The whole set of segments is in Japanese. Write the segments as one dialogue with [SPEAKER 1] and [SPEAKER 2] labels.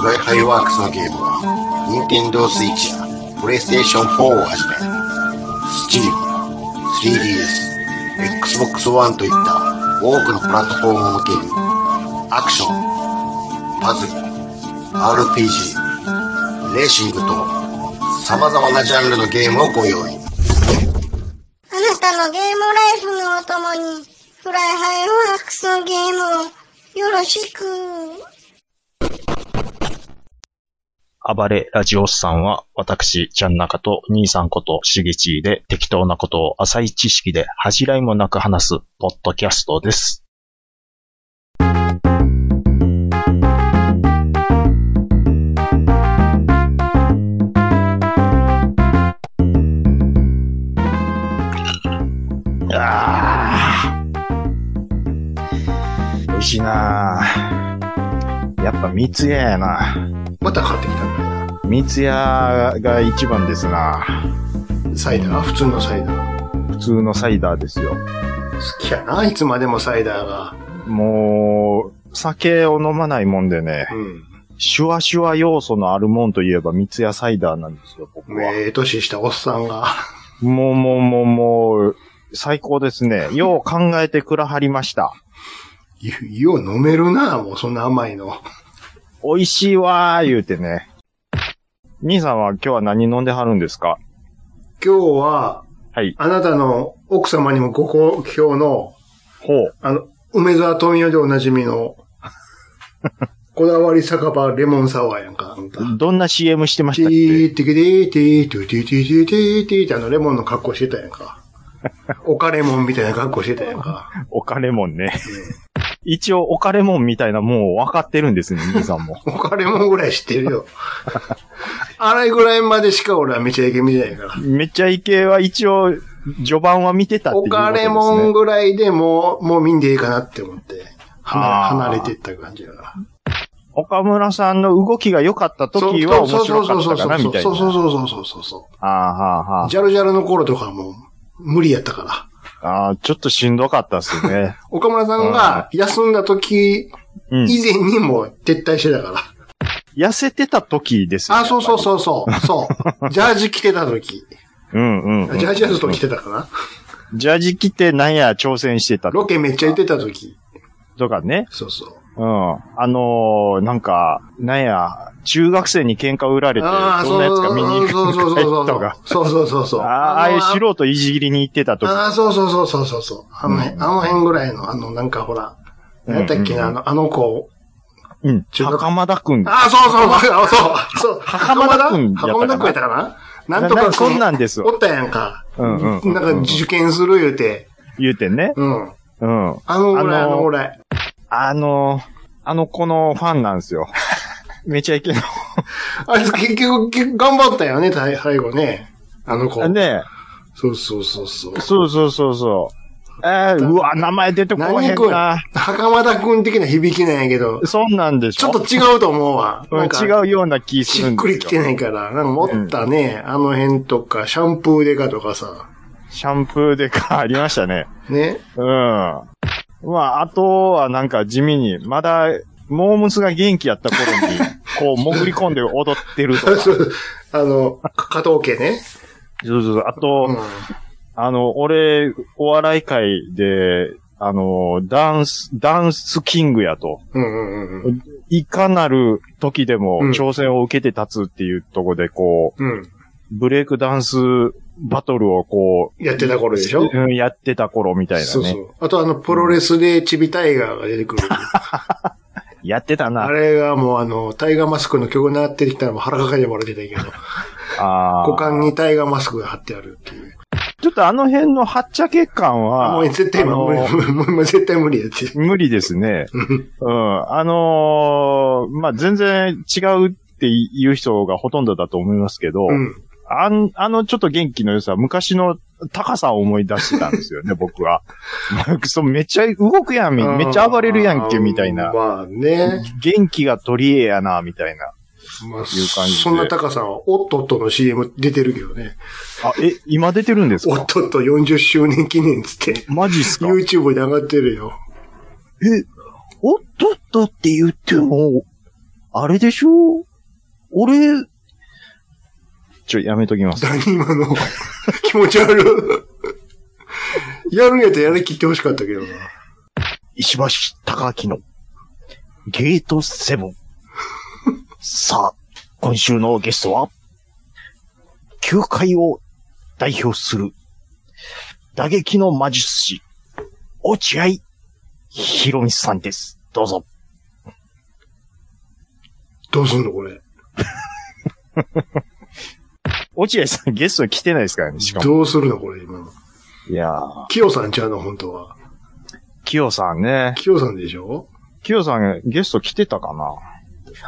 [SPEAKER 1] ブライハイワークスのゲームは、ニンテンドースイッチや、プレイステーション4をはじめ、Steam、3DS、Xbox One といった多くのプラットフォームを向けに、アクション、パズル、RPG、レーシングと、様々なジャンルのゲームをご用意。
[SPEAKER 2] あなたのゲームライフのお供に、フライハイワークスのゲームをよろしく。
[SPEAKER 3] 暴れラジオスさんは、私、ちゃんなかと、兄さんこと、しげちーで、適当なことを浅い知識で恥じらいもなく話す、ポッドキャストです。
[SPEAKER 4] あー美味しいなぁやっぱ三ツ矢やな
[SPEAKER 1] また買ってきたんだよな。
[SPEAKER 4] 三ツ矢が一番ですな
[SPEAKER 1] サイダー普通のサイダー。
[SPEAKER 4] 普通のサイダーですよ。
[SPEAKER 1] 好きやな、いつまでもサイダーが。
[SPEAKER 4] もう、酒を飲まないもんでね、
[SPEAKER 1] う
[SPEAKER 4] シュワシュワ要素のあるもんといえば三ツ矢サイダーなんですよ、僕
[SPEAKER 1] ん。
[SPEAKER 4] は。
[SPEAKER 1] ええ年したおっさんが。
[SPEAKER 4] もうもうもうもう、最高ですね。よう考えてくらはりました。
[SPEAKER 1] よう飲めるな、もうそんな甘いの。
[SPEAKER 4] 美味しいわー、言うてね。兄さんは今日は何飲んではるんですか
[SPEAKER 1] 今日は、
[SPEAKER 4] はい。
[SPEAKER 1] あなたの奥様にもご好評の、
[SPEAKER 4] ほう。
[SPEAKER 1] あの、梅沢富美男でおなじ みの、こだわり酒場レモンサワーやんか、あんた。
[SPEAKER 4] どんな CM してま
[SPEAKER 1] テ
[SPEAKER 4] したっけ
[SPEAKER 1] ィーティキティーティーティーティーティーティーティーってあのレモンの格好してたやんか。オカレモンみたいな格好してたやんか。。
[SPEAKER 4] お金もんね。一応、お金もんみたいなもんを分かってるんですね、兄さんも
[SPEAKER 1] オカレモンぐらい知ってるよ。あれぐらいまでしか俺は道行け見てないか
[SPEAKER 4] めっちゃイケは一応、序盤は見てたっ
[SPEAKER 1] ら。
[SPEAKER 4] ていうこ
[SPEAKER 1] オ
[SPEAKER 4] とです、ね。
[SPEAKER 1] カレモンぐらいでもう、もう見んでいいかなって思って、離
[SPEAKER 4] あー
[SPEAKER 1] 離れていった感じやな。
[SPEAKER 4] 岡村さんの動きが良かった時は面白かったかな、みたいな。
[SPEAKER 1] そうそうそうそうそうそうそ
[SPEAKER 4] あーはー
[SPEAKER 1] う。
[SPEAKER 4] は
[SPEAKER 1] ジャルジャルの頃とかも無理やったから。
[SPEAKER 4] ーあーちょっとしんどかったっすね。
[SPEAKER 1] 岡村さんが休んだ時
[SPEAKER 4] うん。
[SPEAKER 1] 以前にも撤退してたから。
[SPEAKER 4] 痩せてた時ですよ
[SPEAKER 1] あ、そうそう
[SPEAKER 4] う。
[SPEAKER 1] そうそう。 そう。ジャージ着てた時。
[SPEAKER 4] うんうん、うん。
[SPEAKER 1] ジャージアルト着てたかな。
[SPEAKER 4] ジャージ着てなんや挑戦してた
[SPEAKER 1] ロケめっちゃ行ってた時。
[SPEAKER 4] とかね。
[SPEAKER 1] そうそう。
[SPEAKER 4] うん。あのー、なんか、なんや、中学生に喧嘩売られて、
[SPEAKER 1] ああ、
[SPEAKER 4] どん
[SPEAKER 1] そう
[SPEAKER 4] なやつ
[SPEAKER 1] そ
[SPEAKER 4] か
[SPEAKER 1] う
[SPEAKER 4] 見に行く
[SPEAKER 1] そうそう
[SPEAKER 4] と
[SPEAKER 1] そう
[SPEAKER 4] か。
[SPEAKER 1] そう。そうそうそうそう。
[SPEAKER 4] ああ、ああいう素人いじりに行ってたと
[SPEAKER 1] ああ、そうそうそうそうそうそう。あの辺、あの辺ぐらいの、あの、なんかほら、何やったっけな、あの、あの子。
[SPEAKER 4] うん。
[SPEAKER 1] 中学
[SPEAKER 4] 袴田くん。
[SPEAKER 1] ああ、そうそう、そう、そう。
[SPEAKER 4] 袴田君やったかな
[SPEAKER 1] 袴田君やったかななんと
[SPEAKER 4] な
[SPEAKER 1] か
[SPEAKER 4] なそんなんです
[SPEAKER 1] おったやんか。
[SPEAKER 4] うんうんうん
[SPEAKER 1] なんか受験する言うて。
[SPEAKER 4] 言うてね。
[SPEAKER 1] うん。
[SPEAKER 4] うん。
[SPEAKER 1] あのぐら
[SPEAKER 4] あの
[SPEAKER 1] い、あ
[SPEAKER 4] ー
[SPEAKER 1] のぐらい。
[SPEAKER 4] あのー、あの子のファンなんです よ。めちゃイケ
[SPEAKER 1] あいつ結局、結局頑張ったよね、最最後ね。あの子
[SPEAKER 4] の。。ね
[SPEAKER 1] そうそうそうそう。
[SPEAKER 4] そうそうそうそう。えー、うわ、名前出てこへ
[SPEAKER 1] 何
[SPEAKER 4] ん
[SPEAKER 1] 君
[SPEAKER 4] な。
[SPEAKER 1] 袴田君的な響きなんやけど、
[SPEAKER 4] そんなんでし
[SPEAKER 1] ちょ
[SPEAKER 4] ょ
[SPEAKER 1] っと違うと思うわ。
[SPEAKER 4] うん
[SPEAKER 1] なんか
[SPEAKER 4] 違うような気す
[SPEAKER 1] し
[SPEAKER 4] る
[SPEAKER 1] っ
[SPEAKER 4] んです
[SPEAKER 1] く
[SPEAKER 4] よ。
[SPEAKER 1] りきてないから、なんか持ったね、あの辺とか、シャンプーデカとかさ、
[SPEAKER 4] シャンプーでか、ありましたね。
[SPEAKER 1] ね。
[SPEAKER 4] うん。まあ、あとはなんか地味に、まだ、モームスが元気やった頃に、こう潜り込んで踊ってると か。
[SPEAKER 1] そ
[SPEAKER 4] そう
[SPEAKER 1] うあの、加藤家ね。
[SPEAKER 4] そうそう。あと、
[SPEAKER 1] うん。
[SPEAKER 4] あの、俺、お笑い界で、あの、ダンス、ダンスキングやと。
[SPEAKER 1] うんうんうん
[SPEAKER 4] いかなる時でも
[SPEAKER 1] うん
[SPEAKER 4] 挑戦を受けて立つっていうとこで、こう、
[SPEAKER 1] うん。うん。
[SPEAKER 4] ブレイクダンスバトルをこう、
[SPEAKER 1] やってた頃でしょ
[SPEAKER 4] うんやってた頃みたいなね。
[SPEAKER 1] そうそう。あとあの、プロレスでチビタイガーが出てくる。
[SPEAKER 4] やってたな。
[SPEAKER 1] あれがもうあの、タイガーマスクの曲になってきたらもう腹抱えてもらってたけど、
[SPEAKER 4] あー
[SPEAKER 1] 股間にタイガーマスクが貼ってあるっていう。
[SPEAKER 4] ちょっとあの辺のはっちゃけ感は、
[SPEAKER 1] もう絶対
[SPEAKER 4] あ
[SPEAKER 1] 今
[SPEAKER 4] の
[SPEAKER 1] 無理、もう絶対無理やって。
[SPEAKER 4] 無理です ね。
[SPEAKER 1] う
[SPEAKER 4] う
[SPEAKER 1] ん
[SPEAKER 4] ん。あのーまあ、全然違うって言う人がほとんどだと思いますけど、
[SPEAKER 1] うん。
[SPEAKER 4] あんあのちょっと元気の良さ、昔の高さを思い出してたんですよね、僕は。 なんかそうめっちゃ動くやん、めっちゃ暴れるやんけ、みたいな。
[SPEAKER 1] まあね。
[SPEAKER 4] 元気が取り柄やな、みたいな。
[SPEAKER 1] まあ、
[SPEAKER 4] いう感じで
[SPEAKER 1] そんな高さは、おっとっとの CM 出てるけどね。
[SPEAKER 4] あ、え、今出てるんです
[SPEAKER 1] おっ
[SPEAKER 4] か
[SPEAKER 1] とっと40周年記念つって、
[SPEAKER 4] マジっすか
[SPEAKER 1] YouTube で上がってるよ。
[SPEAKER 4] え、おっとっとって言っても、あれでしょ俺、ちょ、やめときます。
[SPEAKER 1] 何今の気持ち悪い。やるんやったらやりきってほしかったけどな。
[SPEAKER 4] 石橋貴明のゲートセブン。 さあ、今週のゲストは、球界を代表する打撃の魔術師、落合博美さんです。どうぞ。
[SPEAKER 1] どうすんのこれ。
[SPEAKER 4] 落合さんゲストに来てないですからね、しかも。
[SPEAKER 1] どうするのこれ今の。
[SPEAKER 4] いや
[SPEAKER 1] キヨさんちゃうの本当は。
[SPEAKER 4] ー、キヨさんね。
[SPEAKER 1] キヨさんでしょ
[SPEAKER 4] キヨさんゲスト来てたかな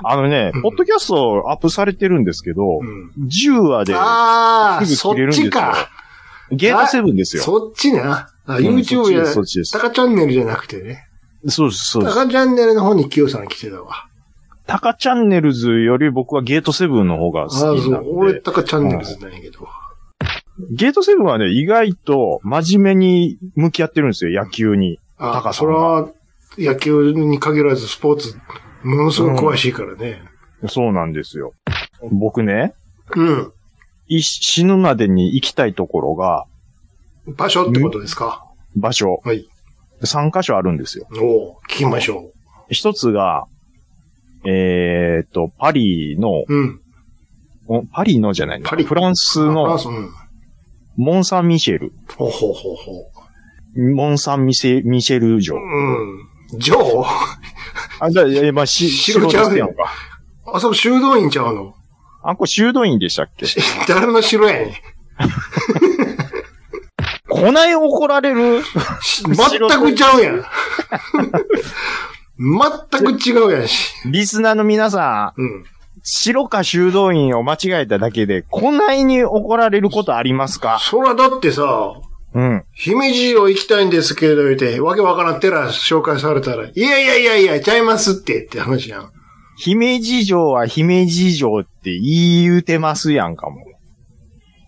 [SPEAKER 4] あのね
[SPEAKER 1] うん、
[SPEAKER 4] ポッドキャストアップされてるんですけど
[SPEAKER 1] う、ん。
[SPEAKER 4] 10話で、
[SPEAKER 1] ああ、
[SPEAKER 4] すぐ
[SPEAKER 1] そ
[SPEAKER 4] 切れ
[SPEAKER 1] っ
[SPEAKER 4] るんです
[SPEAKER 1] ち
[SPEAKER 4] よ
[SPEAKER 1] か。
[SPEAKER 4] ゲートセブンですよ。
[SPEAKER 1] そっちな。あ、
[SPEAKER 4] うん
[SPEAKER 1] YouTube や、
[SPEAKER 4] そっちですそ
[SPEAKER 1] タカチャンネルじゃなくてね。
[SPEAKER 4] そうです、そう
[SPEAKER 1] タ
[SPEAKER 4] です。
[SPEAKER 1] カチャンネルの方にキヨさん来てたわ。
[SPEAKER 4] タカチャンネルズより僕はゲートセブンの方が
[SPEAKER 1] ああ、
[SPEAKER 4] 好き
[SPEAKER 1] そ
[SPEAKER 4] な
[SPEAKER 1] う。
[SPEAKER 4] ん
[SPEAKER 1] 俺
[SPEAKER 4] で。
[SPEAKER 1] タカチャンネルじゃないけど。
[SPEAKER 4] ゲートセブンはね、意外と真面目に向き合ってるんですよ、野球に。タ
[SPEAKER 1] あ
[SPEAKER 4] カ
[SPEAKER 1] あ、
[SPEAKER 4] さ
[SPEAKER 1] そ
[SPEAKER 4] ん
[SPEAKER 1] れ
[SPEAKER 4] が
[SPEAKER 1] は野球に限らずスポーツ、ものすごく詳しいからね。
[SPEAKER 4] そうなんですよ。僕ね、
[SPEAKER 1] うん。
[SPEAKER 4] い死ぬまでに行きたいところが、
[SPEAKER 1] 場所ってことですか
[SPEAKER 4] 場所、
[SPEAKER 1] はい。
[SPEAKER 4] 3箇所あるんですよ。
[SPEAKER 1] おう聞きましょ
[SPEAKER 4] 一つが、えーっと、パリの、
[SPEAKER 1] う。うん。
[SPEAKER 4] おパリのじゃないな
[SPEAKER 1] パリ
[SPEAKER 4] フランス
[SPEAKER 1] あ
[SPEAKER 4] の
[SPEAKER 1] うん。
[SPEAKER 4] モンサンミシェル。
[SPEAKER 1] ほうほうほうほ
[SPEAKER 4] モンサンミシェミシェル城
[SPEAKER 1] う。。うん。じゃあ、
[SPEAKER 4] あ、じゃあ、えまあ、し、
[SPEAKER 1] 城
[SPEAKER 4] 城
[SPEAKER 1] ちゃう
[SPEAKER 4] ですやんか。
[SPEAKER 1] あそこ修道院ちゃうの
[SPEAKER 4] あ、これ修道院でしたっけ
[SPEAKER 1] し誰の城やねん。
[SPEAKER 4] こない怒られる
[SPEAKER 1] し
[SPEAKER 4] 城
[SPEAKER 1] 全くちゃうやん。 全く違うやんし。
[SPEAKER 4] リスナーの皆さん、
[SPEAKER 1] うん。
[SPEAKER 4] 白か修道院を間違えただけで、こないに怒られることありますか
[SPEAKER 1] そらだってさ、
[SPEAKER 4] うん。
[SPEAKER 1] 姫路城行きたいんですけど、言うて、わけわからんテラ紹介されたら、いやいやいやいや、ちゃいますってって話やん。
[SPEAKER 4] 姫路城は姫路城って言い言うてますやんかも。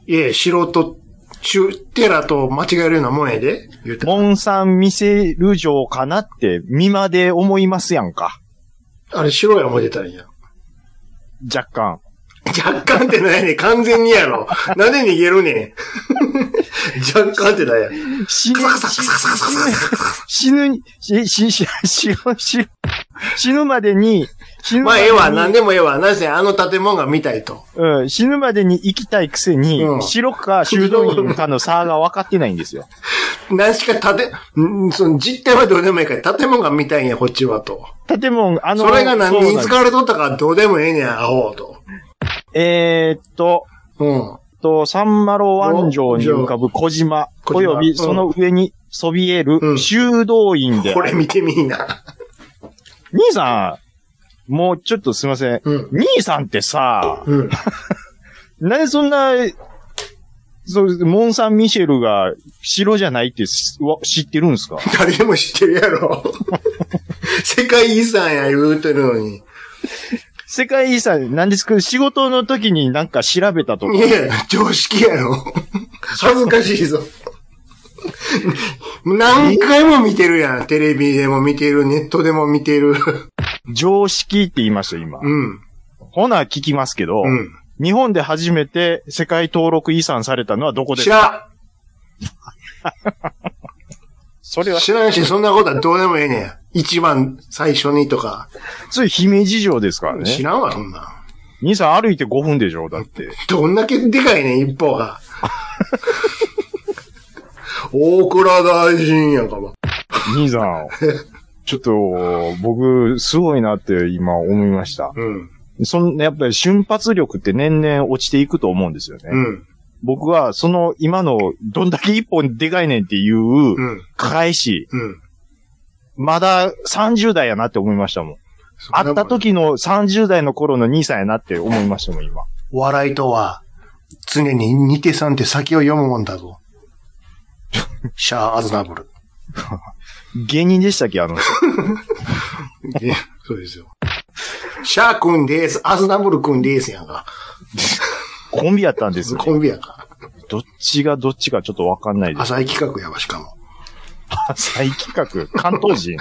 [SPEAKER 1] いや、城と、中テラと間違えるようなもんやで、言うて。
[SPEAKER 4] モンサン見せる城かなって、見まで思いますやんか。
[SPEAKER 1] あれ、城や思ってたんや。
[SPEAKER 4] 若干。
[SPEAKER 1] 若干ってないねん完全にやろ。なんで逃げるねん。若干ってないや。
[SPEAKER 4] 死ぬ、死ぬ、死ぬ、死ぬ、死ぬ、死ぬ、死ぬまでに、死ぬま
[SPEAKER 1] まあ、
[SPEAKER 4] で
[SPEAKER 1] ええ
[SPEAKER 4] に
[SPEAKER 1] わ、なんでもええわ。なんせ、あの建物が見たいと。
[SPEAKER 4] うん、死ぬまでに行きたいくせに、
[SPEAKER 1] うん
[SPEAKER 4] 白か修道院かの差が分かってないん ですよ。
[SPEAKER 1] 何しか建て、んその実態はどうでもいいから、建物が見たいんや、こっちはと。
[SPEAKER 4] 建物、あの、
[SPEAKER 1] それが何に使
[SPEAKER 4] う
[SPEAKER 1] われとったかどうでもええねん、アホと。
[SPEAKER 4] えーっと、
[SPEAKER 1] うん。
[SPEAKER 4] と、サンマロ湾城に浮かぶ小島、
[SPEAKER 1] 小島
[SPEAKER 4] 及
[SPEAKER 1] うん
[SPEAKER 4] びその上にそびえる
[SPEAKER 1] うん
[SPEAKER 4] 修道院で、
[SPEAKER 1] これ見てみいな。
[SPEAKER 4] 兄さん、もうちょっとすいません。
[SPEAKER 1] うん。
[SPEAKER 4] 兄さんってさ、
[SPEAKER 1] うん。
[SPEAKER 4] なんでそんな、そう、モン・サン・ミシェルが城じゃないってしわ知ってるんです か
[SPEAKER 1] 誰でも知ってるやろ。 世界遺産や言うてるのに。
[SPEAKER 4] 世界遺産、なんですけど、仕事の時になんか調べたとか
[SPEAKER 1] い、やいや、常識やろ。恥ずかしいぞ。何回も見てるやん。テレビでも見てる、ネットでも見てる。
[SPEAKER 4] 常識って言いました、今。
[SPEAKER 1] うん。
[SPEAKER 4] ほな、聞きますけど、
[SPEAKER 1] うん。
[SPEAKER 4] 日本で初めて世界登録遺産されたのはどこです
[SPEAKER 1] 知
[SPEAKER 4] からそれは
[SPEAKER 1] ん。、知らんし、そんなことはどうでもええねん。一番最初にとか。
[SPEAKER 4] それ姫路城ですから
[SPEAKER 1] 知
[SPEAKER 4] ね。
[SPEAKER 1] らんわ、そんなん。
[SPEAKER 4] 兄さん歩いて5分でしょだって。
[SPEAKER 1] どんだけでかいねん、一方が。大倉大臣やんかも。
[SPEAKER 4] 兄さん、 ちょっと、僕、すごいなって今思いました。
[SPEAKER 1] うん。
[SPEAKER 4] その、やっぱり瞬発力って年々落ちていくと思うんですよね。
[SPEAKER 1] うん。
[SPEAKER 4] 僕は、その今の、どんだけ一本でかいねんっていう
[SPEAKER 1] うん。
[SPEAKER 4] 返し、
[SPEAKER 1] うん。
[SPEAKER 4] まだ30代やなって思いましたもん。
[SPEAKER 1] そんな
[SPEAKER 4] 会
[SPEAKER 1] もん
[SPEAKER 4] った時の30代の頃の兄さんやなって思いましたもん、今。
[SPEAKER 1] 笑いとは、常に似てさんって先を読むもんだぞ。シャア・アズナブル。
[SPEAKER 4] 芸人でしたっけあの人。
[SPEAKER 1] そうですよ。シャア君です。アズナブル君ですやんか。
[SPEAKER 4] コンビやったんですよ。
[SPEAKER 1] コンビやんか。
[SPEAKER 4] どっちがどっちかちょっとわかんないです。
[SPEAKER 1] 浅い企画やわ、しかも。
[SPEAKER 4] 再企画、関東人。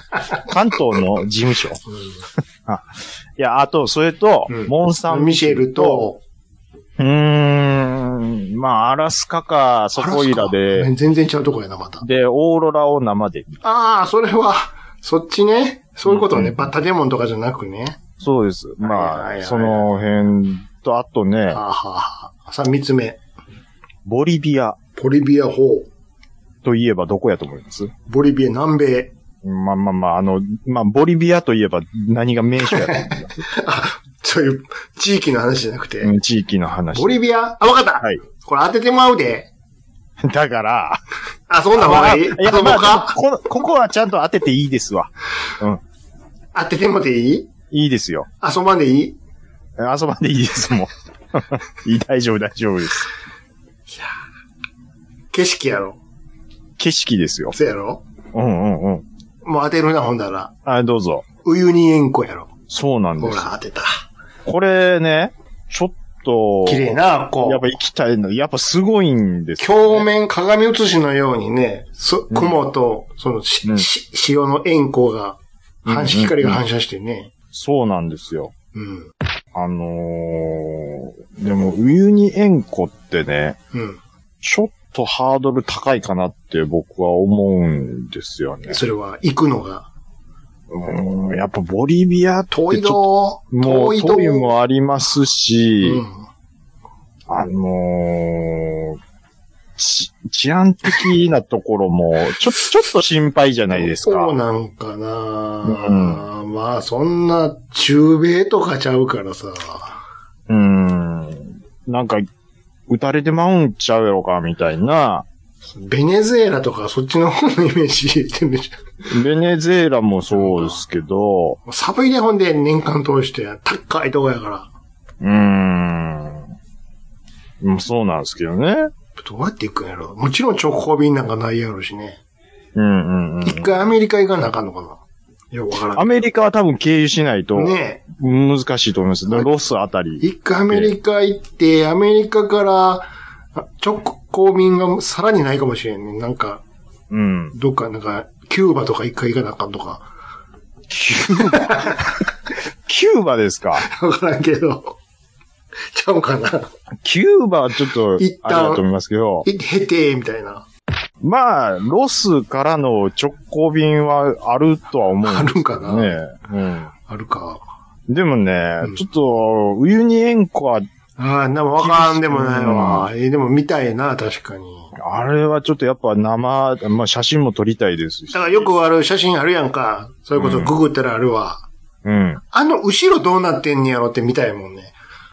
[SPEAKER 4] 関東の事務所。いや、あと、それと、
[SPEAKER 1] うん
[SPEAKER 4] モンサン
[SPEAKER 1] ミシェル、と、
[SPEAKER 4] うーん、まあ、アラスカか、そこいら
[SPEAKER 1] アラス
[SPEAKER 4] で、
[SPEAKER 1] カ全然違うとこやな、また。
[SPEAKER 4] で、オーロラを生で見る。
[SPEAKER 1] ああ、それは、そっちね。そういうことね。
[SPEAKER 4] うん
[SPEAKER 1] ば建物とかじゃなくね。
[SPEAKER 4] そうです。ま
[SPEAKER 1] はいはいはい
[SPEAKER 4] あ、その辺と、あとね、
[SPEAKER 1] ああはあはあ。さあ、三つ目。
[SPEAKER 4] ボリビア
[SPEAKER 1] ボリビア法。
[SPEAKER 4] といえばどこやと思います
[SPEAKER 1] ボリビア南米。
[SPEAKER 4] まあまあまあ、あの、まあ、ボリビアといえば何が名所やと思います
[SPEAKER 1] あ、そういう地域の話じゃなくて。
[SPEAKER 4] うん地域の話
[SPEAKER 1] ボ。リビアあ、わかった、
[SPEAKER 4] はい
[SPEAKER 1] これ当ててもらうで。
[SPEAKER 4] だから、
[SPEAKER 1] あ、そんな方がいい
[SPEAKER 4] いや、
[SPEAKER 1] あそ
[SPEAKER 4] ま
[SPEAKER 1] こ
[SPEAKER 4] あ、
[SPEAKER 1] か
[SPEAKER 4] この、ここはちゃんと当てていいですわ。うん。
[SPEAKER 1] 当ててもでいい
[SPEAKER 4] いいですよ。
[SPEAKER 1] 遊ばんでいい
[SPEAKER 4] 遊ばんでいいですもん。いい、大丈夫、大丈夫です。
[SPEAKER 1] 景色やろ。
[SPEAKER 4] 景色ですよ。
[SPEAKER 1] そうやろ
[SPEAKER 4] うんうんうん。
[SPEAKER 1] もう当てるな、ほんだら。
[SPEAKER 4] あ、どうぞ。
[SPEAKER 1] ウユニ塩湖やろ。
[SPEAKER 4] そうなん
[SPEAKER 1] ほ
[SPEAKER 4] です。
[SPEAKER 1] ら、当てた。
[SPEAKER 4] これね、ちょっと、
[SPEAKER 1] 綺麗な、こ
[SPEAKER 4] やっぱ
[SPEAKER 1] う。
[SPEAKER 4] 行きたいの、やっぱすごいんですよ
[SPEAKER 1] 鏡面鏡写しのようにね、そ
[SPEAKER 4] うん
[SPEAKER 1] 雲と、そのし、
[SPEAKER 4] うん
[SPEAKER 1] し潮の円光が、
[SPEAKER 4] うん
[SPEAKER 1] 反射光が反射してね。
[SPEAKER 4] そうなんですよ。
[SPEAKER 1] うん。
[SPEAKER 4] あのー、でも、ウユニ塩湖ってね、
[SPEAKER 1] うん。
[SPEAKER 4] ちょっとハードル高いかなって僕は思うんですよね。
[SPEAKER 1] それは、行くのが。
[SPEAKER 4] うん、やっぱボリビアってちょ
[SPEAKER 1] 遠い
[SPEAKER 4] っと
[SPEAKER 1] どー
[SPEAKER 4] もう、
[SPEAKER 1] どー
[SPEAKER 4] 遠いもありますし、
[SPEAKER 1] うん。
[SPEAKER 4] あのー、ち治安的なところも、ちょ、ちょっと心配じゃないです
[SPEAKER 1] そう
[SPEAKER 4] か。
[SPEAKER 1] なんかな、まあ、そんな、中米とかちゃうからさ。
[SPEAKER 4] うん。なんか、撃たれてまうんちゃうやろか、みたいな。
[SPEAKER 1] ベネズエラとかそっちの方のイメージってんでし
[SPEAKER 4] ベネズエラもそうですけど、
[SPEAKER 1] ょ。サブイレ本で年間通して高いとこやから。
[SPEAKER 4] うん。うんそうなんですけどね。
[SPEAKER 1] どうやって行くんやろもちろん直行便なんかないやろしね。
[SPEAKER 4] うんうんうん。
[SPEAKER 1] 一回アメリカ行かなあかんのかなよくわから
[SPEAKER 4] ア
[SPEAKER 1] ん。
[SPEAKER 4] メリカは多分経由しないと
[SPEAKER 1] ねえ。
[SPEAKER 4] 難しいと思います。ロスあたり。
[SPEAKER 1] 一回アメリカ行って、アメリカからあ直行便がさらにないかもしれんね。なんか、
[SPEAKER 4] うん。
[SPEAKER 1] どっかなんか、キューバとか一回行かなあかんとか。
[SPEAKER 4] キューバ キューバですか
[SPEAKER 1] わからんけど。ちゃうかな。
[SPEAKER 4] キューバはちょっと、あれ
[SPEAKER 1] 一旦
[SPEAKER 4] だと思いますけど、
[SPEAKER 1] 行って、へて、みたいな。
[SPEAKER 4] まあ、ロスからの直行便はあるとは思うんですけど
[SPEAKER 1] あ
[SPEAKER 4] ね。うん。
[SPEAKER 1] あるか。
[SPEAKER 4] でもね、
[SPEAKER 1] ん
[SPEAKER 4] ちょっと、ウユニ塩湖は、
[SPEAKER 1] ああ、でもわからんでもないわ。えーでも見たいな、確かに。
[SPEAKER 4] あれはちょっとやっぱ生、まあ写真も撮りたいですし。
[SPEAKER 1] だからよくある写真あるやんか。それこそ
[SPEAKER 4] うん
[SPEAKER 1] ググったらあるわ。
[SPEAKER 4] うん。
[SPEAKER 1] あの後ろどうなってんねやろって見たいもんね。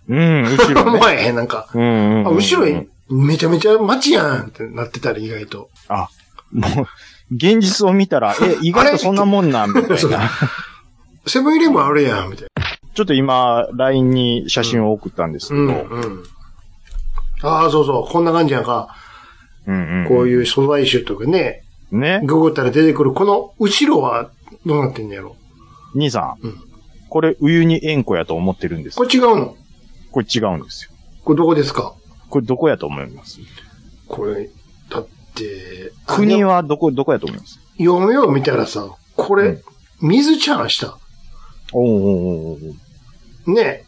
[SPEAKER 4] うん、後 ろね。
[SPEAKER 1] 思えへん、なんか。
[SPEAKER 4] うんうんうんうん
[SPEAKER 1] あ、後ろにめちゃめちゃ街やんってなってたら意外と。
[SPEAKER 4] あ、もう、現実を見たら、 え、意外とそんなもんなん、みたい
[SPEAKER 1] そう
[SPEAKER 4] な。
[SPEAKER 1] セブンイレブンあるやん、みたい
[SPEAKER 4] ちょっと今、LINE に写真を送ったんですけ
[SPEAKER 1] な。
[SPEAKER 4] ど。
[SPEAKER 1] う
[SPEAKER 4] うん
[SPEAKER 1] ん、うん。ああ、そうそう、こんな感じやんか。
[SPEAKER 4] うんうん
[SPEAKER 1] こういう素材集とかね、
[SPEAKER 4] ね。
[SPEAKER 1] ググったら出てくる、この後ろはどうなってんねやろ。
[SPEAKER 4] 兄さん、
[SPEAKER 1] うん
[SPEAKER 4] これ、ウユニ塩湖やと思ってるんです
[SPEAKER 1] これ違うの
[SPEAKER 4] これ違うんですよ。
[SPEAKER 1] これどこですか
[SPEAKER 4] これどこやと思います
[SPEAKER 1] これ、だって、
[SPEAKER 4] 国
[SPEAKER 1] は
[SPEAKER 4] はどこ、どこやと思います
[SPEAKER 1] 読むよう見たらさ、こ
[SPEAKER 4] う
[SPEAKER 1] れ、
[SPEAKER 4] ん
[SPEAKER 1] 水ちゃんした。
[SPEAKER 4] おうおうおうおう
[SPEAKER 1] ね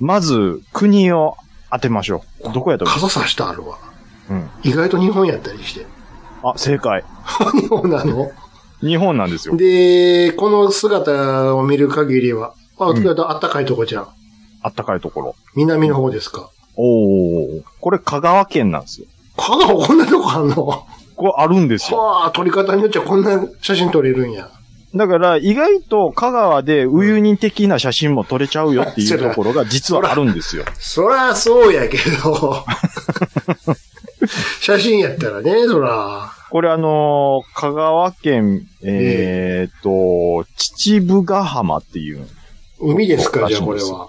[SPEAKER 4] まず、国を当てましょう。どこやと思いま
[SPEAKER 1] 傘さしたあるわ。
[SPEAKER 4] すうん。
[SPEAKER 1] 意外と日本やったりして。
[SPEAKER 4] あ、正解。
[SPEAKER 1] 日本なの
[SPEAKER 4] 日本なんですよ。
[SPEAKER 1] で、この姿を見る限りは、あ、
[SPEAKER 4] うん
[SPEAKER 1] あったかいとこじゃん。
[SPEAKER 4] あったかいところ。
[SPEAKER 1] 南の方ですか。
[SPEAKER 4] おうおうおうこれ、香川県なんですよ。
[SPEAKER 1] 香川こんなとこあん の
[SPEAKER 4] これあるんですよ。
[SPEAKER 1] はあ、撮り方によっちゃこんな写真撮れるんや。
[SPEAKER 4] だから、意外と香川でウユニ的な写真も撮れちゃうよってい
[SPEAKER 1] そううだ
[SPEAKER 4] ところが実はあるんですよ。
[SPEAKER 1] そらそうやけど。写真やったらね、そら。
[SPEAKER 4] これあのー香川県、えーっと、秩父ヶ浜っていう、
[SPEAKER 1] 海ですか、
[SPEAKER 4] そう
[SPEAKER 1] じゃあ
[SPEAKER 4] そ
[SPEAKER 1] こ
[SPEAKER 4] う
[SPEAKER 1] れ
[SPEAKER 4] です
[SPEAKER 1] は。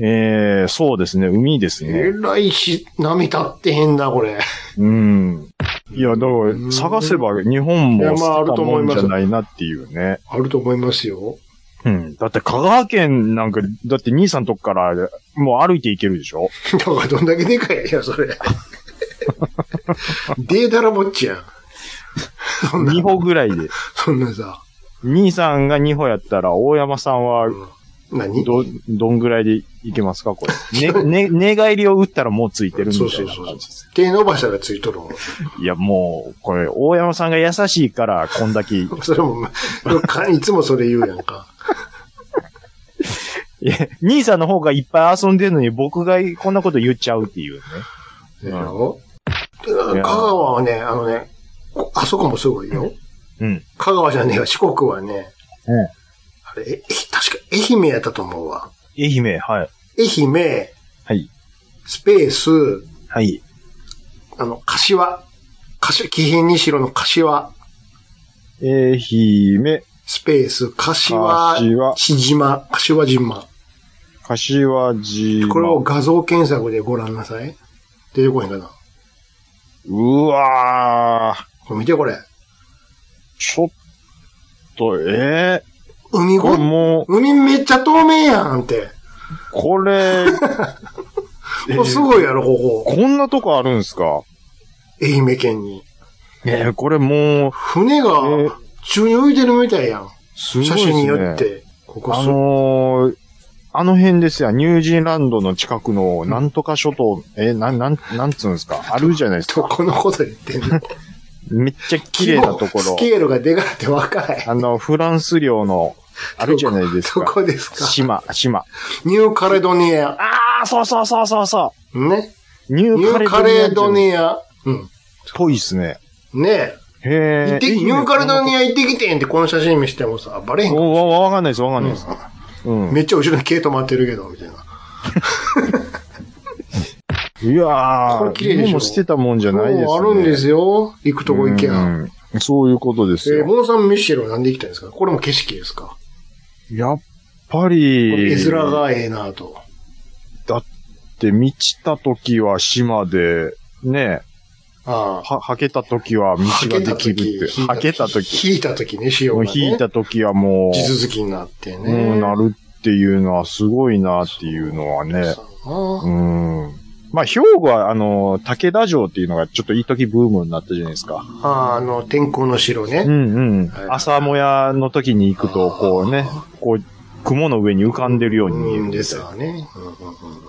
[SPEAKER 4] えー、そうですね、海です
[SPEAKER 1] え
[SPEAKER 4] ね。
[SPEAKER 1] らいし、波立ってへんな、これ。
[SPEAKER 4] うん。いや、だから、探せば日本
[SPEAKER 1] いや
[SPEAKER 4] も
[SPEAKER 1] ま
[SPEAKER 4] 捨
[SPEAKER 1] あある
[SPEAKER 4] て
[SPEAKER 1] と
[SPEAKER 4] た
[SPEAKER 1] 思
[SPEAKER 4] も
[SPEAKER 1] い
[SPEAKER 4] ん
[SPEAKER 1] ま
[SPEAKER 4] じ
[SPEAKER 1] す
[SPEAKER 4] ゃないなっていうね。
[SPEAKER 1] あると思いますよ。
[SPEAKER 4] うん。だって香川県なんか、だって兄さんとこからもう歩いて行けるでしょ
[SPEAKER 1] だからどんだけ でかいや、それ。データラぼっちやん。そんな
[SPEAKER 4] 2、歩ぐらいで。
[SPEAKER 1] そんなさ、
[SPEAKER 4] 兄さんが2歩やったら、大山さんは、
[SPEAKER 1] 何
[SPEAKER 4] ど、どんぐらいでいけますかこ れ。ね、ね、寝返りを打ったらもうついてるみた
[SPEAKER 1] そう
[SPEAKER 4] い
[SPEAKER 1] そう
[SPEAKER 4] な
[SPEAKER 1] そう
[SPEAKER 4] 感じです。。
[SPEAKER 1] 手伸ばしたらついとるもん。
[SPEAKER 4] いや、もう、これ、大山さんが優しいから、こんだけ、い
[SPEAKER 1] それも、まあいつもそれ言うやんか。
[SPEAKER 4] や、兄さんの方がいっぱい遊んでるのに、僕がこんなこと言っちゃうっていうね。
[SPEAKER 1] でしょ香川はね、あのね、こあそこもすごいよ。
[SPEAKER 4] うん。
[SPEAKER 1] 香川じゃねえよ、四国はね、
[SPEAKER 4] うん。
[SPEAKER 1] あれ、え、え確か愛媛やったと思うわ。
[SPEAKER 4] 愛媛、はい。
[SPEAKER 1] 愛媛、
[SPEAKER 4] はい。
[SPEAKER 1] スペース、
[SPEAKER 4] はい。
[SPEAKER 1] あの、柏。柏、紀平にしろの柏。
[SPEAKER 4] 愛媛、
[SPEAKER 1] スペース、柏、
[SPEAKER 4] 柏
[SPEAKER 1] 島、柏島。
[SPEAKER 4] 柏島。
[SPEAKER 1] これを画像検索でご覧なさい。出てこへんかな。
[SPEAKER 4] うわー、
[SPEAKER 1] これ見てこれ。
[SPEAKER 4] ちょっと、え
[SPEAKER 1] 海
[SPEAKER 4] ー、こ
[SPEAKER 1] ご
[SPEAKER 4] れ、もう、
[SPEAKER 1] 海めっちゃ透明やんって。
[SPEAKER 4] これ、
[SPEAKER 1] これすごいやろ、ここ。
[SPEAKER 4] こんなとこあるんすか
[SPEAKER 1] 愛媛県に。
[SPEAKER 4] えー、これもう、
[SPEAKER 1] 船が
[SPEAKER 4] えー
[SPEAKER 1] 宙に浮いてるみたいやん。
[SPEAKER 4] すごいで
[SPEAKER 1] 写
[SPEAKER 4] すね。
[SPEAKER 1] 真によって。ここ
[SPEAKER 4] あ
[SPEAKER 1] す、
[SPEAKER 4] のー、あの辺ですよ、ニュージーランドの近くの、なんとか諸島、えー、なん、なん、なんつうんですかあるじゃないです
[SPEAKER 1] ど
[SPEAKER 4] か。
[SPEAKER 1] このこと言ってんの
[SPEAKER 4] めっちゃ 綺麗なとこ
[SPEAKER 1] ス
[SPEAKER 4] ろ。
[SPEAKER 1] ケールがでかくて若い。
[SPEAKER 4] あの、フランス領の、あるじゃないです
[SPEAKER 1] どこ
[SPEAKER 4] か。
[SPEAKER 1] ですか
[SPEAKER 4] 島、島。
[SPEAKER 1] ニューカレドニア。
[SPEAKER 4] あー、そうそうそうそうそ
[SPEAKER 1] ね。
[SPEAKER 4] う。ニュ
[SPEAKER 1] ニュ
[SPEAKER 4] ー
[SPEAKER 1] ー
[SPEAKER 4] カ
[SPEAKER 1] カ
[SPEAKER 4] レ
[SPEAKER 1] レ
[SPEAKER 4] ド
[SPEAKER 1] ド
[SPEAKER 4] ニアっ
[SPEAKER 1] ニア。うん。
[SPEAKER 4] ぽいっすね。
[SPEAKER 1] ねえ。行
[SPEAKER 4] へ
[SPEAKER 1] っ
[SPEAKER 4] え。
[SPEAKER 1] てニューカレドニア行ってきてんってこの写真見してもさ、バレへんか。
[SPEAKER 4] おわわわかんないです、わかんないです。うん。
[SPEAKER 1] めっちゃ後ろに毛止まってるけど、みたいな。
[SPEAKER 4] いや
[SPEAKER 1] これ
[SPEAKER 4] ー、
[SPEAKER 1] 綺麗でしょ
[SPEAKER 4] 今も捨てたもんじゃないですね。
[SPEAKER 1] もうあるんです
[SPEAKER 4] よ。
[SPEAKER 1] よ。行くとこ行けや。
[SPEAKER 4] そういうことです
[SPEAKER 1] えー、
[SPEAKER 4] よ。
[SPEAKER 1] モンサン・ミッシェルはなんで行きたいんですかこれも景色ですか
[SPEAKER 4] やっぱ
[SPEAKER 1] こ
[SPEAKER 4] り、
[SPEAKER 1] れ絵面がええなと。
[SPEAKER 4] で、満ちた時は島で、ね、
[SPEAKER 1] ああ。
[SPEAKER 4] は、はけた時は道ができるって。はけた時。
[SPEAKER 1] 引いた時ね、潮
[SPEAKER 4] も
[SPEAKER 1] が、
[SPEAKER 4] う
[SPEAKER 1] ね。
[SPEAKER 4] 引いた時はも
[SPEAKER 1] 地
[SPEAKER 4] う、
[SPEAKER 1] 続きになってね。
[SPEAKER 4] うん、なるっていうのはすごいなっていうのはね
[SPEAKER 1] そ。
[SPEAKER 4] うん
[SPEAKER 1] う。
[SPEAKER 4] まあ、兵庫は、あの、武田城っていうのがちょっといい時ブームになったじゃないですか。
[SPEAKER 1] ああ、あの、天候の城
[SPEAKER 4] う
[SPEAKER 1] ね。
[SPEAKER 4] んうん
[SPEAKER 1] はい。
[SPEAKER 4] 朝もやの時に行くと、こうね、こう、雲の上に浮かんでるように見える
[SPEAKER 1] うんん
[SPEAKER 4] で
[SPEAKER 1] ですす
[SPEAKER 4] よ。
[SPEAKER 1] よね。うん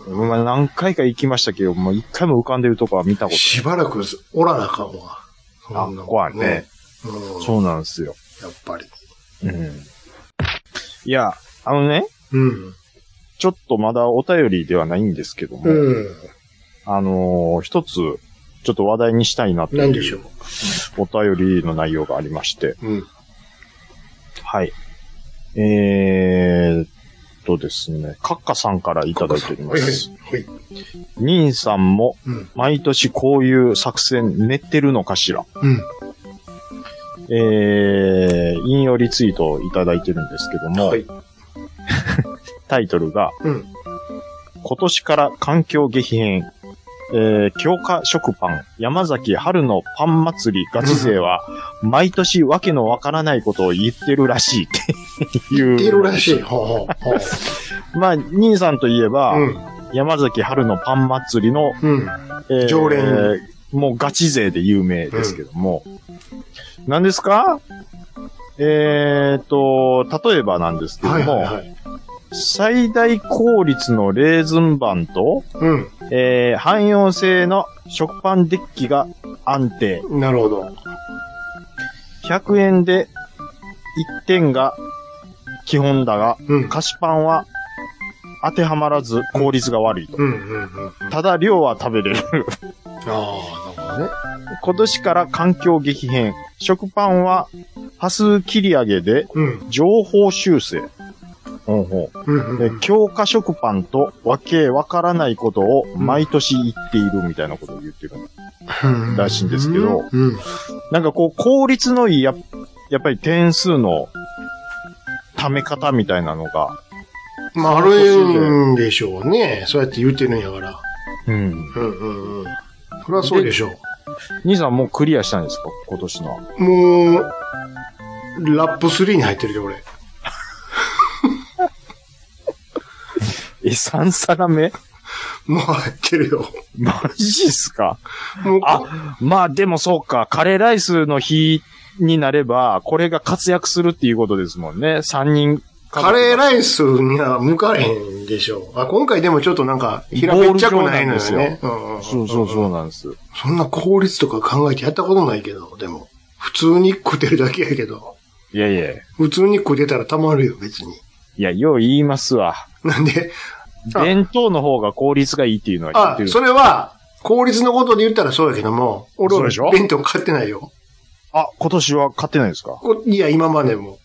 [SPEAKER 1] うんうん
[SPEAKER 4] まあ、何回か行きましたけど、もう一回も浮かんでるとこは見たこと
[SPEAKER 1] しばらくおらなあかんわ。
[SPEAKER 4] あ
[SPEAKER 1] そんなもん
[SPEAKER 4] ここはね。
[SPEAKER 1] うん、
[SPEAKER 4] そうなんですよ。
[SPEAKER 1] やっぱり。
[SPEAKER 4] うん。いや、あのね、
[SPEAKER 1] うん。
[SPEAKER 4] ちょっとまだお便りではないんですけども、
[SPEAKER 1] うん。
[SPEAKER 4] あのー一つ、ちょっと話題にしたいなと
[SPEAKER 1] なんでし
[SPEAKER 4] い
[SPEAKER 1] ょ
[SPEAKER 4] うお便りの内容がありまして、
[SPEAKER 1] う。うん。
[SPEAKER 4] はい。えーっとですね、カッカさんからいただいておりま
[SPEAKER 1] はいはい
[SPEAKER 4] す。。
[SPEAKER 1] はい。
[SPEAKER 4] 兄さんも
[SPEAKER 1] うん。
[SPEAKER 4] 毎年こういう作戦練ってるのかしら
[SPEAKER 1] うん。
[SPEAKER 4] えー、引用リツイートをいただいてるんですけども、
[SPEAKER 1] はい
[SPEAKER 4] タイトルが、
[SPEAKER 1] うん
[SPEAKER 4] 今年から環境激変、えー、強化食パン、山崎春のパン祭りガチ勢は、毎年わけのわからないことを言ってるら しいっていう。
[SPEAKER 1] 出るらしい。ほうほうほう
[SPEAKER 4] まあ、兄さんといえば、
[SPEAKER 1] うん。
[SPEAKER 4] 山崎春のパン祭りの、
[SPEAKER 1] うん。
[SPEAKER 4] えー
[SPEAKER 1] 常連
[SPEAKER 4] もうガチ勢で有名ですけども。何ですかえーと、例えばなんですけども、
[SPEAKER 1] はいはいはい。
[SPEAKER 4] 最大効率のレーズンバンと、
[SPEAKER 1] う
[SPEAKER 4] えー汎用性の食パンデッキが安定。
[SPEAKER 1] ん。なるほど。
[SPEAKER 4] 100円で1点が基本だが、
[SPEAKER 1] うん。
[SPEAKER 4] 菓子パンは当てはまらず効率が悪いと。
[SPEAKER 1] うんうんうん。
[SPEAKER 4] ただ量は食べれる。
[SPEAKER 1] ああ、なるほどね。
[SPEAKER 4] 今年から環境激変。食パンは、波数切り上げで
[SPEAKER 1] うん。
[SPEAKER 4] 情報修正。ほうほ
[SPEAKER 1] うん
[SPEAKER 4] う
[SPEAKER 1] う
[SPEAKER 4] え
[SPEAKER 1] ん。
[SPEAKER 4] 強化食パンとわけわからないことを毎年言っているみたいなことを言ってる。
[SPEAKER 1] うん
[SPEAKER 4] らしいんですけど
[SPEAKER 1] うん。
[SPEAKER 4] なんかこう、効率のいいや、やっぱり点数の貯め方みたいなのが、
[SPEAKER 1] まあ、あるんでしょうね。そうやって言ってるんやから。
[SPEAKER 4] うん。
[SPEAKER 1] うんうんうん。それはそうでしょ
[SPEAKER 4] 兄さんもうクリアしたんですか今年の。
[SPEAKER 1] う。もう、ラップ3に入ってるよ、俺。
[SPEAKER 4] え、3皿目
[SPEAKER 1] もう入ってるよ。
[SPEAKER 4] マジっすか
[SPEAKER 1] もう、
[SPEAKER 4] あ、まあでもそうか、カレーライスの日になれば、これが活躍するっていうことですもんね。3人。
[SPEAKER 1] カレー
[SPEAKER 4] イ
[SPEAKER 1] ライスには向かれへんでしょう。あ、今回でもちょっとなんか、平べっちゃくないのよね。うんんん
[SPEAKER 4] そうそうそうなんです。
[SPEAKER 1] そんな効率とか考えてやったことないけど、でも。普通に食ってるだけやけど。
[SPEAKER 4] いやいや。い
[SPEAKER 1] 普通に食ってたらたまるよ、別に。
[SPEAKER 4] や、よう言いますわ。
[SPEAKER 1] なんで、あ
[SPEAKER 4] 弁当の方が効率がいいっていうのは聞い
[SPEAKER 1] あ
[SPEAKER 4] て、る。
[SPEAKER 1] それは、効率のことで言ったらそうやけども、俺
[SPEAKER 4] そうでしょ
[SPEAKER 1] は弁当買ってないよ。
[SPEAKER 4] あ、今年は買ってないですか
[SPEAKER 1] こいや、今までも。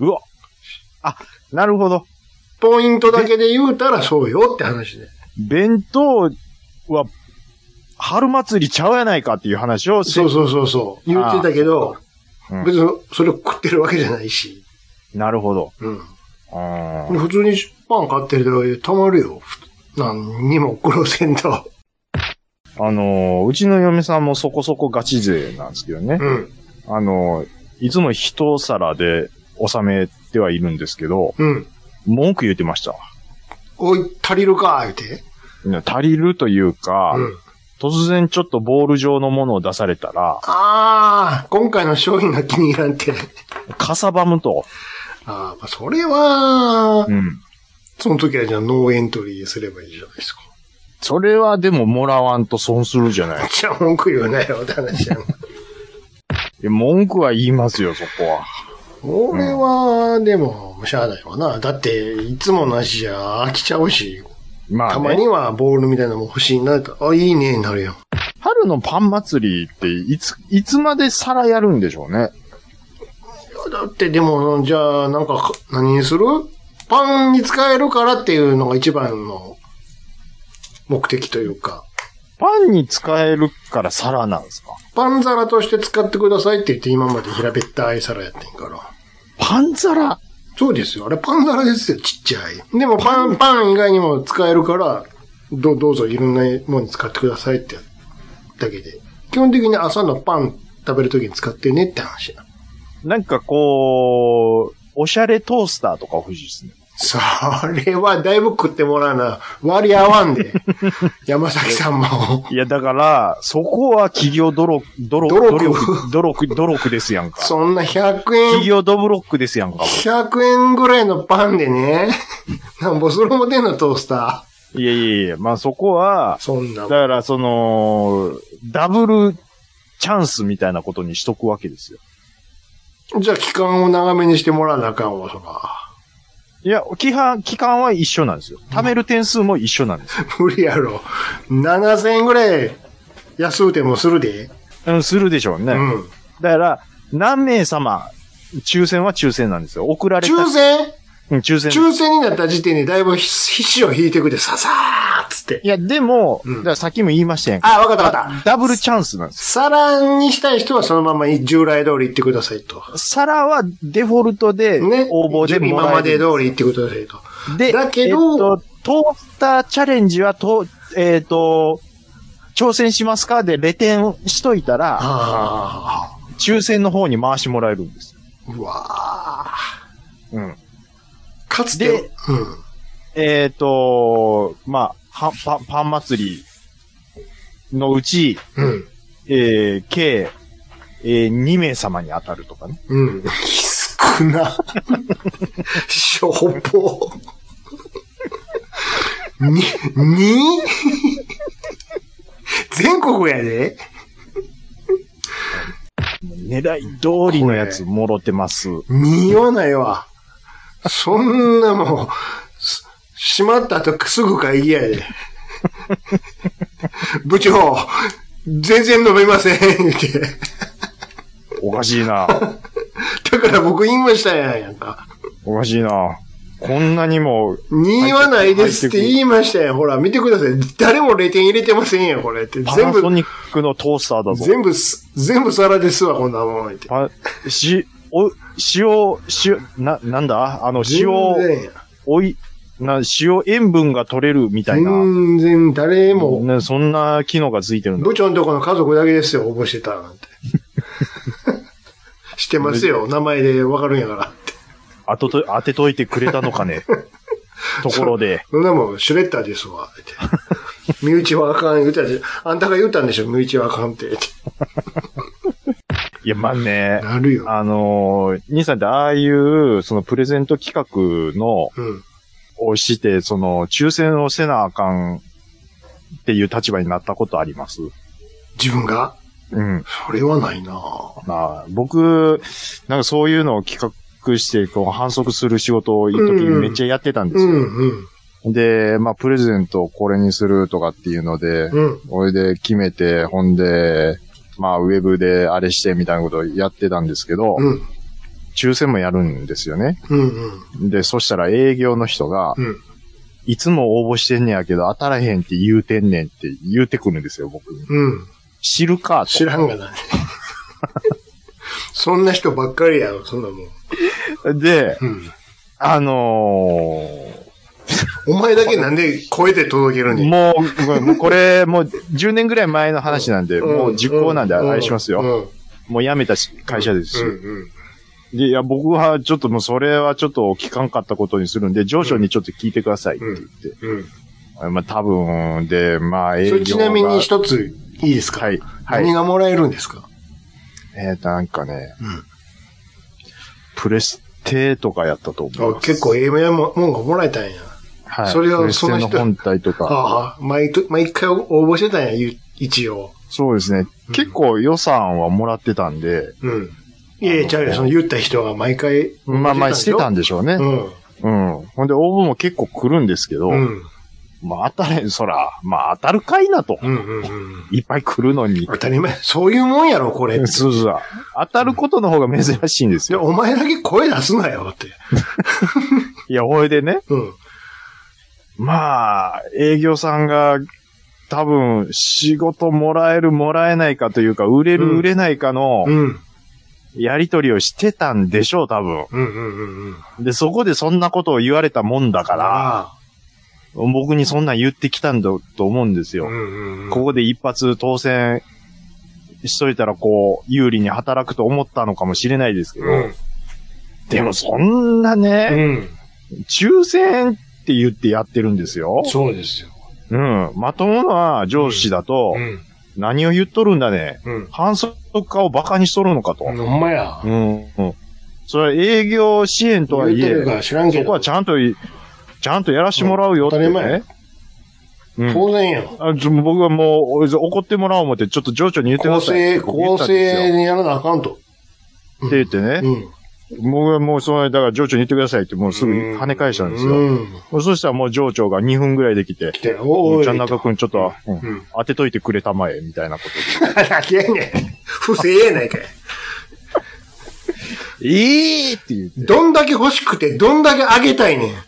[SPEAKER 4] うわ。あ、なるほど。
[SPEAKER 1] ポイントだけで言うたらそうよって話で。
[SPEAKER 4] 弁当は、春祭りちゃうやないかっていう話をして
[SPEAKER 1] そうそうそうそう。言ってたけど
[SPEAKER 4] うん、
[SPEAKER 1] 別にそれを食ってるわけじゃないし。
[SPEAKER 4] なるほど。
[SPEAKER 1] うん。
[SPEAKER 4] うーん
[SPEAKER 1] 普通にパン買ってるだけでたまるよ。何にも苦労せんと。
[SPEAKER 4] あのー、うちの嫁さんもそこそこガチ勢なんですけどね。
[SPEAKER 1] うん。
[SPEAKER 4] あのー、いつも一皿で収めてはいるんですけど、
[SPEAKER 1] うん。
[SPEAKER 4] 文句言ってました。
[SPEAKER 1] おい、足りるか言うて。
[SPEAKER 4] 足りるというか、
[SPEAKER 1] うん。
[SPEAKER 4] 突然ちょっとボール状のものを出されたら、
[SPEAKER 1] ああ、今回の商品が気に入らんって。
[SPEAKER 4] かさばむと。
[SPEAKER 1] ああ、まあそれは、
[SPEAKER 4] うん。
[SPEAKER 1] その時はじゃあノーエントリーすればいいじゃないですか。
[SPEAKER 4] それはでももらわんと損するじゃない。
[SPEAKER 1] じゃあ文句言うなよって話やん。
[SPEAKER 4] いや文句は言いますよ、そこは。
[SPEAKER 1] 俺は、でも、しゃあないわな。だって、いつもなしじゃ飽きちゃうし、
[SPEAKER 4] まあ、ね、
[SPEAKER 1] たまにはボールみたいなのも欲しいなと。あ、いいね、になるよ。
[SPEAKER 4] 春のパン祭りって、いつ、いつまで皿やるんでしょうね。
[SPEAKER 1] だってでも、じゃあ、なんかか、何にするパンに使えるからっていうのが一番の目的というか、
[SPEAKER 4] パンに使えるから皿なんですか
[SPEAKER 1] パン皿として使ってくださいって言って今まで平べったい皿やってんから。
[SPEAKER 4] パン皿
[SPEAKER 1] そうですよ。あれパン皿ですよ、ちっちゃい。でもパン、パン以外にも使えるから、どうどうぞいろんなものに使ってくださいってだけで。基本的に朝のパン食べるときに使ってねって話だ。
[SPEAKER 4] なんかこう、おしゃれトースターとか欲しいですね。
[SPEAKER 1] それはだいぶ食ってもらうな。割り合わん で。山崎さんも。
[SPEAKER 4] いや、だから、そこは企業努力、努力、
[SPEAKER 1] 努
[SPEAKER 4] 努
[SPEAKER 1] 力
[SPEAKER 4] 力、努力、努力ですやんか。
[SPEAKER 1] そんな100
[SPEAKER 4] 企
[SPEAKER 1] 円、
[SPEAKER 4] 業ドブロックですやんか。
[SPEAKER 1] 100円ぐらいのパンでね。なんぼそれもてんのトースタ
[SPEAKER 4] いやいやいや、まあそこは
[SPEAKER 1] ー。、そんな
[SPEAKER 4] だ。からその、ダブルチャンスみたいなことにしとくわけですよ。
[SPEAKER 1] じゃあ期間を長めにしてもらわなあかんわ、そら。
[SPEAKER 4] いや、期間、期間は一緒なんですよ。貯める点数も一緒なんですよ。
[SPEAKER 1] 無理やろ。7000円ぐらい安うてもするで。
[SPEAKER 4] うん、するでしょうね。
[SPEAKER 1] うん。
[SPEAKER 4] だから、何名様、抽選は抽選なんですよ。送られた。
[SPEAKER 1] 抽選
[SPEAKER 4] うん抽選。
[SPEAKER 1] 抽選になった時点でだいぶ皮脂を引いてくで、ささーっつって。
[SPEAKER 4] いや、でも、
[SPEAKER 1] うん
[SPEAKER 4] だからさっきも言いましたやんか。
[SPEAKER 1] あ、わかったわかった。
[SPEAKER 4] ダブルチャンスなんです。皿
[SPEAKER 1] 皿にしたい人はそのまま従来通り言ってくださいと。
[SPEAKER 4] 皿はデフォルトで、
[SPEAKER 1] ね。
[SPEAKER 4] 応募でも
[SPEAKER 1] 今
[SPEAKER 4] ら
[SPEAKER 1] ま
[SPEAKER 4] える
[SPEAKER 1] で通り言ってくださいと。
[SPEAKER 4] で、
[SPEAKER 1] だけど
[SPEAKER 4] えっと、トースターチャレンジはと、えっ、と、挑戦しますかで、レ点しといたら、
[SPEAKER 1] ああ。
[SPEAKER 4] 抽選の方に回してもらえるんですよ。
[SPEAKER 1] うわあ。
[SPEAKER 4] うん。
[SPEAKER 1] かつて、
[SPEAKER 4] で
[SPEAKER 1] うん。
[SPEAKER 4] えっ、と、まあ、はパン、パン祭りのうち、
[SPEAKER 1] うん。
[SPEAKER 4] えー、計、えー、2名様に当たるとかね。
[SPEAKER 1] うん。少な。しょぼ。に、に全国やで
[SPEAKER 4] 狙い通りのやつもろてます。
[SPEAKER 1] にはないわ。そんなもう、す閉まった後すぐ会議やで。部長、全然伸びません。って。
[SPEAKER 4] おかしいな。
[SPEAKER 1] だから僕言いましたやんか。
[SPEAKER 4] おかしいな。こんなにも、
[SPEAKER 1] にはないですって言いましたよ。ほら、見てください。誰も0点入れてませんよ、これって。
[SPEAKER 4] パ
[SPEAKER 1] 全
[SPEAKER 4] ナ
[SPEAKER 1] 部
[SPEAKER 4] ソ、ニックのトースターだぞ。
[SPEAKER 1] 全部す、全部皿ですわ、こんなもん。って
[SPEAKER 4] パし、お、塩、塩、な、なんだあの、
[SPEAKER 1] 全
[SPEAKER 4] 塩、
[SPEAKER 1] 然や
[SPEAKER 4] おい、な、塩塩分が取れるみたいな。
[SPEAKER 1] 全然誰も、
[SPEAKER 4] ね、そんな機能がついてるんだ
[SPEAKER 1] 部。長のとこの家族だけですよ、応募してたなんて。 してますよ、名前でわかるんやから。
[SPEAKER 4] あとと、当てといてくれたのか ね。ところで。
[SPEAKER 1] そんなもん、シュレッダーですわ、って。身内はあかん言うたで、あんたが言うたんでしょ、身内はあかんって。って
[SPEAKER 4] いいや、まあね、
[SPEAKER 1] なるよ。
[SPEAKER 4] あのー、兄さんってああいう、そのプレゼント企画の、
[SPEAKER 1] うん。
[SPEAKER 4] をして、その、抽選をせなあかんっていう立場になったことあります。
[SPEAKER 1] 自分が
[SPEAKER 4] うん。
[SPEAKER 1] それはないなぁ
[SPEAKER 4] まあ、僕、なんかそういうのを企画して、こう、反則する仕事を一時
[SPEAKER 1] うんうん
[SPEAKER 4] めっちゃやってたんで
[SPEAKER 1] う
[SPEAKER 4] すよ。
[SPEAKER 1] んうん。
[SPEAKER 4] で、まあ、プレゼントをこれにするとかっていうので、
[SPEAKER 1] うん。
[SPEAKER 4] それで決めて、ほんで、まあ、ウェブであれしてみたいなことをやってたんですけど、
[SPEAKER 1] うん。
[SPEAKER 4] 抽選もやるんですよね。
[SPEAKER 1] うんうん。
[SPEAKER 4] で、そしたら営業の人が、
[SPEAKER 1] うん。
[SPEAKER 4] いつも応募してんねやけど、当たらへんって言うてんねんって言うてくるんですよ、僕に。
[SPEAKER 1] うん。
[SPEAKER 4] 知るかと。
[SPEAKER 1] 知らんがな。そんな人ばっかりやろ、そんなもん。
[SPEAKER 4] で、
[SPEAKER 1] うん。
[SPEAKER 4] あのー
[SPEAKER 1] お前だけなんで声で届けるねん
[SPEAKER 4] もうごめん、もうこれ、もう10年ぐらい前の話なんで、
[SPEAKER 1] うん
[SPEAKER 4] もう実行なんであれしますよ。。もう辞めたし
[SPEAKER 1] うん
[SPEAKER 4] 会社ですし
[SPEAKER 1] う。ん
[SPEAKER 4] でいや、僕はちょっともうそれはちょっと聞かんかったことにするんで、上司にちょっと聞いてくださいって言って。
[SPEAKER 1] うん。うん。
[SPEAKER 4] まあ多分、で、まあ営
[SPEAKER 1] そ
[SPEAKER 4] 業
[SPEAKER 1] れ
[SPEAKER 4] が。
[SPEAKER 1] ちなみに一ついいですか
[SPEAKER 4] はい。は
[SPEAKER 1] 何
[SPEAKER 4] い。
[SPEAKER 1] がもらえるんですか
[SPEAKER 4] えーと、なんかね、
[SPEAKER 1] うん
[SPEAKER 4] プレステとかやったと思い
[SPEAKER 1] あ
[SPEAKER 4] ます。
[SPEAKER 1] 結構ええもんがもらえたんや。
[SPEAKER 4] はい。
[SPEAKER 1] それを
[SPEAKER 4] プレステ
[SPEAKER 1] その
[SPEAKER 4] の
[SPEAKER 1] 人
[SPEAKER 4] 本体とか。
[SPEAKER 1] ああ、毎と毎回応募してたんや、ゆ一応。
[SPEAKER 4] そうですね。
[SPEAKER 1] うん
[SPEAKER 4] 結構予算はもらってたんで、
[SPEAKER 1] うん。いやいや、ちゃうよ。その言った人が毎回。
[SPEAKER 4] まあまあしてたん
[SPEAKER 1] で
[SPEAKER 4] でしょうね。
[SPEAKER 1] し
[SPEAKER 4] う
[SPEAKER 1] ょ
[SPEAKER 4] ん。ほんで応募も結構来るんですけど、
[SPEAKER 1] うん。うん。
[SPEAKER 4] まあ当たれん、そら、まあ当たるかいなと。
[SPEAKER 1] うんうんうん。
[SPEAKER 4] いっぱい来るのに。
[SPEAKER 1] 当たり前。そういうもんやろ、これ。い
[SPEAKER 4] そうそう。当たることの方が珍しいんです
[SPEAKER 1] や、
[SPEAKER 4] よ。
[SPEAKER 1] お前だけ声出すなよって。
[SPEAKER 4] いや、ほいでね。
[SPEAKER 1] うん。
[SPEAKER 4] まあ、営業さんが、多分、仕事もらえる、もらえないかというか、売れ
[SPEAKER 1] うん
[SPEAKER 4] る、売れないかの
[SPEAKER 1] う、ん。
[SPEAKER 4] やりとりをしてたんでしょう、多分。
[SPEAKER 1] うんうんうんうん。
[SPEAKER 4] で、そこでそんなことを言われたもんだから、
[SPEAKER 1] あ
[SPEAKER 4] 僕にそんなん言ってきたんだと思うんです
[SPEAKER 1] あ。う
[SPEAKER 4] よ。
[SPEAKER 1] んうんうん。
[SPEAKER 4] ここで一発当選しといたら、こう、有利に働くと思ったのかもしれないですけど、
[SPEAKER 1] うん。
[SPEAKER 4] でもそんなね、
[SPEAKER 1] うん。
[SPEAKER 4] 抽選って言ってやってるんですよ。
[SPEAKER 1] そうですよ。
[SPEAKER 4] うん。まともな上司だと
[SPEAKER 1] う、ん。
[SPEAKER 4] 何を言っとるんだね。
[SPEAKER 1] うん。
[SPEAKER 4] 反則家をバカにしとるのかと。
[SPEAKER 1] ほんまや
[SPEAKER 4] う。ん。うん。それは営業支援とはい
[SPEAKER 1] 言う
[SPEAKER 4] え
[SPEAKER 1] てる、か知らんけ
[SPEAKER 4] そ
[SPEAKER 1] ど。
[SPEAKER 4] こはちゃんとい、ちゃんとやらしてもらうよって、ね。
[SPEAKER 1] うん当たり前
[SPEAKER 4] うん。
[SPEAKER 1] 当然やろ。
[SPEAKER 4] あちょ僕はもう、お怒ってもらおう思って、ちょっと情緒に言ってく
[SPEAKER 1] 構
[SPEAKER 4] ださい
[SPEAKER 1] 成、
[SPEAKER 4] って僕言っ
[SPEAKER 1] 構
[SPEAKER 4] たんです
[SPEAKER 1] 成
[SPEAKER 4] よ。
[SPEAKER 1] にやらなあかんと。
[SPEAKER 4] って言ってね、
[SPEAKER 1] うん。
[SPEAKER 4] 僕はもうその、だから情緒に言ってくださいってもうすぐ跳ね返したんですよ。
[SPEAKER 1] うん。
[SPEAKER 4] そしたらもう情緒が2分ぐらいできて
[SPEAKER 1] 来、てる。おい。
[SPEAKER 4] ちゃん中くんちょっと、うん
[SPEAKER 1] うん。
[SPEAKER 4] 当てといてくれたまえ、みたいなこと
[SPEAKER 1] だけやねん。不正やないかい。
[SPEAKER 4] で。ええー、って言って。
[SPEAKER 1] どんだけ欲しくて、どんだけあげたいねん。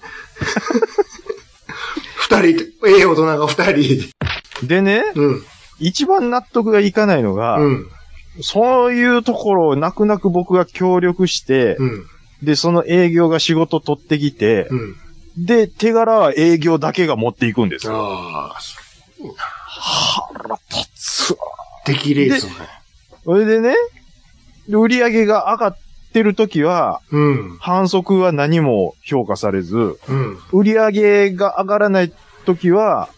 [SPEAKER 1] 二人、ええ大人が二人。
[SPEAKER 4] でね、
[SPEAKER 1] うん。
[SPEAKER 4] 一番納得がいかないのが、
[SPEAKER 1] うん。
[SPEAKER 4] そういうところを泣く泣く僕が協力して、
[SPEAKER 1] うん。
[SPEAKER 4] で、その営業が仕事取ってきて、
[SPEAKER 1] うん。
[SPEAKER 4] で、手柄は営業だけが持っていくんですよ。
[SPEAKER 1] ああ、
[SPEAKER 4] 腹立つわ。
[SPEAKER 1] 敵レースね。
[SPEAKER 4] それでね、で売り上げが上がってる時は、
[SPEAKER 1] うん。
[SPEAKER 4] 反則は何も評価されず、
[SPEAKER 1] うん。
[SPEAKER 4] 売り上げが上がらない時は、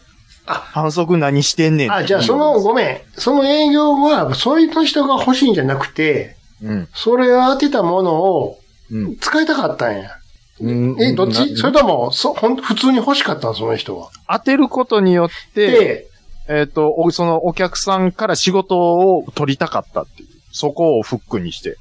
[SPEAKER 1] あ
[SPEAKER 4] 反則何してんねんって
[SPEAKER 1] あ、じゃあその、、ごめん。その営業は、そういう人が欲しいんじゃなくて、
[SPEAKER 4] うん。
[SPEAKER 1] それを当てたものを
[SPEAKER 4] うん
[SPEAKER 1] 使いたかったんや。
[SPEAKER 4] うん
[SPEAKER 1] え、どっち
[SPEAKER 4] な
[SPEAKER 1] それとも、そ、ほん、普通に欲しかったのその人は。
[SPEAKER 4] 当てることによって、
[SPEAKER 1] で、
[SPEAKER 4] えっ、と、おそのお客さんから仕事を取りたかったっていう。そこをフックにして。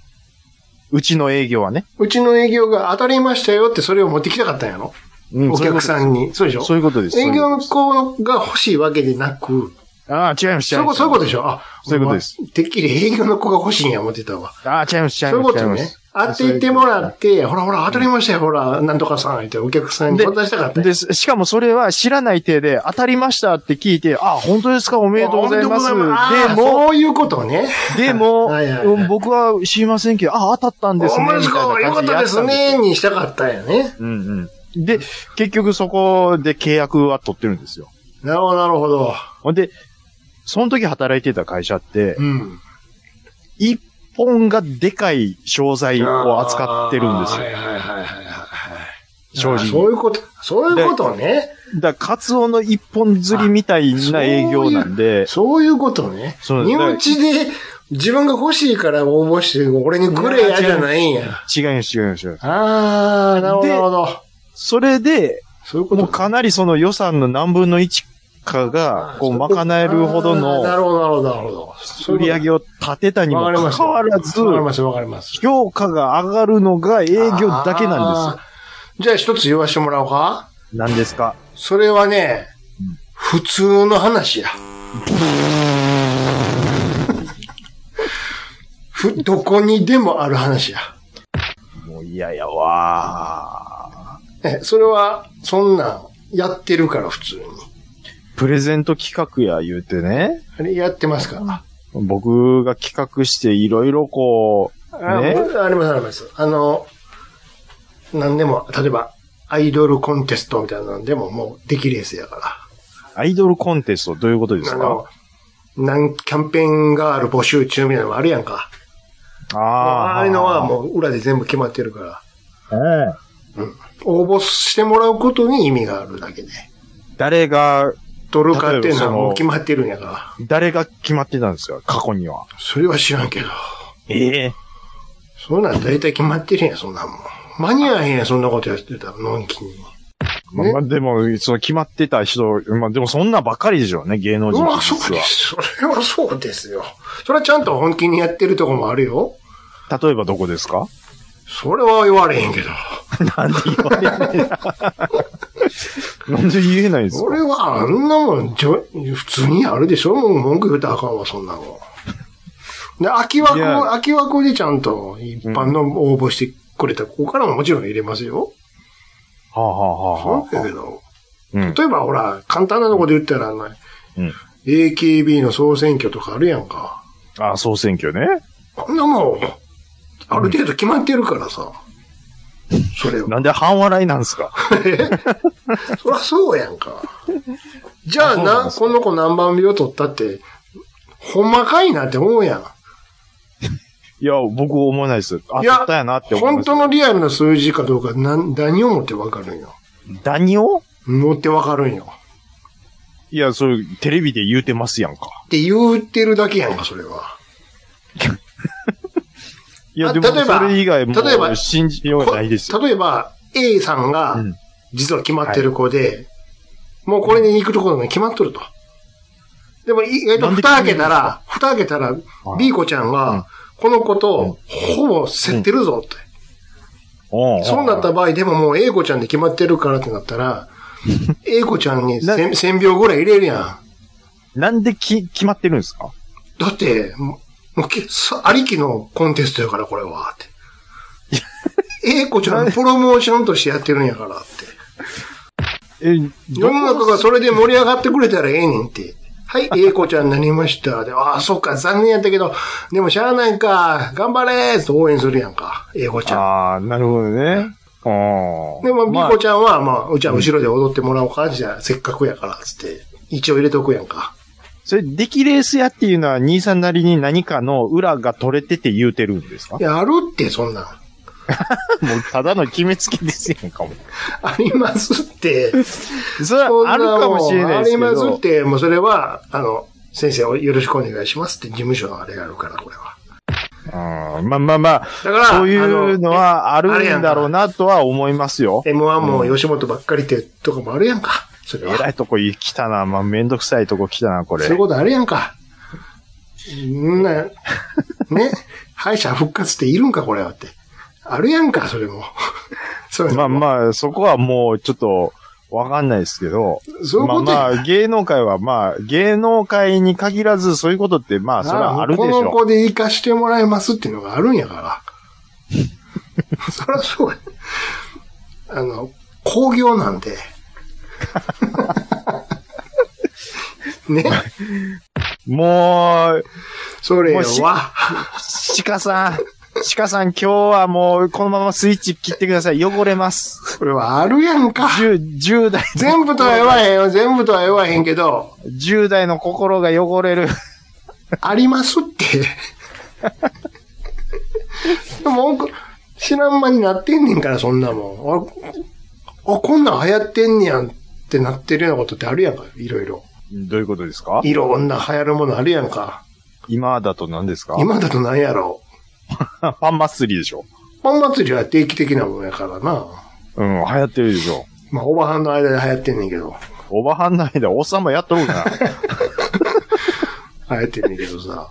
[SPEAKER 4] うちの営業はね。
[SPEAKER 1] うちの営業が当たりましたよってそれを持ってきたかったんやろ
[SPEAKER 4] う
[SPEAKER 1] お客さんに。そうでしょ
[SPEAKER 4] そういうことです。そういう
[SPEAKER 1] 営
[SPEAKER 4] ことです
[SPEAKER 1] 業の子が欲しいわけでなく、
[SPEAKER 4] ああ、違います、違い
[SPEAKER 1] そういうこ
[SPEAKER 4] ま
[SPEAKER 1] と
[SPEAKER 4] す。
[SPEAKER 1] そういうことでしょあ、
[SPEAKER 4] そういうことです
[SPEAKER 1] お前。てっきり営業の子が欲しいんや思ってたわ。
[SPEAKER 4] ああ、違います、違い
[SPEAKER 1] そういう
[SPEAKER 4] ます。
[SPEAKER 1] こ
[SPEAKER 4] 違い
[SPEAKER 1] と
[SPEAKER 4] ま
[SPEAKER 1] ね
[SPEAKER 4] す。
[SPEAKER 1] 当ててもらって、ほらほら、当たりましたよ、ほら、なんとかさん、ってお客さんに
[SPEAKER 4] で
[SPEAKER 1] 渡したかったんや。
[SPEAKER 4] で、ししかもそれは知らない手で当たりましたって聞いて、あ、本当ですかおめでとうございます。で
[SPEAKER 1] あおめでとうございますあー
[SPEAKER 4] も、
[SPEAKER 1] そういうことね。
[SPEAKER 4] でも、
[SPEAKER 1] はいはいはい
[SPEAKER 4] うん僕は知りませんけど、あ、当たったんですね。
[SPEAKER 1] お
[SPEAKER 4] みたい
[SPEAKER 1] 前です
[SPEAKER 4] な
[SPEAKER 1] か
[SPEAKER 4] 感じ
[SPEAKER 1] よかったですね、
[SPEAKER 4] やったんですよ。
[SPEAKER 1] にしたかったんやね。
[SPEAKER 4] うんうん。で、結局そこで契約は取ってるんですよ。
[SPEAKER 1] なるほど、なるほど。
[SPEAKER 4] ほんで、その時働いてた会社って、
[SPEAKER 1] うん。
[SPEAKER 4] 一本がでかい商材を扱ってるんです
[SPEAKER 1] あーは
[SPEAKER 4] よ。
[SPEAKER 1] いはいはいはいはい。
[SPEAKER 4] 正
[SPEAKER 1] あーそ
[SPEAKER 4] 直。
[SPEAKER 1] ういうこと、そういうことね。
[SPEAKER 4] だから、カツオの一本釣りみたいな営業なんで、
[SPEAKER 1] そういうことね。
[SPEAKER 4] そう
[SPEAKER 1] 身内で自分が欲しいから応募して、俺にグレーやじゃないんや。
[SPEAKER 4] 違います、違います。
[SPEAKER 1] あー、なるほど、
[SPEAKER 4] で
[SPEAKER 1] なるほど。
[SPEAKER 4] それで、
[SPEAKER 1] そういうこ
[SPEAKER 4] も
[SPEAKER 1] と
[SPEAKER 4] うかなりその予算の何分の1かが、こう、賄えるほど
[SPEAKER 1] あーなる
[SPEAKER 4] の
[SPEAKER 1] ほど、なるほど、なるほど。
[SPEAKER 4] 売り上げを立てたにも
[SPEAKER 1] わかりま
[SPEAKER 4] か
[SPEAKER 1] し
[SPEAKER 4] か
[SPEAKER 1] た。
[SPEAKER 4] わらず、
[SPEAKER 1] わかります、わかります。
[SPEAKER 4] 評価が上がるのが営業だけなんで
[SPEAKER 1] です。じゃあ一つ言わしてもらおうか
[SPEAKER 4] す。何ですか
[SPEAKER 1] それはね、普通の話や。ふ、どこにでもある話や。
[SPEAKER 4] もう嫌やわ
[SPEAKER 1] え、それは、そんなん、やってるから普通に。
[SPEAKER 4] プレゼント企画や言うてね、
[SPEAKER 1] あれやってますから。
[SPEAKER 4] 僕が企画していろいろこ
[SPEAKER 1] あ
[SPEAKER 4] う、ね、
[SPEAKER 1] あります、あります。あの、何でも、例えば、アイドルコンテストみたいなのでももうできるやつやから。
[SPEAKER 4] アイドルコンテストどういうことです
[SPEAKER 1] あ
[SPEAKER 4] か
[SPEAKER 1] の、なん、キャンペーンガール募集中みたいなのもあるやんか。
[SPEAKER 4] あ
[SPEAKER 1] ああいうのは
[SPEAKER 4] う、
[SPEAKER 1] もう裏で全部決まってるから、
[SPEAKER 4] うん
[SPEAKER 1] 応募してもらうことに意味があるだけで。
[SPEAKER 4] 誰が、
[SPEAKER 1] 取るかって
[SPEAKER 4] 例
[SPEAKER 1] いうの
[SPEAKER 4] えばそ
[SPEAKER 1] は
[SPEAKER 4] の
[SPEAKER 1] もう決まってるんやか
[SPEAKER 4] 誰が決まってたんですか過去には。
[SPEAKER 1] ら。それは知らんけど。
[SPEAKER 4] ええ
[SPEAKER 1] そんなん大体決まってるやん、そんなんもん。間に合わへんやん、そんなことやってたら、のんきに。
[SPEAKER 4] まあまあでも、その決まってた人、まあでもそんなばっかりでしょうね、芸能
[SPEAKER 1] う
[SPEAKER 4] 人
[SPEAKER 1] わ、そ
[SPEAKER 4] 実
[SPEAKER 1] うです。それはそうですよ。それはちゃんと本気にやってるとこもあるよ。
[SPEAKER 4] は。例えばどこですか
[SPEAKER 1] それは言われへんけど。
[SPEAKER 4] なんで言われない なんで言えないんですか
[SPEAKER 1] 俺はあんなもん、じょ普通にあるでしょもう文句言うたらあかんわ、そんなもん。で、秋枠
[SPEAKER 4] いや
[SPEAKER 1] も、秋枠でちゃんと一般の応募してくれた子からももちろん入れますよ。
[SPEAKER 4] はあ、はあはあ
[SPEAKER 1] そ
[SPEAKER 4] は
[SPEAKER 1] うだけど。
[SPEAKER 4] あ、うん。
[SPEAKER 1] 例えばほら、簡単なとこで言ったら、あの
[SPEAKER 4] うん。
[SPEAKER 1] AKB の総選挙とかあるやんか。
[SPEAKER 4] ああ、総選挙ね。
[SPEAKER 1] あんなもん、ある程度決まってるからさ。それは。
[SPEAKER 4] なんで半笑いなんですか
[SPEAKER 1] そりゃそうやんか。じゃあ
[SPEAKER 4] そうなん
[SPEAKER 1] な、
[SPEAKER 4] です
[SPEAKER 1] この子何番目を取ったって、ほんまかいなって思うやん。
[SPEAKER 4] いや、僕思わないです。あ、
[SPEAKER 1] い
[SPEAKER 4] や
[SPEAKER 1] や
[SPEAKER 4] ったやなって思いま
[SPEAKER 1] 本
[SPEAKER 4] す。
[SPEAKER 1] 当のリアルな数字かどうか、なん、何をもってわかるんよ。
[SPEAKER 4] 何を
[SPEAKER 1] 持ってわかるんよ。
[SPEAKER 4] いや、それ、テレビで言うてますやんか。
[SPEAKER 1] って言うてるだけやんか、それは。
[SPEAKER 4] いや、
[SPEAKER 1] あ
[SPEAKER 4] でも、
[SPEAKER 1] 例えば
[SPEAKER 4] それ以外も
[SPEAKER 1] 例え
[SPEAKER 4] う
[SPEAKER 1] ば
[SPEAKER 4] 信じようがないですよ。
[SPEAKER 1] こ例えば、A さんが
[SPEAKER 4] うん、
[SPEAKER 1] 実は決まってる子で、もうこれに行くところが決まっとると。でも、意外と
[SPEAKER 4] なんで
[SPEAKER 1] 蓋開けたら、蓋開けたら、B 子ちゃん
[SPEAKER 4] うん
[SPEAKER 1] が、この子と、ほぼ競ってるぞって。
[SPEAKER 4] おう
[SPEAKER 1] そうなった場合、でももう A 子ちゃんで決まってるからってなったら、A 子ちゃんに
[SPEAKER 4] な
[SPEAKER 1] 1000, 1000秒ぐらい入れるやん。
[SPEAKER 4] なんでき、決まってるんですか
[SPEAKER 1] だって、ももうけさありきのコンテストやから、これは、って。A 子ちゃんのプロモーションとしてやってるんやからって。
[SPEAKER 4] え、
[SPEAKER 1] 世の中がそれで盛り上がってくれたらええねんって。はい、A 子ちゃんになりました。で、ああ、そっか、残念やったけど、でもしゃあないか、頑張れーって応援するやんか、A 子ちゃん。
[SPEAKER 4] ああ、なるほどね。ああ。
[SPEAKER 1] でも、
[SPEAKER 4] まあ
[SPEAKER 1] B 子ちゃんは、まあ、じゃあ後ろで踊ってもらおうか、じゃあせっかくやから、つって。一応入れとくやんか。
[SPEAKER 4] それ、出来レースやっていうのは、兄さんなりに何かの裏が取れてて言うてるん ですか
[SPEAKER 1] いや、あるって、そん なん。
[SPEAKER 4] もう、ただの決めつけですやんかも
[SPEAKER 1] ありますって。
[SPEAKER 4] う。それはあるかもしれないですけど。
[SPEAKER 1] ありますって、もうそれは、あの、先生をよろしくお願いしますって事務所のあれがあるから、これは。
[SPEAKER 4] うんまあまあまあ、
[SPEAKER 1] だから、
[SPEAKER 4] そういうのはある
[SPEAKER 1] あれや
[SPEAKER 4] ん
[SPEAKER 1] んか
[SPEAKER 4] だろうなとは思いますよ
[SPEAKER 1] あ。の M1 も吉本ばっかりってとこもあるやんか。それ
[SPEAKER 4] えら
[SPEAKER 1] は。
[SPEAKER 4] いとこ来たな。まあ、めんどくさいとこ来たな、これ
[SPEAKER 1] そういう。ことあるやんか。んな、ね、敗者復活っているんか、これはって。あるやんか、それも。 そういう
[SPEAKER 4] ま
[SPEAKER 1] の
[SPEAKER 4] あ
[SPEAKER 1] も
[SPEAKER 4] まあ、そこはもう、ちょっと、わかんないですけど。
[SPEAKER 1] そういう
[SPEAKER 4] ま
[SPEAKER 1] こ
[SPEAKER 4] あ
[SPEAKER 1] と
[SPEAKER 4] ま
[SPEAKER 1] や
[SPEAKER 4] あ、芸能界はまあ、芸能界に限らず、そういうことって、まあ、それはあるでし
[SPEAKER 1] この
[SPEAKER 4] ょ
[SPEAKER 1] 子で生かしてもらえますっていうのがあるんやから。 そりゃそうや。あの、工業なんで。 ね、
[SPEAKER 4] う。もう、
[SPEAKER 1] それ
[SPEAKER 4] もうし
[SPEAKER 1] は、
[SPEAKER 4] 鹿さん、鹿さん、今日はもう、このままスイッチ切ってください。汚れます。
[SPEAKER 1] それはあるやんか。
[SPEAKER 4] 10、10代、
[SPEAKER 1] 全部とは言わへんよ、全部とは言わへんけど、
[SPEAKER 4] 10代の心が汚れる。
[SPEAKER 1] ありますって。でも、知らん間になってんねんから、そんなもん。あ、あこんなん流行ってんねやんってなってるようなことってあるやんか、いろいろ。
[SPEAKER 4] どういうことですか
[SPEAKER 1] いろんな流行るものあるやんか。
[SPEAKER 4] 今だと何ですか
[SPEAKER 1] 今だと何やろ
[SPEAKER 4] パン祭りでしょ
[SPEAKER 1] パン祭りは定期的なもんやからな。
[SPEAKER 4] うん、流行ってるでしょ。
[SPEAKER 1] まあ、おばはんの間で流行ってんねんけど。
[SPEAKER 4] おばはんないでおっさんもやっとるな。
[SPEAKER 1] 流行ってんねんけどさ。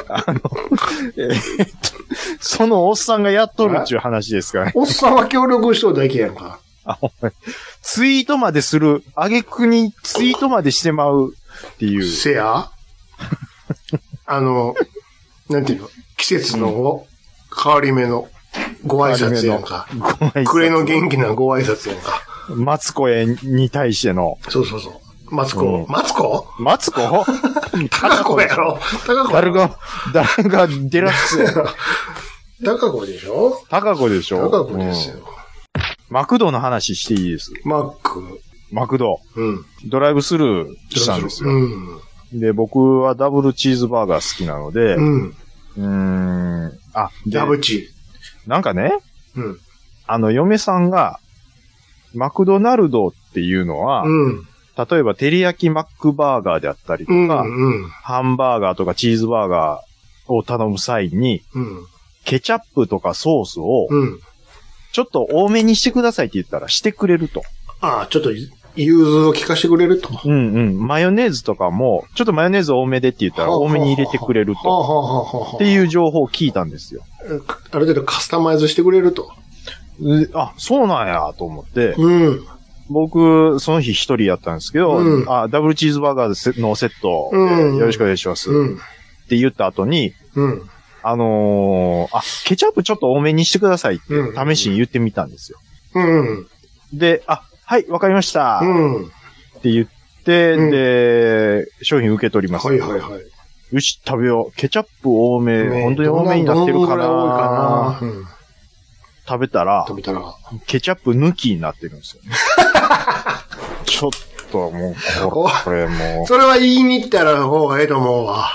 [SPEAKER 4] えーっとそのおっさんがやっとるっていう話ですからね。
[SPEAKER 1] おっさんは協力しとるだけやんか。
[SPEAKER 4] ツイートまでする、あげくにツイートまでしてまうっていう。
[SPEAKER 1] せやあの、なんていうの季節の変わり目のご挨拶やんか。暮れの元気なご挨拶やんか。
[SPEAKER 4] マツコへに対しての。
[SPEAKER 1] そうそうそう。マツコ。
[SPEAKER 4] う
[SPEAKER 1] マツコ
[SPEAKER 4] マツ コ
[SPEAKER 1] 高子やろ高子。
[SPEAKER 4] 誰が、誰がデラックスや。
[SPEAKER 1] 高子でしょ
[SPEAKER 4] 高子でしょ
[SPEAKER 1] 高子ですよ
[SPEAKER 4] うん。マクドの話していいです。
[SPEAKER 1] マック。
[SPEAKER 4] マクド。
[SPEAKER 1] うん。
[SPEAKER 4] ドライブスルーしたんですよ。
[SPEAKER 1] うん。
[SPEAKER 4] で、僕はダブルチーズバーガー好きなので、う
[SPEAKER 1] うん。
[SPEAKER 4] ーん。あ、で
[SPEAKER 1] ダ、ブチ。
[SPEAKER 4] なんかね、
[SPEAKER 1] うん。
[SPEAKER 4] あの、嫁さんが、マクドナルドっていうのは、
[SPEAKER 1] うん。
[SPEAKER 4] 例えば、照り焼きマックバーガーであったりと
[SPEAKER 1] う
[SPEAKER 4] か、
[SPEAKER 1] ん。うん。
[SPEAKER 4] ハンバーガーとかチーズバーガーを頼む際に、
[SPEAKER 1] うん。
[SPEAKER 4] ケチャップとかソースを、
[SPEAKER 1] うん。
[SPEAKER 4] ちょっと多めにしてくださいって言ったらしてくれると。
[SPEAKER 1] ああ、ちょっと、融通を聞かせてくれると。
[SPEAKER 4] うんうん。マヨネーズとかも、ちょっとマヨネーズ多めでって言ったら多めに入れてくれる
[SPEAKER 1] はあ
[SPEAKER 4] と。
[SPEAKER 1] はあはあはあ
[SPEAKER 4] っていう情報を聞いたんですよ。
[SPEAKER 1] ある程度カスタマイズしてくれると。
[SPEAKER 4] うあ、そうなんやと思って、
[SPEAKER 1] うん。
[SPEAKER 4] 僕、その日一人やったんですけど、
[SPEAKER 1] うん
[SPEAKER 4] あ、ダブルチーズバーガーのセット、
[SPEAKER 1] うん
[SPEAKER 4] えーよろしくお願いします、
[SPEAKER 1] う
[SPEAKER 4] っ
[SPEAKER 1] ん。
[SPEAKER 4] て言った後に、
[SPEAKER 1] うん。
[SPEAKER 4] あのーあ、ケチャップちょっと多めにしてくださいって
[SPEAKER 1] うん。
[SPEAKER 4] 試しに言ってみたんですよ。
[SPEAKER 1] うん。
[SPEAKER 4] で、あ、はい、わかりました、
[SPEAKER 1] うん。
[SPEAKER 4] って言って、
[SPEAKER 1] うん
[SPEAKER 4] で、商品受け取ります。
[SPEAKER 1] はいはいはい。
[SPEAKER 4] よし、食べよう。ケチャップ多め、本当に多めになってるかな
[SPEAKER 1] どんぐらい多いかなうん。
[SPEAKER 4] 食べたら、
[SPEAKER 1] 食べたら。
[SPEAKER 4] ケチャップ抜きになってるん ですよ。ちょっともう、これこれも
[SPEAKER 1] それは言いに行ったら方がええと思うわ。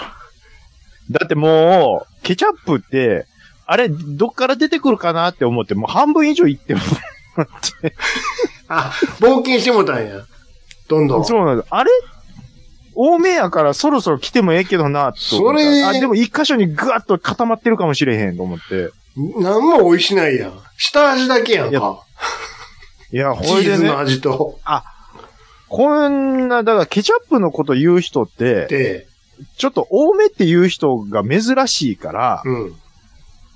[SPEAKER 4] う。だってもう、ケチャップって、あれ、どっから出てくるかなって思って、もう半分以上いっても
[SPEAKER 1] あ、冒険してもたんや。どんどん。
[SPEAKER 4] そうなんです。あれ多めやからそろそろ来てもええけどな、と思った
[SPEAKER 1] それ
[SPEAKER 4] あ、でも一箇所にぐわっと固まってるかもしれへんと思って。
[SPEAKER 1] 何も美味しないやん。下味だけやん
[SPEAKER 4] いや
[SPEAKER 1] か。
[SPEAKER 4] い や、ほ
[SPEAKER 1] チ
[SPEAKER 4] い
[SPEAKER 1] ー
[SPEAKER 4] で
[SPEAKER 1] ズ
[SPEAKER 4] ね
[SPEAKER 1] の、味と。
[SPEAKER 4] こんな、だからケチャップのこと言う人って、
[SPEAKER 1] で、
[SPEAKER 4] ちょっと多めって言う人が珍しいから、
[SPEAKER 1] うん。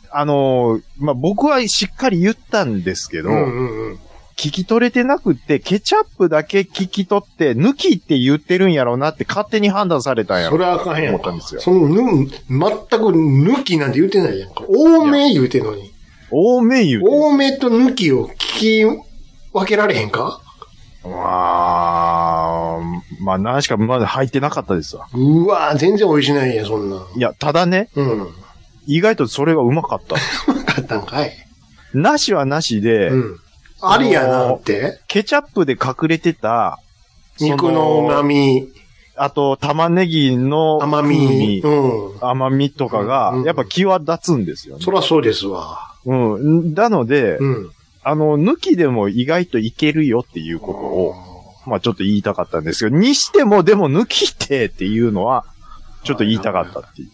[SPEAKER 4] あのーまあ、僕はしっかり言ったんですけど、
[SPEAKER 1] うんうんうん。
[SPEAKER 4] 聞き取れてなくって、ケチャップだけ聞き取って、抜きって言ってるんやろうなって勝手に判断されたんや
[SPEAKER 1] そ
[SPEAKER 4] ろ。
[SPEAKER 1] れはあかんやん
[SPEAKER 4] 思った
[SPEAKER 1] か
[SPEAKER 4] んですよ
[SPEAKER 1] その、ぬ、全く抜きなんて言うてないやんか。多め言うてんのに。
[SPEAKER 4] 多め言うてる。
[SPEAKER 1] 多めと抜きを聞き分けられへんか
[SPEAKER 4] まあ、まあ、何しかまだ入ってなかったですわ。
[SPEAKER 1] うわ全然美味しないやん、そんなん。
[SPEAKER 4] いや、ただね、
[SPEAKER 1] うん。よ
[SPEAKER 4] 意外とそれがうまかった。
[SPEAKER 1] かったんかい。
[SPEAKER 4] なしはなしで、
[SPEAKER 1] うん。ありやなって。
[SPEAKER 4] ケチャップで隠れてた、
[SPEAKER 1] 肉の旨
[SPEAKER 4] み。
[SPEAKER 1] 味、
[SPEAKER 4] あと、玉ねぎの
[SPEAKER 1] 甘
[SPEAKER 4] 風
[SPEAKER 1] み。うん。
[SPEAKER 4] 甘みとか
[SPEAKER 1] う
[SPEAKER 4] が
[SPEAKER 1] ん、
[SPEAKER 4] やっぱ際立つんですよね
[SPEAKER 1] そ。らそうですわ。
[SPEAKER 4] うん。なので、
[SPEAKER 1] うん。
[SPEAKER 4] あの、抜きでも意外といけるよっていうことを、まあちょっと言いたかったんですけど、にしてもでも抜きてっていうのは、ちょっと言いたかったっていう。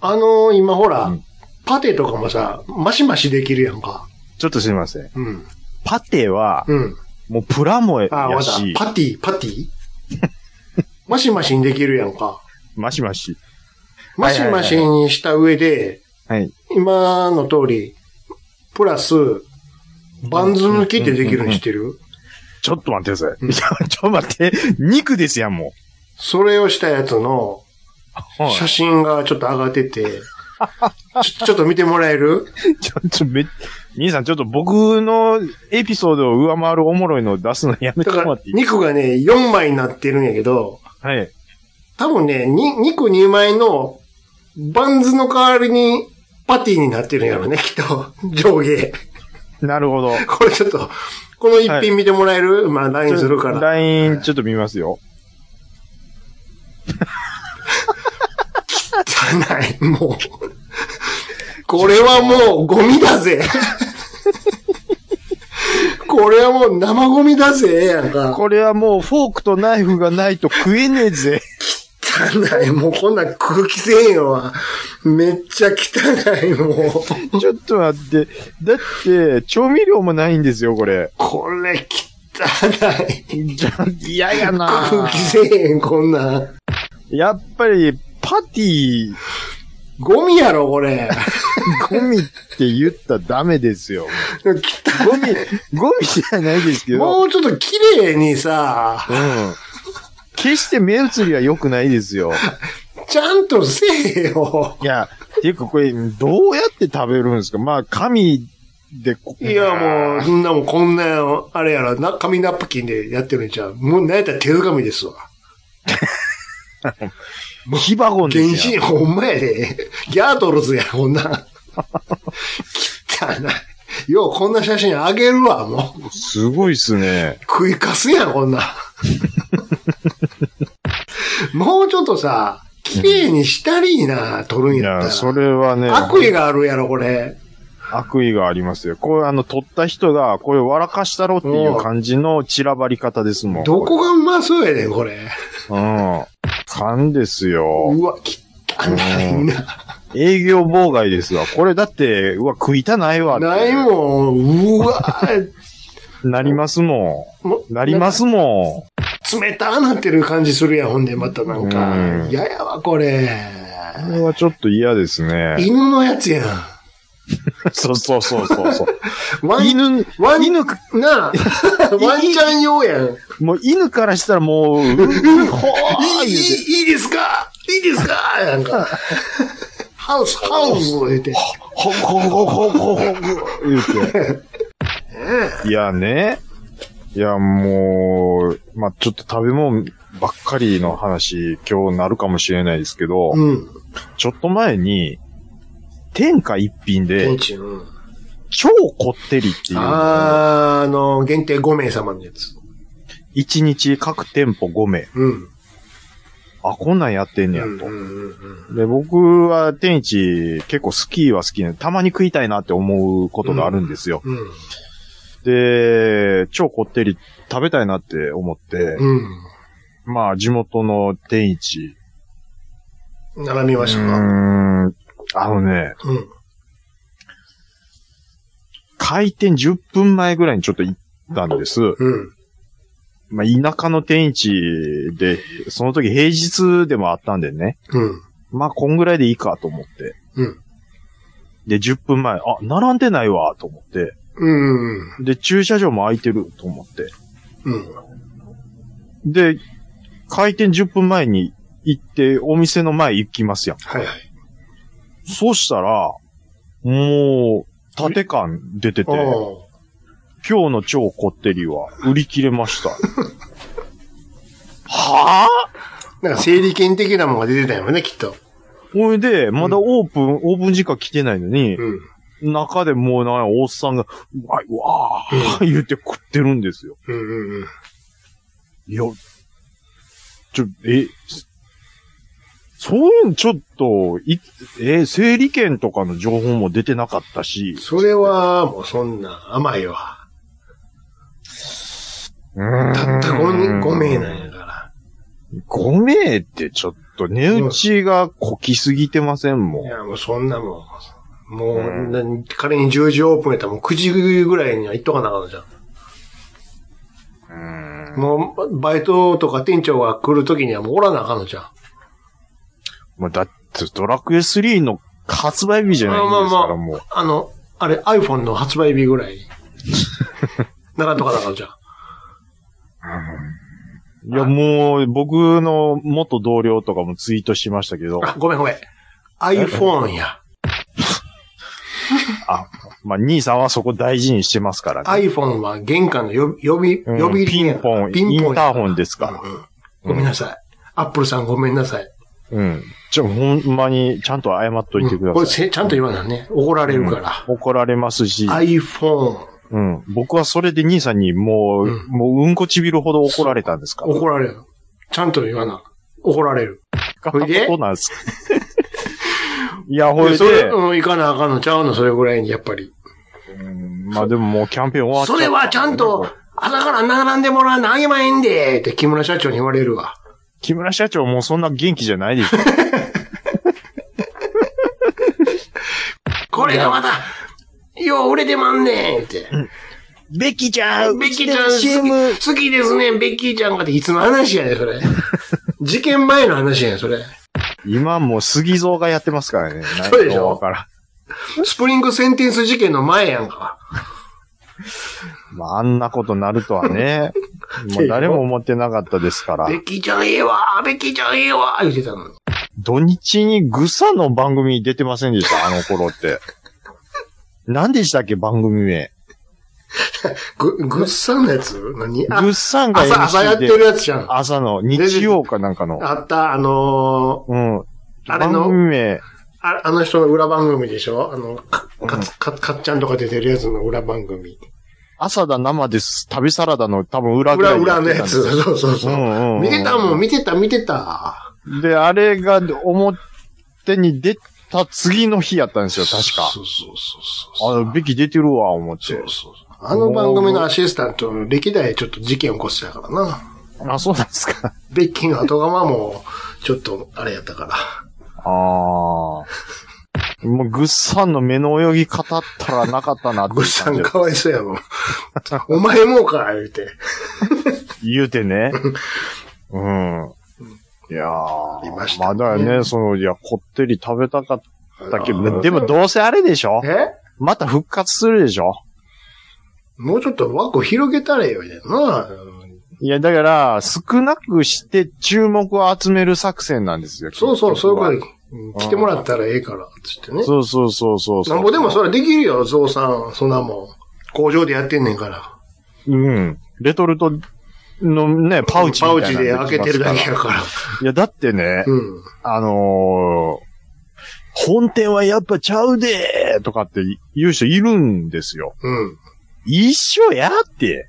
[SPEAKER 1] あのー今ほら、
[SPEAKER 4] うん
[SPEAKER 1] パテとかもさ、マシマシできるやんか。
[SPEAKER 4] ちょっとすいません。
[SPEAKER 1] うん。
[SPEAKER 4] パテは、
[SPEAKER 1] うん。
[SPEAKER 4] もうプラモや
[SPEAKER 1] あ、わか
[SPEAKER 4] し
[SPEAKER 1] った。、パティ、パテ ィマシマシにできるやんか。
[SPEAKER 4] マシマシ。
[SPEAKER 1] マシマシにした上で、
[SPEAKER 4] はい。
[SPEAKER 1] 今の通り、プラス、バンズ抜きってできるにしてる
[SPEAKER 4] ちょっと待ってください。いや ちょっと待って。肉ですやん、も
[SPEAKER 1] それをしたやつの
[SPEAKER 4] う。 はい
[SPEAKER 1] 写真がちょっと上がってて、ちょ ちょっと見てもらえる
[SPEAKER 4] ちょっとめ、兄さん、ちょっと僕のエピソードを上回るおもろいのを出すのやめて
[SPEAKER 1] だ
[SPEAKER 4] も
[SPEAKER 1] からら
[SPEAKER 4] っ、ていい
[SPEAKER 1] 肉がね、4枚になってるんやけど、
[SPEAKER 4] はい。
[SPEAKER 1] 多分ね、に、肉2枚の、バンズの代わりに、パティになってるんやろね、きっと。上下。
[SPEAKER 4] なるほど。
[SPEAKER 1] これちょっと、この一品見てもらえる、まあ、ラインするから。
[SPEAKER 4] LINE ちょっと見ますよ。
[SPEAKER 1] 汚い、もう。これはもう、ゴミだ ぜ。これはもう、生ゴミだぜ、やんか。
[SPEAKER 4] これはもうフォークとナイフがないと食えねえぜ。
[SPEAKER 1] 汚い。もうこんなん空気せえよわ。めっちゃ汚い、もう。
[SPEAKER 4] ちょっと待って。だって、調味料もないんですよ、こ れ。
[SPEAKER 1] これ汚い。
[SPEAKER 4] じゃ、嫌やな
[SPEAKER 1] 空気せえへん、こんなん。
[SPEAKER 4] やっぱり、パティ、
[SPEAKER 1] ゴミやろ、これ。
[SPEAKER 4] ゴミって言ったらダメですよ。
[SPEAKER 1] 汚 い。
[SPEAKER 4] ゴミ、ゴミじゃないですけど、
[SPEAKER 1] もうちょっと綺麗にさ
[SPEAKER 4] う、ん。決して目移りは良くないですよ。
[SPEAKER 1] ちゃんとせえよ。
[SPEAKER 4] いや、ていうかこれ、どうやって食べるんですかまあ、紙でこ、
[SPEAKER 1] いや、もう、そんなもん、こんな、あれやら、な、紙ナプキンでやってるんじゃうもう、なんやったら手紙ですわ。
[SPEAKER 4] う、ヒバゴンで
[SPEAKER 1] 原
[SPEAKER 4] す
[SPEAKER 1] 始
[SPEAKER 4] よ。
[SPEAKER 1] ほんまやで。ギャートルズや、こんなん。汚い。よう、こんな写真あげるわ、もう。
[SPEAKER 4] すごいっすね。
[SPEAKER 1] 食いかすやん、こんなん。もうちょっとさ、綺麗にしたりいな、撮るん
[SPEAKER 4] い
[SPEAKER 1] やった
[SPEAKER 4] や、
[SPEAKER 1] ら。
[SPEAKER 4] それはね、
[SPEAKER 1] 悪意があるやろ、これ。
[SPEAKER 4] 悪意がありますよ。これ、あの、取った人が、これ、笑かしたろっていう感じの散らばり方ですもん。
[SPEAKER 1] どこがうまそうやねん、これ。
[SPEAKER 4] れうん。勘ですよ。
[SPEAKER 1] うわ、汚いな。
[SPEAKER 4] 営業妨害ですわ。これだって、うわ、食いたないわって。
[SPEAKER 1] ないもん。うわ、
[SPEAKER 4] なりますも
[SPEAKER 1] も
[SPEAKER 4] ん。なりますも
[SPEAKER 1] 冷たなってる感じするやん、ほんで、またなん
[SPEAKER 4] う
[SPEAKER 1] か。
[SPEAKER 4] ん
[SPEAKER 1] ややわ、これ。
[SPEAKER 4] ん。これはちょっと嫌ですね。
[SPEAKER 1] 犬のやつやん。
[SPEAKER 4] そうそうそうそうそう。
[SPEAKER 1] ワン、
[SPEAKER 4] 犬、
[SPEAKER 1] ワン、
[SPEAKER 4] 犬
[SPEAKER 1] なあワンちゃん用やん。
[SPEAKER 4] もう犬からしたらもう、うほ
[SPEAKER 1] い
[SPEAKER 4] ー
[SPEAKER 1] い、
[SPEAKER 4] 言うて、
[SPEAKER 1] いいいですかいいですかなん か。ハウス、ハウスを言って。
[SPEAKER 4] ほほほほほほ言うて。いやね。いやもう、まあ、ちょっと食べ物ばっかりの話、今日なるかもしれないですけど、
[SPEAKER 1] うん。
[SPEAKER 4] ちょっと前に、天下一品
[SPEAKER 1] ケ
[SPEAKER 4] で、
[SPEAKER 1] ンチンうん
[SPEAKER 4] 超こってりっていうのを、
[SPEAKER 1] あーあの、限定5名様のやつ。
[SPEAKER 4] 1日各店舗5名、
[SPEAKER 1] うん。
[SPEAKER 4] あ、こんなんやってんねや
[SPEAKER 1] う
[SPEAKER 4] と。
[SPEAKER 1] んうんうん
[SPEAKER 4] で、僕は天一結構スキーは好きで、たまに食いたいなって思うことがあるんですよ。
[SPEAKER 1] うん。
[SPEAKER 4] で、超こってり食べたいなって思って、
[SPEAKER 1] うん。
[SPEAKER 4] まあ地元の天一。
[SPEAKER 1] うん。並びま
[SPEAKER 4] う
[SPEAKER 1] し
[SPEAKER 4] ー
[SPEAKER 1] たか
[SPEAKER 4] ん、あのね、
[SPEAKER 1] うん。
[SPEAKER 4] 開店10分前ぐらいにちょっと行ったんです。
[SPEAKER 1] うん。
[SPEAKER 4] まあ田舎の天一で、その時平日でもあったんでね、
[SPEAKER 1] うん。
[SPEAKER 4] まあこんぐらいでいいかと思って。
[SPEAKER 1] うん
[SPEAKER 4] で、10分前、あ、並んでないわと思って。
[SPEAKER 1] うん。うん
[SPEAKER 4] で、駐車場も空いてると思って。
[SPEAKER 1] うん。
[SPEAKER 4] で、開店10分前に行って、お店の前行きますやん。
[SPEAKER 1] はいはい。
[SPEAKER 4] そうしたら、もう、縦感出てて、
[SPEAKER 1] あ
[SPEAKER 4] 今日の超こってりは売り切れました。 はぁ
[SPEAKER 1] あ。なんか整理券的なものが出てたよね、きっと。
[SPEAKER 4] ほいで、まだオープン、オープン時間来てないのに、
[SPEAKER 1] うん。
[SPEAKER 4] 中でもうなんやおっさんが、うわ、うわー、言うて食ってるんですよ。
[SPEAKER 1] うんうんうん。
[SPEAKER 4] いや、ちょ、え、そういうのちょっと、い、え、整理券とかの情報も出てなかったし、
[SPEAKER 1] それは、もうそんな甘いわ。
[SPEAKER 4] た
[SPEAKER 1] たった5、5名なんやか
[SPEAKER 4] 5名ってちょっと値打ちがこきすぎてません
[SPEAKER 1] ら。い
[SPEAKER 4] も
[SPEAKER 1] や、もうそんなもん。もう、
[SPEAKER 4] うん
[SPEAKER 1] 何仮に10時オープンやったらもう9時ぐらいには行っとかなあかんのじゃん。
[SPEAKER 4] ん。うん
[SPEAKER 1] もう、バイトとか店長が来るときにはもうおらなあかんのじゃん。
[SPEAKER 4] もうだってドラクエ3の発売日じゃないんです
[SPEAKER 1] ま
[SPEAKER 4] か
[SPEAKER 1] あま
[SPEAKER 4] ら
[SPEAKER 1] あ
[SPEAKER 4] もう。
[SPEAKER 1] あの、あれ iPhone の発売日ぐ らい。ならんとかなあかんのじゃん。
[SPEAKER 4] いやもう僕の元同僚とかもツイートしましたけ ど、
[SPEAKER 1] あ、ごめんごめん。iPhone や。
[SPEAKER 4] まあ兄さんはそこ大事にしてますからね。
[SPEAKER 1] iPhone は玄関の呼び、呼び、
[SPEAKER 4] うん
[SPEAKER 1] 呼び
[SPEAKER 4] ピ
[SPEAKER 1] 入りや
[SPEAKER 4] ンポン、
[SPEAKER 1] ピンポンや
[SPEAKER 4] インターホンですか。
[SPEAKER 1] うんごめんなさい。アップルさんごめんなさい。
[SPEAKER 4] うん。じゃあほんまにちゃんと謝っといてく
[SPEAKER 1] うん
[SPEAKER 4] だ
[SPEAKER 1] これ
[SPEAKER 4] さい。
[SPEAKER 1] せちゃんと言わないね。怒られるから。
[SPEAKER 4] 怒られますし、
[SPEAKER 1] iPhone。
[SPEAKER 4] うん。僕はそれで兄さんにもう、
[SPEAKER 1] うん
[SPEAKER 4] もううんこちびるほど怒られたんですから。
[SPEAKER 1] 怒られる。ちゃんと言わな。怒られる。ほいで
[SPEAKER 4] そうなん です。いや、ほい
[SPEAKER 1] そ
[SPEAKER 4] で、
[SPEAKER 1] れ、うん、行かなあかんのちゃうの、それぐらいに、やっぱり。
[SPEAKER 4] うんまあでももうキャンペーン終わっちゃ
[SPEAKER 1] そ
[SPEAKER 4] った
[SPEAKER 1] れはちゃんと、朝から並んでもらわなあげまへんで、って木村社長に言われるわ。
[SPEAKER 4] 木村社長もうそんな元気じゃないでしょ。
[SPEAKER 1] これがまた、よう売れてまんねんって。
[SPEAKER 5] ベッキーちゃん
[SPEAKER 1] ベッキーちゃん好き
[SPEAKER 5] CM
[SPEAKER 1] 好きですね、ベッキーちゃんがっていつの話やねん、 それ。事件前の話やねん、それ。
[SPEAKER 4] 今もう杉蔵がやってますからね。
[SPEAKER 1] そうでしょ
[SPEAKER 4] わから
[SPEAKER 1] スプリングセンテンス事件の前やんか。
[SPEAKER 4] ん。まあ、あんなことなるとは ね。もう誰も思ってなかったですから
[SPEAKER 1] ベ。ッキーちゃんええわベッキーちゃんええわ言ってたのに。
[SPEAKER 4] 土日にグサの番組に出てませんでした、あの頃って。何でしたっけ、番組名。
[SPEAKER 1] ぐ、ぐっさんのやつ何あ
[SPEAKER 4] グッサンが
[SPEAKER 1] 朝、朝やって
[SPEAKER 4] MC
[SPEAKER 1] る
[SPEAKER 4] で、
[SPEAKER 1] やつじゃん。
[SPEAKER 4] 朝の日曜かなんかの。
[SPEAKER 1] あった、あのー、
[SPEAKER 4] うん。
[SPEAKER 1] あれの
[SPEAKER 4] 番組名。
[SPEAKER 1] ああの人の裏番組でしょあの、か、かつ、か、かっちゃんとか出てるやつの裏番組。
[SPEAKER 4] 朝だ生です。旅サラダの多分裏ぐ
[SPEAKER 1] 裏、
[SPEAKER 4] らい
[SPEAKER 1] 裏の
[SPEAKER 4] って
[SPEAKER 1] や
[SPEAKER 4] たんで
[SPEAKER 1] つ。
[SPEAKER 4] すよ。
[SPEAKER 1] そうそう
[SPEAKER 4] う
[SPEAKER 1] そう。
[SPEAKER 4] んうんうん
[SPEAKER 1] 見てたもん、見てた、見てた。
[SPEAKER 4] で、あれが表に出た次の日やったんですよ、確か。
[SPEAKER 1] そうそうそうそう。
[SPEAKER 4] あ、べき出てるわ、思っ
[SPEAKER 1] そ
[SPEAKER 4] て
[SPEAKER 1] う。そう。あの番組のアシスタント、歴代ちょっと事件起こしてたからな。
[SPEAKER 4] あ、そうなんですか。
[SPEAKER 1] ベッキーの後釜も、ちょっと、あれやったから。
[SPEAKER 4] ああ。もう、ぐっさんの目の泳ぎ方ったらなかったなっていう感
[SPEAKER 1] ぐっ
[SPEAKER 4] じ。
[SPEAKER 1] さんかわいそうやもん。 お前もうか、言うて。
[SPEAKER 4] 言うて ね。うん。いやー。
[SPEAKER 1] りましたね
[SPEAKER 4] だよね、その、いや、こってり食べたかったけ
[SPEAKER 1] あ
[SPEAKER 4] ど、
[SPEAKER 1] ー
[SPEAKER 4] でもどうせあれでしょ
[SPEAKER 1] え
[SPEAKER 4] また復活するでしょ
[SPEAKER 1] もうちょっと枠を広げたらよ、やな。
[SPEAKER 4] いや、だから、少なくして注目を集める作戦なんですよ。
[SPEAKER 1] そうそう、そういう
[SPEAKER 4] こと
[SPEAKER 1] こと来てもらったらええから、つってね。
[SPEAKER 4] そうそうそうそうそう。
[SPEAKER 1] なんぼでもそれできるよ、ゾウさん。そんなもん。工場でやってんねんから。
[SPEAKER 4] うん。レトルトのね、パウチ
[SPEAKER 1] パ
[SPEAKER 4] み
[SPEAKER 1] ウ
[SPEAKER 4] たい
[SPEAKER 1] チ
[SPEAKER 4] なの
[SPEAKER 1] で開けてるだ
[SPEAKER 4] で
[SPEAKER 1] け
[SPEAKER 4] き
[SPEAKER 1] や
[SPEAKER 4] ます
[SPEAKER 1] から。
[SPEAKER 4] から。いや、だってね、
[SPEAKER 1] うん。
[SPEAKER 4] あのー本店はやっぱちゃうでーとかって言う人いるんですよ。
[SPEAKER 1] うん。
[SPEAKER 4] 一緒やって。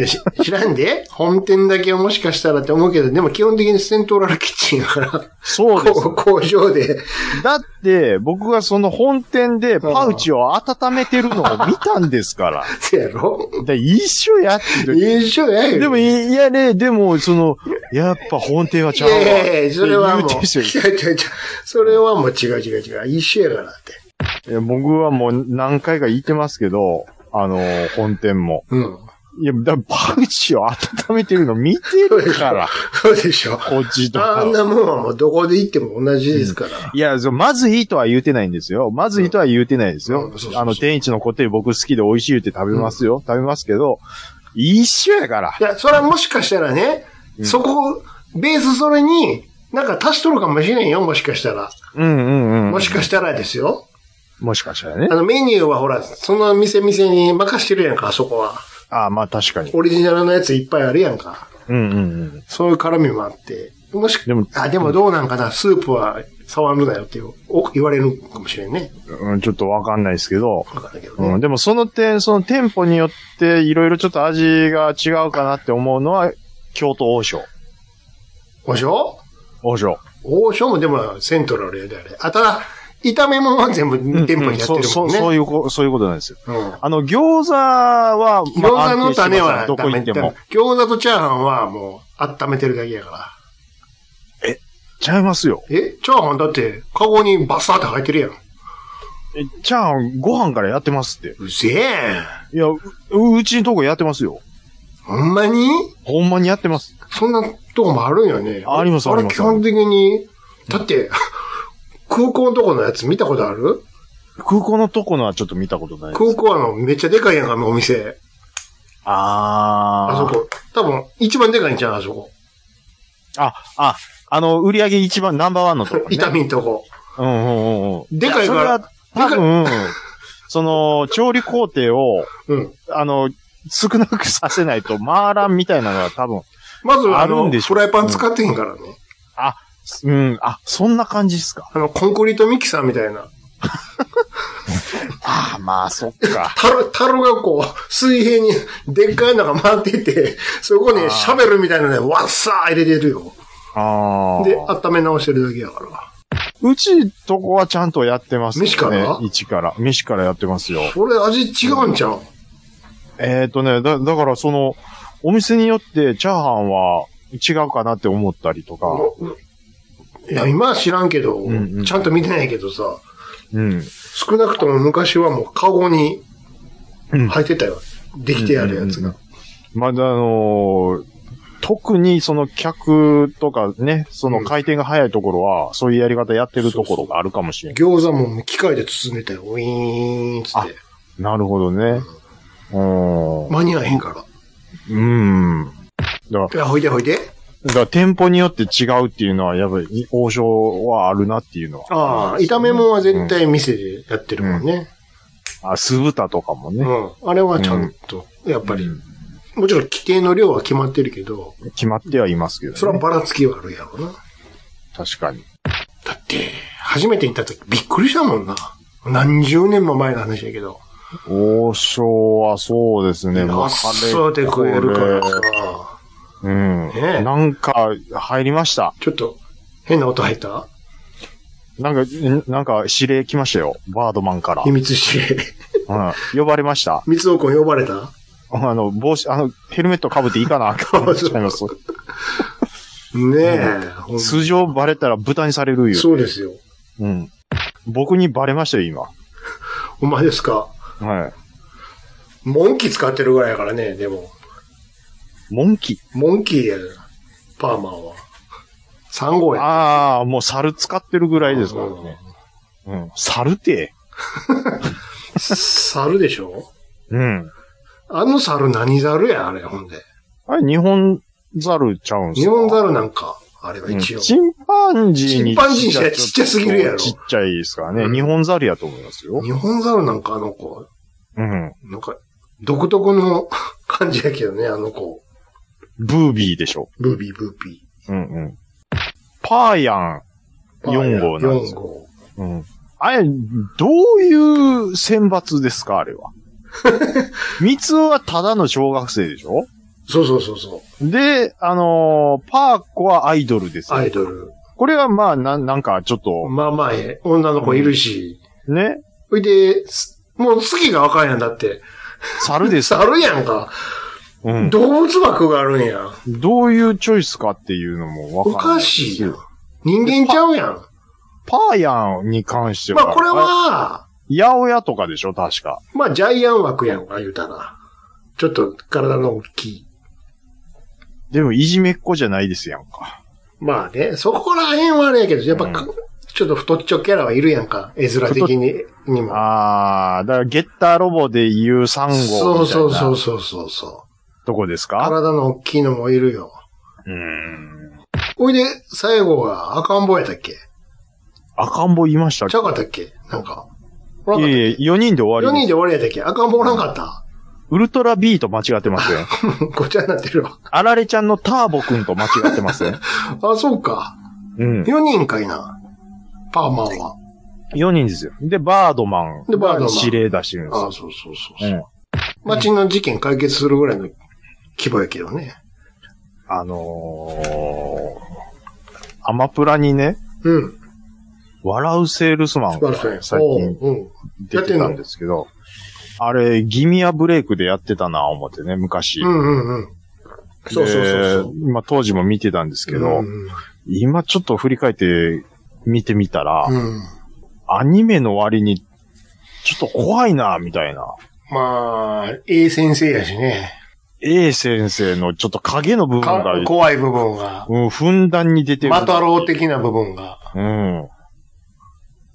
[SPEAKER 1] いやし知らんで本店だけはもしかしたらって思うけど、でも基本的にセントラルキッチンやから。
[SPEAKER 4] そうです
[SPEAKER 1] こ。工場で。
[SPEAKER 4] だって、僕がその本店でパウチを温めてるのを見たんです から。
[SPEAKER 1] せやろ
[SPEAKER 4] で一緒やって。
[SPEAKER 1] 一緒やよ。
[SPEAKER 4] でも、いいやね、でも、その、やっぱ本店はち
[SPEAKER 1] い
[SPEAKER 4] ゃうわ。
[SPEAKER 1] やいやいや、それはもう。
[SPEAKER 4] 言
[SPEAKER 1] 違
[SPEAKER 4] う
[SPEAKER 1] う
[SPEAKER 4] てる人い
[SPEAKER 1] 違う違う。それはもう違う違う違う。一緒やからっ
[SPEAKER 4] る
[SPEAKER 1] て。
[SPEAKER 4] いや僕はもう何回か言ってますけど、あの、本店も。
[SPEAKER 1] うん。
[SPEAKER 4] いや、だパウチを温めてるの見てるから、
[SPEAKER 1] そうでしょ。
[SPEAKER 4] こっちと
[SPEAKER 1] あ
[SPEAKER 4] か
[SPEAKER 1] ん。なもんはもうどこで行っても同じですから。
[SPEAKER 4] いや、そうまずいいとは言うてないんですよ。まずいとは言うてないです
[SPEAKER 1] う
[SPEAKER 4] よ
[SPEAKER 1] んそうそう。そう
[SPEAKER 4] あの、天一のこってり僕好きで美味しいって食べますよ。食べますけど、一緒やから
[SPEAKER 1] い。や、それはもしかしたらね、そこ、ベースそれに、なんか足しとるかもしれんよ、もしかしたら。
[SPEAKER 4] うんうんうん。
[SPEAKER 1] もしかしたらですよ。
[SPEAKER 4] もしかしたらね
[SPEAKER 1] あ。の、メニューはほら、その店店に任してるやんか、あそこは。
[SPEAKER 4] ああ、まあ確かに。
[SPEAKER 1] オリジナルのやついっぱいあるやんか。
[SPEAKER 4] うんうんうん。
[SPEAKER 1] そういう絡みもあって。もし、
[SPEAKER 4] でも
[SPEAKER 1] あ、でもどうなんかな、スープは触るなよっていうお言われるかもしれんね。
[SPEAKER 4] うん、ちょっとわかんないですけど。
[SPEAKER 1] わかんないけどね。
[SPEAKER 4] うん、でもその点、その店舗によっていろいろちょっと味が違うかなって思うのは、京都王将。
[SPEAKER 1] 王将
[SPEAKER 4] 王将。
[SPEAKER 1] 王将もでもセントラルやであれ。あ、ただ、炒め物は全部店舗にやってる
[SPEAKER 4] うん
[SPEAKER 1] もんね。
[SPEAKER 4] うんそうそうそういうこ、そういうことなんですよ。
[SPEAKER 1] うん
[SPEAKER 4] あの、餃子は、
[SPEAKER 1] 餃
[SPEAKER 4] まあ
[SPEAKER 1] 子の種は
[SPEAKER 4] 安定してますどこ行って
[SPEAKER 1] ダメ
[SPEAKER 4] も
[SPEAKER 1] だ。餃子とチャーハンはもう温めてるだけやか
[SPEAKER 4] ちゃいますよ。
[SPEAKER 1] ら。えチャーハンだって、カゴにバッサーって入ってるやん。
[SPEAKER 4] えチャーハン、ご飯からやってますって。
[SPEAKER 1] うぜえ。
[SPEAKER 4] いや、う、うちのとこやってますよ。
[SPEAKER 1] ほんまに
[SPEAKER 4] ほんまにやってます。
[SPEAKER 1] そんなとこもあるんよね。
[SPEAKER 4] あります
[SPEAKER 1] あ
[SPEAKER 4] あ
[SPEAKER 1] れ
[SPEAKER 4] ります
[SPEAKER 1] 基本的に、だって、空港のとこのやつ見たことある
[SPEAKER 4] 空港のとこのはちょっと見たことない。
[SPEAKER 1] 空港あの、めっちゃでかいやんか、あのお店。
[SPEAKER 4] あ
[SPEAKER 1] あそこ。多分、一番でかいんちゃうあそこ。
[SPEAKER 4] あ、あ、あの、売り上げ一番ナンバーワンのとこ、ね。
[SPEAKER 1] 痛みんとこ。
[SPEAKER 4] うんうんうんうん。
[SPEAKER 1] でかいから
[SPEAKER 4] それは多分、その、調理工程を、
[SPEAKER 1] うん。
[SPEAKER 4] あの、少なくさせないと、マーランみたいなのは多分、
[SPEAKER 1] まず、あ
[SPEAKER 4] ある
[SPEAKER 1] の、
[SPEAKER 4] んでしょ
[SPEAKER 1] フライパン使ってへんからね。
[SPEAKER 4] うん、あ、そんな感じっすか。
[SPEAKER 1] あの、コンクリートミキサーみたいな。
[SPEAKER 4] ああ、まあ、そっか。
[SPEAKER 1] タロ、タロがこう、水平に、でっかいのが回ってて、そこ
[SPEAKER 4] あー
[SPEAKER 1] にシャベルみたいなので、わっさー入れてるよ。
[SPEAKER 4] ああ。
[SPEAKER 1] で、温め直してるだけやから。
[SPEAKER 4] うちとこはちゃんとやってますね。
[SPEAKER 1] 飯から
[SPEAKER 4] 一から。飯からやってますよ。
[SPEAKER 1] これ味違うんちゃう
[SPEAKER 4] えっ、ー、とね、だ、だからその、お店によってチャーハンは、違うかなって思ったりとか、
[SPEAKER 1] いや、今は知らんけど、
[SPEAKER 4] んうん
[SPEAKER 1] ちゃんと見てないけどさ、
[SPEAKER 4] うん。
[SPEAKER 1] 少なくとも昔はもうカゴに
[SPEAKER 4] うん
[SPEAKER 1] 入ってたよ。できてあるやつが。
[SPEAKER 4] まだあのー特にその客とかね、その回転が早いところは、そういうやり方やってるところがあるかもしれん。
[SPEAKER 1] 餃子も機械で包んでたよ。ウィーンっつって。
[SPEAKER 4] なるほどね。うん。
[SPEAKER 1] 間に合えへんから。
[SPEAKER 4] うん。だか
[SPEAKER 1] いや、ほいでほいで。
[SPEAKER 4] ら、だから店舗によって違うっていうのは、やっぱり王将はあるなっていうのは。
[SPEAKER 1] ああ、炒め物は絶対店でやってるもんね。
[SPEAKER 4] あ、酢豚とかも
[SPEAKER 1] う
[SPEAKER 4] ね。
[SPEAKER 1] ん。あれはちゃんと、やっぱり、もちろん規定の量は決まってるけど、
[SPEAKER 4] 決まってはいますけど、ね。
[SPEAKER 1] それはばらつきはあるやろうな。
[SPEAKER 4] 確かに。
[SPEAKER 1] だって、初めて行った時びっくりしたもんな。何十年も前の話だけど。
[SPEAKER 4] 王将はそうですね。もう
[SPEAKER 1] そうで食えるからさ。
[SPEAKER 4] うん。
[SPEAKER 1] ねえ
[SPEAKER 4] なんか、入りました。
[SPEAKER 1] ちょっと、変な音入った
[SPEAKER 4] なんか、んなんか、指令来ましたよ。バードマンから。
[SPEAKER 1] 秘
[SPEAKER 4] うん。
[SPEAKER 1] 密指令。
[SPEAKER 4] 呼ばれました。
[SPEAKER 1] 密道君呼ばれた
[SPEAKER 4] あの、帽子、あの、ヘルメット被っていいかな
[SPEAKER 1] そう
[SPEAKER 4] ちゃいます
[SPEAKER 1] ねえ。ほん
[SPEAKER 4] 通常バレたら豚にされるよ。
[SPEAKER 1] そうですよ。
[SPEAKER 4] うん。僕にバレましたよ、今。
[SPEAKER 1] お前ですか。
[SPEAKER 4] は
[SPEAKER 1] モンキー使ってるぐらいやからね、でも。
[SPEAKER 4] い。モンキ
[SPEAKER 1] モンキーやでパーマンは。3号
[SPEAKER 4] ー。
[SPEAKER 1] や。
[SPEAKER 4] ああ、もう猿使ってるぐらいですからね。うん。猿って。
[SPEAKER 1] 猿でしょ
[SPEAKER 4] うん。
[SPEAKER 1] あの猿何猿や、あれ、ほんで。
[SPEAKER 4] あれ、日本猿ちゃうんすか
[SPEAKER 1] 日本猿なんか、あれは一応。
[SPEAKER 4] チンパンジーに。
[SPEAKER 1] チンパンジーじゃちっちゃすぎるやろ
[SPEAKER 4] ちっちゃいですからね。
[SPEAKER 1] うん
[SPEAKER 4] 日本猿やと思いますよ。
[SPEAKER 1] 日本猿なんかあの子、
[SPEAKER 4] うん。
[SPEAKER 1] なんか、独特の 感じやけどね、あの子。
[SPEAKER 4] ブービーでしょ。
[SPEAKER 1] ブービーブーピ
[SPEAKER 4] うんうん。パーヤン
[SPEAKER 1] ー。
[SPEAKER 4] 4号なんです
[SPEAKER 1] 4
[SPEAKER 4] よ。う
[SPEAKER 1] 号。
[SPEAKER 4] ん。あれ、どういう選抜ですかあ れは。三つはただの小学生でしょ
[SPEAKER 1] そうそうそうそ
[SPEAKER 4] で、あのーパーコはアイドルです
[SPEAKER 1] う。
[SPEAKER 4] よ。
[SPEAKER 1] アイドル。
[SPEAKER 4] これはまあ、なん、なんかちょっと、
[SPEAKER 1] まあまあ、ええ女の子いるし。
[SPEAKER 4] ね、
[SPEAKER 1] ほいで、すもう次が赤やんだって。
[SPEAKER 4] 猿ですよ。
[SPEAKER 1] 猿やんか。
[SPEAKER 4] うん。
[SPEAKER 1] 動物枠があるんや。
[SPEAKER 4] どういうチョイスかっていうのもわかん
[SPEAKER 1] お
[SPEAKER 4] ない。
[SPEAKER 1] かしいやん。人間ちゃうやん。
[SPEAKER 4] パーヤンに関しては。
[SPEAKER 1] まあこれ
[SPEAKER 4] あ
[SPEAKER 1] は、
[SPEAKER 4] れ。八百屋とかでしょ確か。
[SPEAKER 1] まあジャイアン枠やんか、言うたら。ちょっと体の大きい。
[SPEAKER 4] でも、いじめっ子じゃないですやんか。
[SPEAKER 1] まあね、そこら辺はあれやけど、やっぱか、ちょっと太っちょキャラはいるやんか、絵面的ににも。
[SPEAKER 4] あー、だから、ゲッターロボで言う3号みたいな。
[SPEAKER 1] そうそうそうそうそうそう。
[SPEAKER 4] とこですか
[SPEAKER 1] 体の大きいのもいるよ。
[SPEAKER 4] うーん。
[SPEAKER 1] ほいで、最後が赤ん坊やったっけ
[SPEAKER 4] 赤ん坊いましたっ
[SPEAKER 1] ちゃうかったっけなんか。
[SPEAKER 4] けいえいえ、4人で終わり
[SPEAKER 1] 4人
[SPEAKER 4] です。
[SPEAKER 1] で終わりやったっけ赤ん坊おらんかった
[SPEAKER 4] ウルトラ B と間違ってませ ん。
[SPEAKER 1] ごちゃになってるわ。
[SPEAKER 4] あられちゃんのターボくんと間違ってません。
[SPEAKER 1] あ、そうか。
[SPEAKER 4] うん。
[SPEAKER 1] 4人かいな。パーマンは。
[SPEAKER 4] 4人ですよ。で、バードマン。
[SPEAKER 1] でバードマン
[SPEAKER 4] 指令出してるんです
[SPEAKER 1] あ
[SPEAKER 4] よ。
[SPEAKER 1] そうそうそ
[SPEAKER 4] う
[SPEAKER 1] うそう。
[SPEAKER 4] ん。
[SPEAKER 1] 街の事件解決するぐらいの規模やけどね。
[SPEAKER 4] あのー、アマプラにね、
[SPEAKER 1] うん。
[SPEAKER 4] 笑うセールスマン
[SPEAKER 1] 悪
[SPEAKER 4] が
[SPEAKER 1] そうやん。
[SPEAKER 4] 最近
[SPEAKER 1] おううん。
[SPEAKER 4] 出てたんですけど、あれ、ギミアブレイクでやってたな、思ってね、昔。
[SPEAKER 1] うんうんうん。そうそうそうそう。
[SPEAKER 4] でまあ当時も見てたんですけど、
[SPEAKER 1] うん
[SPEAKER 4] 今ちょっと振り返って見てみたら、
[SPEAKER 1] うん、
[SPEAKER 4] アニメの割に、ちょっと怖いな、みたいな。
[SPEAKER 1] まあ、A 先生やしね。
[SPEAKER 4] A 先生のちょっと影の部分
[SPEAKER 1] か
[SPEAKER 4] が、
[SPEAKER 1] 怖い部分が、
[SPEAKER 4] うん、ふんだんに出てる。
[SPEAKER 1] マトロー。的な部分が。
[SPEAKER 4] うん。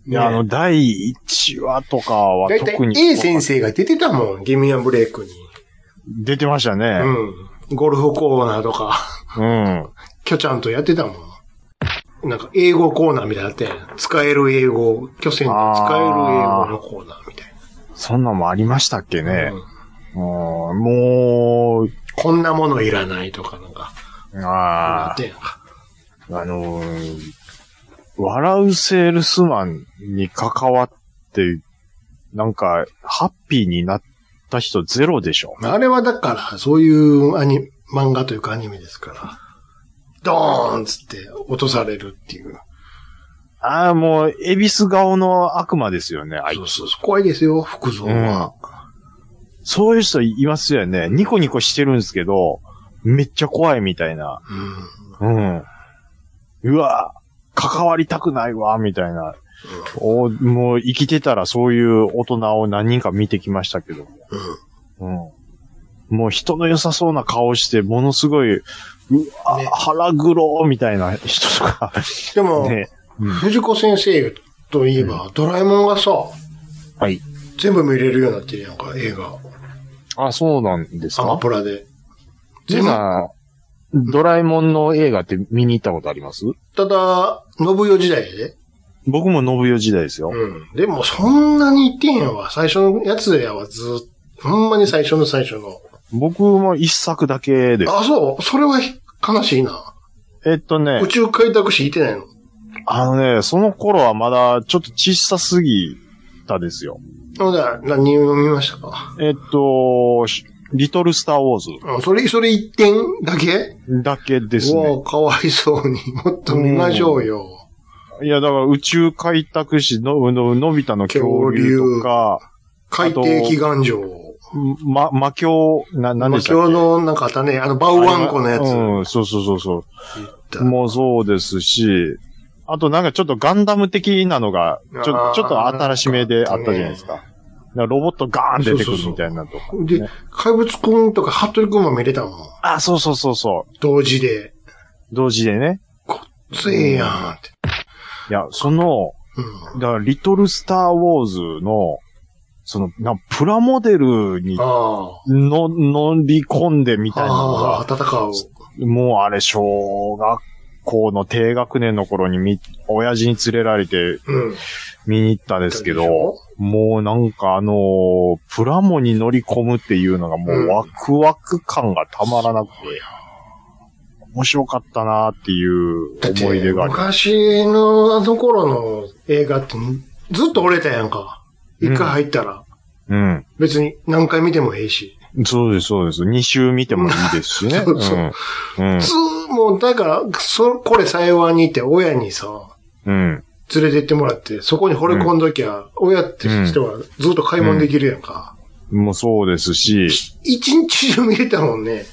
[SPEAKER 4] い
[SPEAKER 1] ね
[SPEAKER 4] や、あの、第1話とかは
[SPEAKER 1] だいたい
[SPEAKER 4] 特に。
[SPEAKER 1] A 先生が出てたもん、ギミアブレイクに。
[SPEAKER 4] 出てました
[SPEAKER 1] う
[SPEAKER 4] ね。
[SPEAKER 1] ん。ゴルフコーナーとか、
[SPEAKER 4] うん。
[SPEAKER 1] きょちゃんとやってたもん。なんか、英語コーナーみたいなのあって、使える英語、巨船で使える英語のコーナーみたい
[SPEAKER 4] そんなんもありましたっけ
[SPEAKER 1] な。
[SPEAKER 4] ね
[SPEAKER 1] う。ん
[SPEAKER 4] うん、もう、
[SPEAKER 1] こんなものいらないとかなんか、あ
[SPEAKER 4] あ
[SPEAKER 1] ってんやんか。
[SPEAKER 4] あ、あのー笑うセールスマンに関わって、なんか、ハッピーになった人ゼロでしょ。
[SPEAKER 1] あれはだから、そういうアニ、漫画というかアニメですから、ドーンっつって落とされるっていう。
[SPEAKER 4] ああ、もう、エビス顔の悪魔ですよね、あい
[SPEAKER 1] そうそうそう。怖いですよ、服装は。
[SPEAKER 4] そういう人いますよね。ニコニコしてるんですけど、めっちゃ怖いみたいな。
[SPEAKER 1] うん。
[SPEAKER 4] うん。うわ関わりたくないわみたいな。おもう生きてたらそういう大人を何人か見てきましたけども。うん。もう人の良さそうな顔して、ものすごい、うわ、
[SPEAKER 1] ね
[SPEAKER 4] 腹黒みたいな人とか。
[SPEAKER 1] でも、
[SPEAKER 4] ね。
[SPEAKER 1] 藤子先生といえば、ドラえもんがさ、
[SPEAKER 4] はい。
[SPEAKER 1] 全部見れるようになってるやんか、映画。
[SPEAKER 4] あ、そうなんです
[SPEAKER 1] アマ
[SPEAKER 4] か
[SPEAKER 1] プラで。
[SPEAKER 4] ジェ
[SPEAKER 1] 全部。
[SPEAKER 4] ナ、ドラえもんの映画って見に行ったことあります
[SPEAKER 1] ただ、信代時代で。
[SPEAKER 4] 僕も信代時代ですよ。
[SPEAKER 1] うん。でも、そんなに言ってへんわ。最初のやつやわ、ずーっと。ほんまに最初の最初の。
[SPEAKER 4] 僕も一作だけです。
[SPEAKER 1] あ、そうそれは悲しいな。
[SPEAKER 4] えっとね
[SPEAKER 1] 宇、宙開拓士いてないの
[SPEAKER 4] あのね、その頃はまだちょっと小さすぎたですよ。
[SPEAKER 1] ほんで、何を見ましたか
[SPEAKER 4] えっと、しリトルスターウォー
[SPEAKER 1] うん、それ、それ一点だけ
[SPEAKER 4] ズだけです
[SPEAKER 1] う
[SPEAKER 4] ね。
[SPEAKER 1] わかわいそうに。もっと見ましょうよ。
[SPEAKER 4] いや、だから宇宙開拓士の、の、のび太の恐竜とか、
[SPEAKER 1] 海底祈願城。
[SPEAKER 4] ま、魔境、な、なんでしたっけ
[SPEAKER 1] 今日の、なんかあったね、あの、バウワンコのやつ。
[SPEAKER 4] うん、そうそうそうそう。
[SPEAKER 1] だ
[SPEAKER 4] もうそうですし、あとなんかちょっとガンダム的なのが、ち
[SPEAKER 1] あ
[SPEAKER 4] ょ
[SPEAKER 1] ー
[SPEAKER 4] ちょっと新しめであったじゃないですか。だからロボットガーン出てくるみたいなとか。
[SPEAKER 1] で、怪物くんとか、服部くんも見れたもん。
[SPEAKER 4] あ、そうそうそうそう。
[SPEAKER 1] 同時で。
[SPEAKER 4] 同時でね。
[SPEAKER 1] つえやんって。
[SPEAKER 4] いや、その、
[SPEAKER 1] うん。
[SPEAKER 4] だからリトルスターウォーズの、その、なプラモデルに
[SPEAKER 1] あ
[SPEAKER 4] の、乗り込んでみ
[SPEAKER 1] あ。
[SPEAKER 4] たいなの
[SPEAKER 1] ああ
[SPEAKER 4] が、、
[SPEAKER 1] 戦う。
[SPEAKER 4] もうあれ、小学校の低学年の頃にみ、親父に連れられて
[SPEAKER 1] うん。
[SPEAKER 4] 見に行ったんですけ
[SPEAKER 1] でし
[SPEAKER 4] ど
[SPEAKER 1] ょ、
[SPEAKER 4] もうなんかあのープラモに乗り込むっていうのがもううんワクワク感がたまらなくて、面白かったなっていう
[SPEAKER 1] だって
[SPEAKER 4] 思い出があります。
[SPEAKER 1] 昔のあの頃の映画ってずっと折れたやんか。一回入ったら。
[SPEAKER 4] うん。
[SPEAKER 1] 別に何回見てもええし。
[SPEAKER 4] そうです、そうです。2週見てもいいですしね。
[SPEAKER 1] そうそう
[SPEAKER 4] うん。うん
[SPEAKER 1] ずーもうだから、そ、これ幸いにって親にさ、
[SPEAKER 4] うん。
[SPEAKER 1] 連れて行ってもらって、そこに惚れ込んどきゃ、親って人はずっと買い物できるやんか。
[SPEAKER 4] もうそうですし、
[SPEAKER 1] 一日中見れたもんね。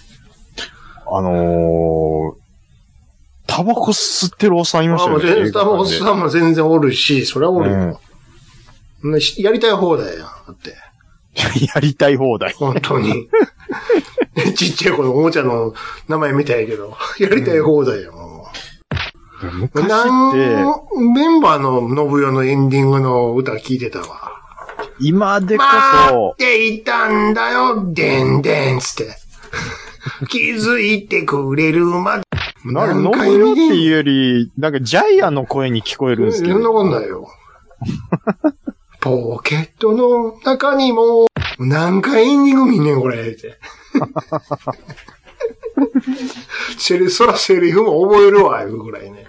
[SPEAKER 4] あのータバコ吸ってるおっさんいました
[SPEAKER 1] あも
[SPEAKER 4] よ
[SPEAKER 1] う
[SPEAKER 4] ね。
[SPEAKER 1] 全
[SPEAKER 4] 映
[SPEAKER 1] 然、
[SPEAKER 4] 画館
[SPEAKER 1] おっ
[SPEAKER 4] で
[SPEAKER 1] さんも全然おるし、そりゃおる
[SPEAKER 4] うん
[SPEAKER 1] よ。ねしやりたい放題やん。だって。
[SPEAKER 4] やりたい放題。
[SPEAKER 1] 本当に。 ちっちゃい子のおもちゃの名前みたいや けど、やりたい放題やん。もう
[SPEAKER 4] 昔って、
[SPEAKER 1] 何メンバーの信代のエンディングの歌聞いてたわ。
[SPEAKER 4] 今でこ
[SPEAKER 1] 待
[SPEAKER 4] そ
[SPEAKER 1] っ、ていたんだよ、でんでんつって。 気づいてくれるまで。
[SPEAKER 4] なんか、ノブヨっていうより、なんか、ジャイアンの声に聞こえるんですけ
[SPEAKER 1] そんな
[SPEAKER 4] ど。
[SPEAKER 1] ことないよ。 ポケットの中にも、何回エンディング見んねん、これ。 って。セリフ、そらセリフも覚えるわ、いうぐらいね。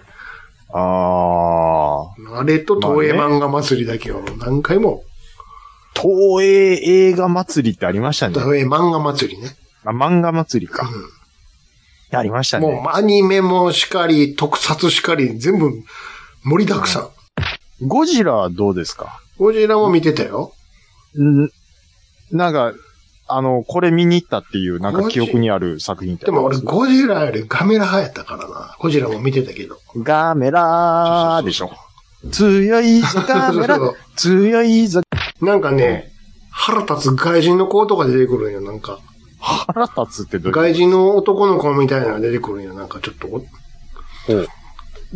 [SPEAKER 4] ああ。
[SPEAKER 1] あれと東映漫画祭りだけはもう何回も。
[SPEAKER 4] 東映映画祭りってありましたね。
[SPEAKER 1] 東映漫画祭りね。
[SPEAKER 4] あ、漫画祭りか。ありました
[SPEAKER 1] も
[SPEAKER 4] ね。
[SPEAKER 1] うアニメもしかり、特撮しかり、全部盛りだくさん。
[SPEAKER 4] ゴジラはどうですか
[SPEAKER 1] ゴジラも見てたよ。
[SPEAKER 4] んなんか、あの、これ見に行ったっていう、なんか記憶にある作品ってあ
[SPEAKER 1] で
[SPEAKER 4] り
[SPEAKER 1] も
[SPEAKER 4] ま
[SPEAKER 1] 俺
[SPEAKER 4] す。
[SPEAKER 1] ゴジラよりガメラ派やったからな。ゴジラも見てたけど。
[SPEAKER 4] ガメラーでしょ。強いぞ、ガメラ
[SPEAKER 1] そうそう
[SPEAKER 4] 強いぞ。
[SPEAKER 1] なんかね、腹立つ外人の子とか出てくるんよ、なんか。
[SPEAKER 4] 腹立つってどういう
[SPEAKER 1] 外人の男の子みたいなのが出てくるんよ、なんかちょっとお。
[SPEAKER 4] ほう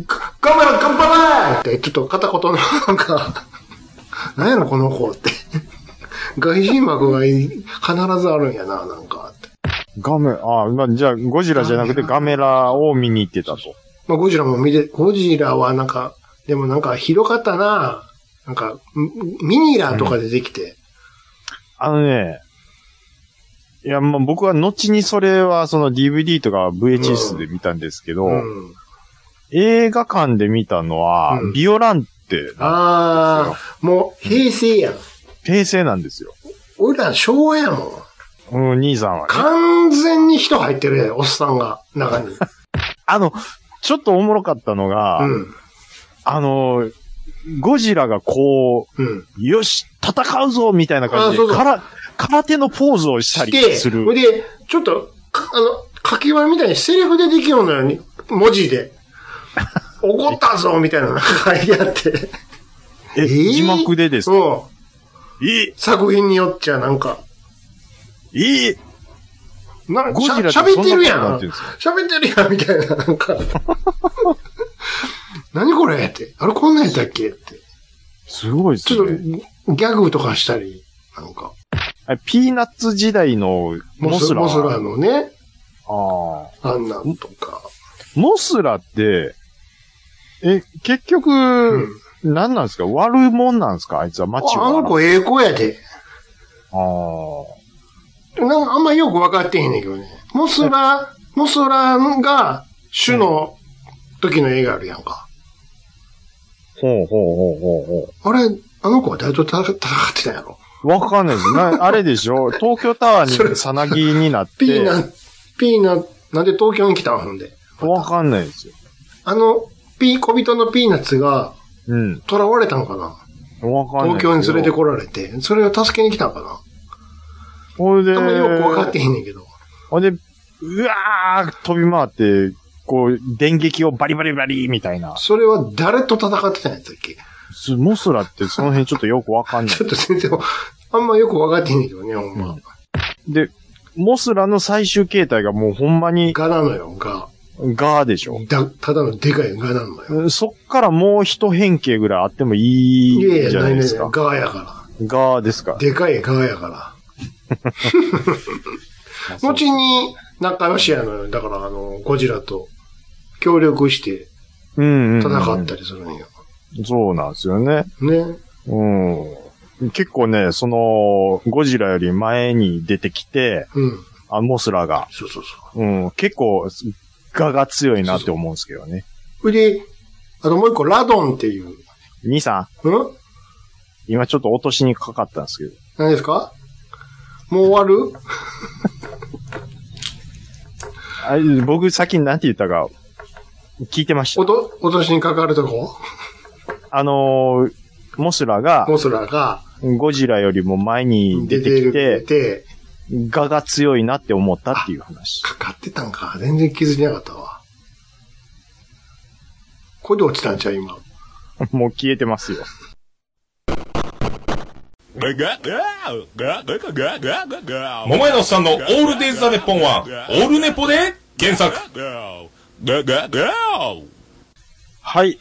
[SPEAKER 1] が頑張れ頑張れって、ちょっと片言の、なんか、なんやろ、この子って。 外人枠がい必ずあるんやな、なんかって。
[SPEAKER 4] ガメ、ああ、まあ、じゃあ、ゴジラじゃなくてガメラを見に行ってたと。
[SPEAKER 1] まあ、ゴジラも見て、ゴジラはなんか、でもなんか広かったな。なんか、ミミニラとか出てきて。
[SPEAKER 4] あのね、いや、まあ、僕は後にそれはその DVD とか VHS で見たんですけど、
[SPEAKER 1] うん。
[SPEAKER 4] 映画館で見たのは、
[SPEAKER 1] うん
[SPEAKER 4] ビオランテ、
[SPEAKER 1] ああ、もう平成やん。
[SPEAKER 4] 平成なんですよ。
[SPEAKER 1] 俺ら昭和やもん。
[SPEAKER 4] うん、兄さんはね。
[SPEAKER 1] 完全に人入ってるやん、おっさんが、中に。
[SPEAKER 4] あの、ちょっとおもろかったのが、
[SPEAKER 1] うん。
[SPEAKER 4] あの、ゴジラがこ
[SPEAKER 1] うん。
[SPEAKER 4] う、よし、戦うぞみたいな感じで
[SPEAKER 1] あそうそう
[SPEAKER 4] から空手のポーズをしたり
[SPEAKER 1] して
[SPEAKER 4] する
[SPEAKER 1] ほい。で、ちょっと、かあの、書き割りみたいにセリフでできるのよ、に文字 で。怒ったぞみたいなのが 書いてあって。
[SPEAKER 4] え、
[SPEAKER 1] ー
[SPEAKER 4] 字幕でですか
[SPEAKER 1] うん。
[SPEAKER 4] え
[SPEAKER 1] 作品によっちゃなんか、
[SPEAKER 4] え
[SPEAKER 1] な
[SPEAKER 4] ゴジラって
[SPEAKER 1] しゃ喋ってるや
[SPEAKER 4] そんなことになんってんですか
[SPEAKER 1] 喋ってるやんみたいな、なんか。 何これって。あれこんなんやったっけって。
[SPEAKER 4] すごいです
[SPEAKER 1] ちょっ
[SPEAKER 4] ね。
[SPEAKER 1] と、ギャグとかしたり、なんか。
[SPEAKER 4] あピーナッツ時代のモ
[SPEAKER 1] モ
[SPEAKER 4] ス
[SPEAKER 1] ス
[SPEAKER 4] ラ。
[SPEAKER 1] モスラのね、
[SPEAKER 4] ああ。
[SPEAKER 1] あんなんとか。
[SPEAKER 4] モスラって、え、結局、
[SPEAKER 1] うん。
[SPEAKER 4] 何なんですか悪いもんなんですかあいつは街は。
[SPEAKER 1] ああの子ええ子やで。
[SPEAKER 4] あー
[SPEAKER 1] なんかあんまよく分かってへんねんけどね。モスラ、モスラが主の時の映画あるやんか。
[SPEAKER 4] ほうほうほうほうほう。
[SPEAKER 1] あれ、あの子は誰と戦戦ってたんやろ
[SPEAKER 4] わかんないです。 な、あれでしょ東京タワ
[SPEAKER 1] そ
[SPEAKER 4] ーに
[SPEAKER 1] れ
[SPEAKER 4] さなぎになっ
[SPEAKER 1] ピー
[SPEAKER 4] て、
[SPEAKER 1] ナ、ピーナ、なんで東京に来たんほんで。
[SPEAKER 4] わかんないですよ。
[SPEAKER 1] あの、ピー、小人のピーナッツが
[SPEAKER 4] うん。
[SPEAKER 1] 囚われたのかな
[SPEAKER 4] わかんないけ
[SPEAKER 1] 東
[SPEAKER 4] ど。
[SPEAKER 1] 京に連れてこられて、それを助けに来たんかな
[SPEAKER 4] ほいで、
[SPEAKER 1] あんまよく分かってへんねんけど。
[SPEAKER 4] ほんで、うわー飛び回って、こう、電撃をバリバリバリみたいな。
[SPEAKER 1] それは誰と戦ってたんやったっけ
[SPEAKER 4] すモスラってその辺ちょっとよくわかんない
[SPEAKER 1] ちょ。っと全然、あんまよく分かってへんねんけどね、ほん
[SPEAKER 4] う
[SPEAKER 1] ま
[SPEAKER 4] ん。で、モスラの最終形態がもうほんまに
[SPEAKER 1] ガなのよ、ガ。
[SPEAKER 4] ガーでしょ。
[SPEAKER 1] だ、ただのでかいガなのよ。
[SPEAKER 4] そっからもう一変形ぐらいあってもい
[SPEAKER 1] いや
[SPEAKER 4] い
[SPEAKER 1] い
[SPEAKER 4] じ
[SPEAKER 1] や、
[SPEAKER 4] ゃ
[SPEAKER 1] な
[SPEAKER 4] ない
[SPEAKER 1] い
[SPEAKER 4] で
[SPEAKER 1] ない
[SPEAKER 4] す
[SPEAKER 1] ない
[SPEAKER 4] か。
[SPEAKER 1] ガやか。。
[SPEAKER 4] ガーですから
[SPEAKER 1] でかいガやから。後に仲良しやのよ。だから、あの、ゴジラと協力して
[SPEAKER 4] うんうんうん
[SPEAKER 1] 戦ったりするんよ。
[SPEAKER 4] そうなんですよね。
[SPEAKER 1] ね。
[SPEAKER 4] うん。結構ね、その、ゴジラより前に出てきて、
[SPEAKER 1] うん。
[SPEAKER 4] あ、モスラが、
[SPEAKER 1] そうそうそう。
[SPEAKER 4] うん、結構、ガが強いなって思うんですけどね。
[SPEAKER 1] それで、あともう一個、ラドンっていう。ん
[SPEAKER 4] 兄さん、今ちょっと落としにかかったんですけど、
[SPEAKER 1] 何ですかもう終わる
[SPEAKER 4] あ僕先に何て言ったか、聞いてました
[SPEAKER 1] お。と、お年にかかるとこ
[SPEAKER 4] あのーモスラが、
[SPEAKER 1] モスラが
[SPEAKER 4] ゴジラよりも前に
[SPEAKER 1] 出
[SPEAKER 4] 出
[SPEAKER 1] て
[SPEAKER 4] てき
[SPEAKER 1] る
[SPEAKER 4] て、
[SPEAKER 1] て、
[SPEAKER 4] ガが強いなって思ったっていう話。
[SPEAKER 1] かかってたんか。全然気づいてなかったわ。これで落ちたんちゃう今。
[SPEAKER 4] もう消えてますよ。
[SPEAKER 6] 桃屋のおっさんのオールデイズ・ザ・ネッポンは、オールネポで検索。
[SPEAKER 4] はい。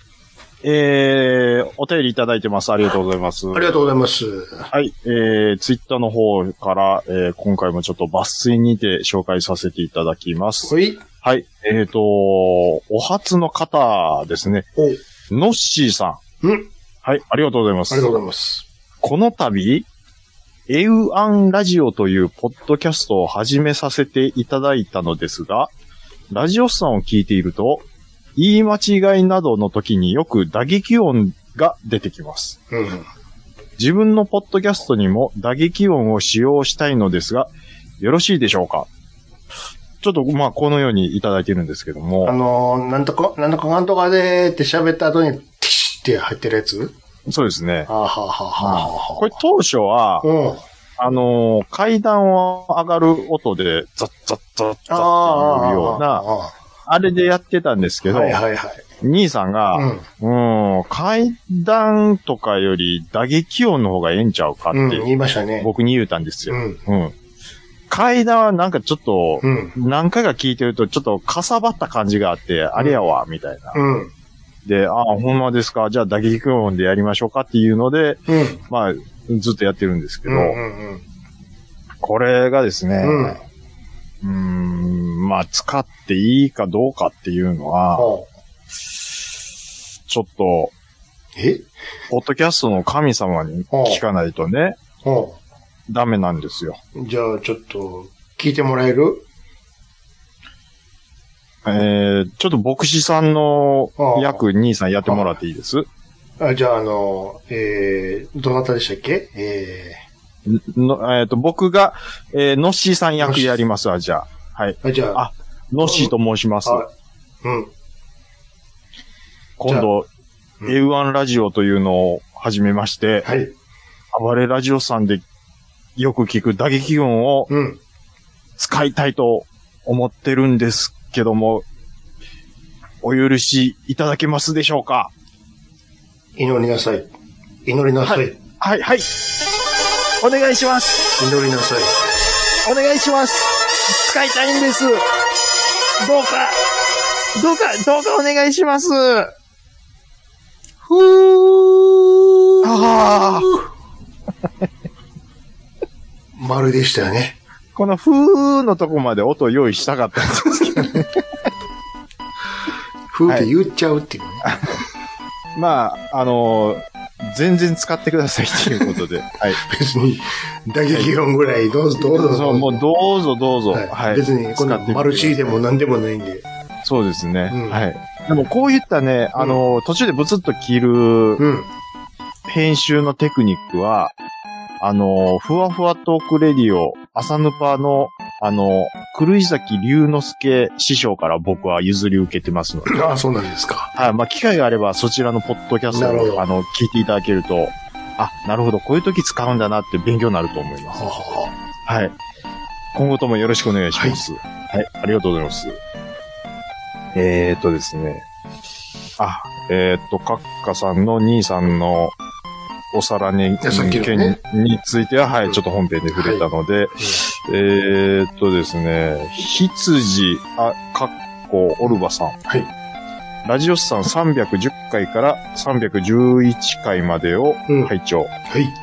[SPEAKER 4] えー、お便りいただいてます。ありがとうございます。
[SPEAKER 1] ありがとうございます。
[SPEAKER 4] はい。えー、ツイッターの方から、えー、今回もちょっと抜粋にて紹介させていただきます。
[SPEAKER 1] はい。
[SPEAKER 4] はい。えーと、お初の方ですね。
[SPEAKER 1] おうん。
[SPEAKER 4] ノッシーさん。
[SPEAKER 1] うん。
[SPEAKER 4] はい、ありがとうございます。
[SPEAKER 1] ありがとうございます。
[SPEAKER 4] この度、エウアンラジオというポッドキャストを始めさせていただいたのですが、ラジオさんを聞いていると、言い間違いなどの時によく打撃音が出てきます。
[SPEAKER 1] うん。
[SPEAKER 4] 自分のポッドキャストにも打撃音を使用したいのですが、よろしいでしょうかちょっと、まあ、このようにいただいてるんですけど
[SPEAKER 1] あ
[SPEAKER 4] も、
[SPEAKER 1] のー、なんとか、なんとかなんとかでーって喋った後に、ティッシュって入ってるやつ
[SPEAKER 4] そうですね。
[SPEAKER 1] あーはーはーはーはーはー
[SPEAKER 4] これ当初は、
[SPEAKER 1] うん。
[SPEAKER 4] あのー階段を上がる音で、ザッザッザッザッっていうような、
[SPEAKER 1] あ
[SPEAKER 4] あれでやってたんですけ
[SPEAKER 1] ー。
[SPEAKER 4] ど、
[SPEAKER 1] はいはいはい。
[SPEAKER 4] 兄さんが、
[SPEAKER 1] うん。
[SPEAKER 4] うん、階段とかより打撃音の方がええんちゃうかっ
[SPEAKER 1] うん、言
[SPEAKER 4] て、
[SPEAKER 1] いましたね。
[SPEAKER 4] 僕に言うたんです
[SPEAKER 1] う
[SPEAKER 4] よ。
[SPEAKER 1] ん。
[SPEAKER 4] うん。階段はなんかちょっと、
[SPEAKER 1] うん。
[SPEAKER 4] 何回か聞いてると、ちょっとかさばった感じがあって、あれやわ、みたいな。
[SPEAKER 1] うん。
[SPEAKER 4] で、ああ、ほんまですか、じゃあ打撃音でやりましょうかっていうので、
[SPEAKER 1] うん。
[SPEAKER 4] まあ、ずっとやってるんですけ
[SPEAKER 1] う
[SPEAKER 4] ど、
[SPEAKER 1] ん。うん。
[SPEAKER 4] これがですね、
[SPEAKER 1] うん。
[SPEAKER 4] うーんまあ、使っていいかどうかっていうのは、
[SPEAKER 1] はあ
[SPEAKER 4] ちょっと、
[SPEAKER 1] え
[SPEAKER 4] ポッドキャストの神様に聞かないとね、
[SPEAKER 1] は
[SPEAKER 4] ダメなんですよ。
[SPEAKER 1] あじゃあ、ちょっと、聞いてもらえる
[SPEAKER 4] えー、ちょっと牧師さんの
[SPEAKER 1] ああ
[SPEAKER 4] 役兄さんやってもらっていいですん
[SPEAKER 1] あじゃあ、あの、えー、どなたでしたっけえ
[SPEAKER 4] のえっ、と、僕が、えー、のっしーさん役やりますわ、じゃあ。はい。
[SPEAKER 1] ー、あじゃあ、
[SPEAKER 4] あのっしーと申します。
[SPEAKER 1] あうん。
[SPEAKER 4] 今度、
[SPEAKER 1] じゃあ
[SPEAKER 4] A1 ラジオというのを始めまして、
[SPEAKER 1] はい。
[SPEAKER 4] 暴れラジオさんでよく聞く打撃音を
[SPEAKER 1] うん。
[SPEAKER 4] 使いたいと思ってるんですけども、お許しいただけますでしょうか
[SPEAKER 1] 祈りなさい。祈りなさい。
[SPEAKER 4] はい、はい。お願いします。
[SPEAKER 1] 祈りなさい。
[SPEAKER 4] お願いします。使いたいんです。どうか、どうか、どうかお願いします。ふー。ああ。
[SPEAKER 1] 丸でしたよね。
[SPEAKER 4] このふーのとこまで音用意したかったんですけど。
[SPEAKER 1] ふーって言っちゃうっていうね。
[SPEAKER 4] まあ、あのー全然使ってくださいっていうことで。 はい。
[SPEAKER 1] 別に、打撃音ぐらい、どうぞどうぞ。
[SPEAKER 4] そう、もうどうぞどうぞ。
[SPEAKER 1] は
[SPEAKER 4] はいい。
[SPEAKER 1] 別に、こん
[SPEAKER 4] 使っ
[SPEAKER 1] な
[SPEAKER 4] てみて
[SPEAKER 1] マルチでも何でもないんで。
[SPEAKER 4] そうですね。
[SPEAKER 1] うん
[SPEAKER 4] はい。でもこういったね、あのー途中でブツッと切る
[SPEAKER 1] うん。
[SPEAKER 4] 編集のテクニックは、あのーふわふわトークレディオ、朝ぬぱの、あのー狂崎龍之介師匠から僕は譲り受けてますので。
[SPEAKER 1] ああ、そうなんですか。
[SPEAKER 4] はい。まあ、機会があれば、そちらのポッドキャス
[SPEAKER 1] なるほ
[SPEAKER 4] ト
[SPEAKER 1] ど
[SPEAKER 4] を、あの、聞いていただけると、あ、なるほど、こういう時使うんだなって勉強になると思いま
[SPEAKER 1] は
[SPEAKER 4] す。
[SPEAKER 1] はは
[SPEAKER 4] はい。今後ともよろしくお願いします。はい、ありがとうございます。えー、っとですね。あ、えー、っと、カッカさんの兄さんのお皿に、
[SPEAKER 1] やさっきの
[SPEAKER 4] 件
[SPEAKER 1] ね
[SPEAKER 4] については、は
[SPEAKER 1] うん
[SPEAKER 4] い、ちょっと本編で触れたので、えー、っとですね、羊、あ、かっこ、オルバさん。
[SPEAKER 1] はい。
[SPEAKER 4] ラジオスさん310回から311回までを
[SPEAKER 1] うん
[SPEAKER 4] 拝聴。
[SPEAKER 1] はい。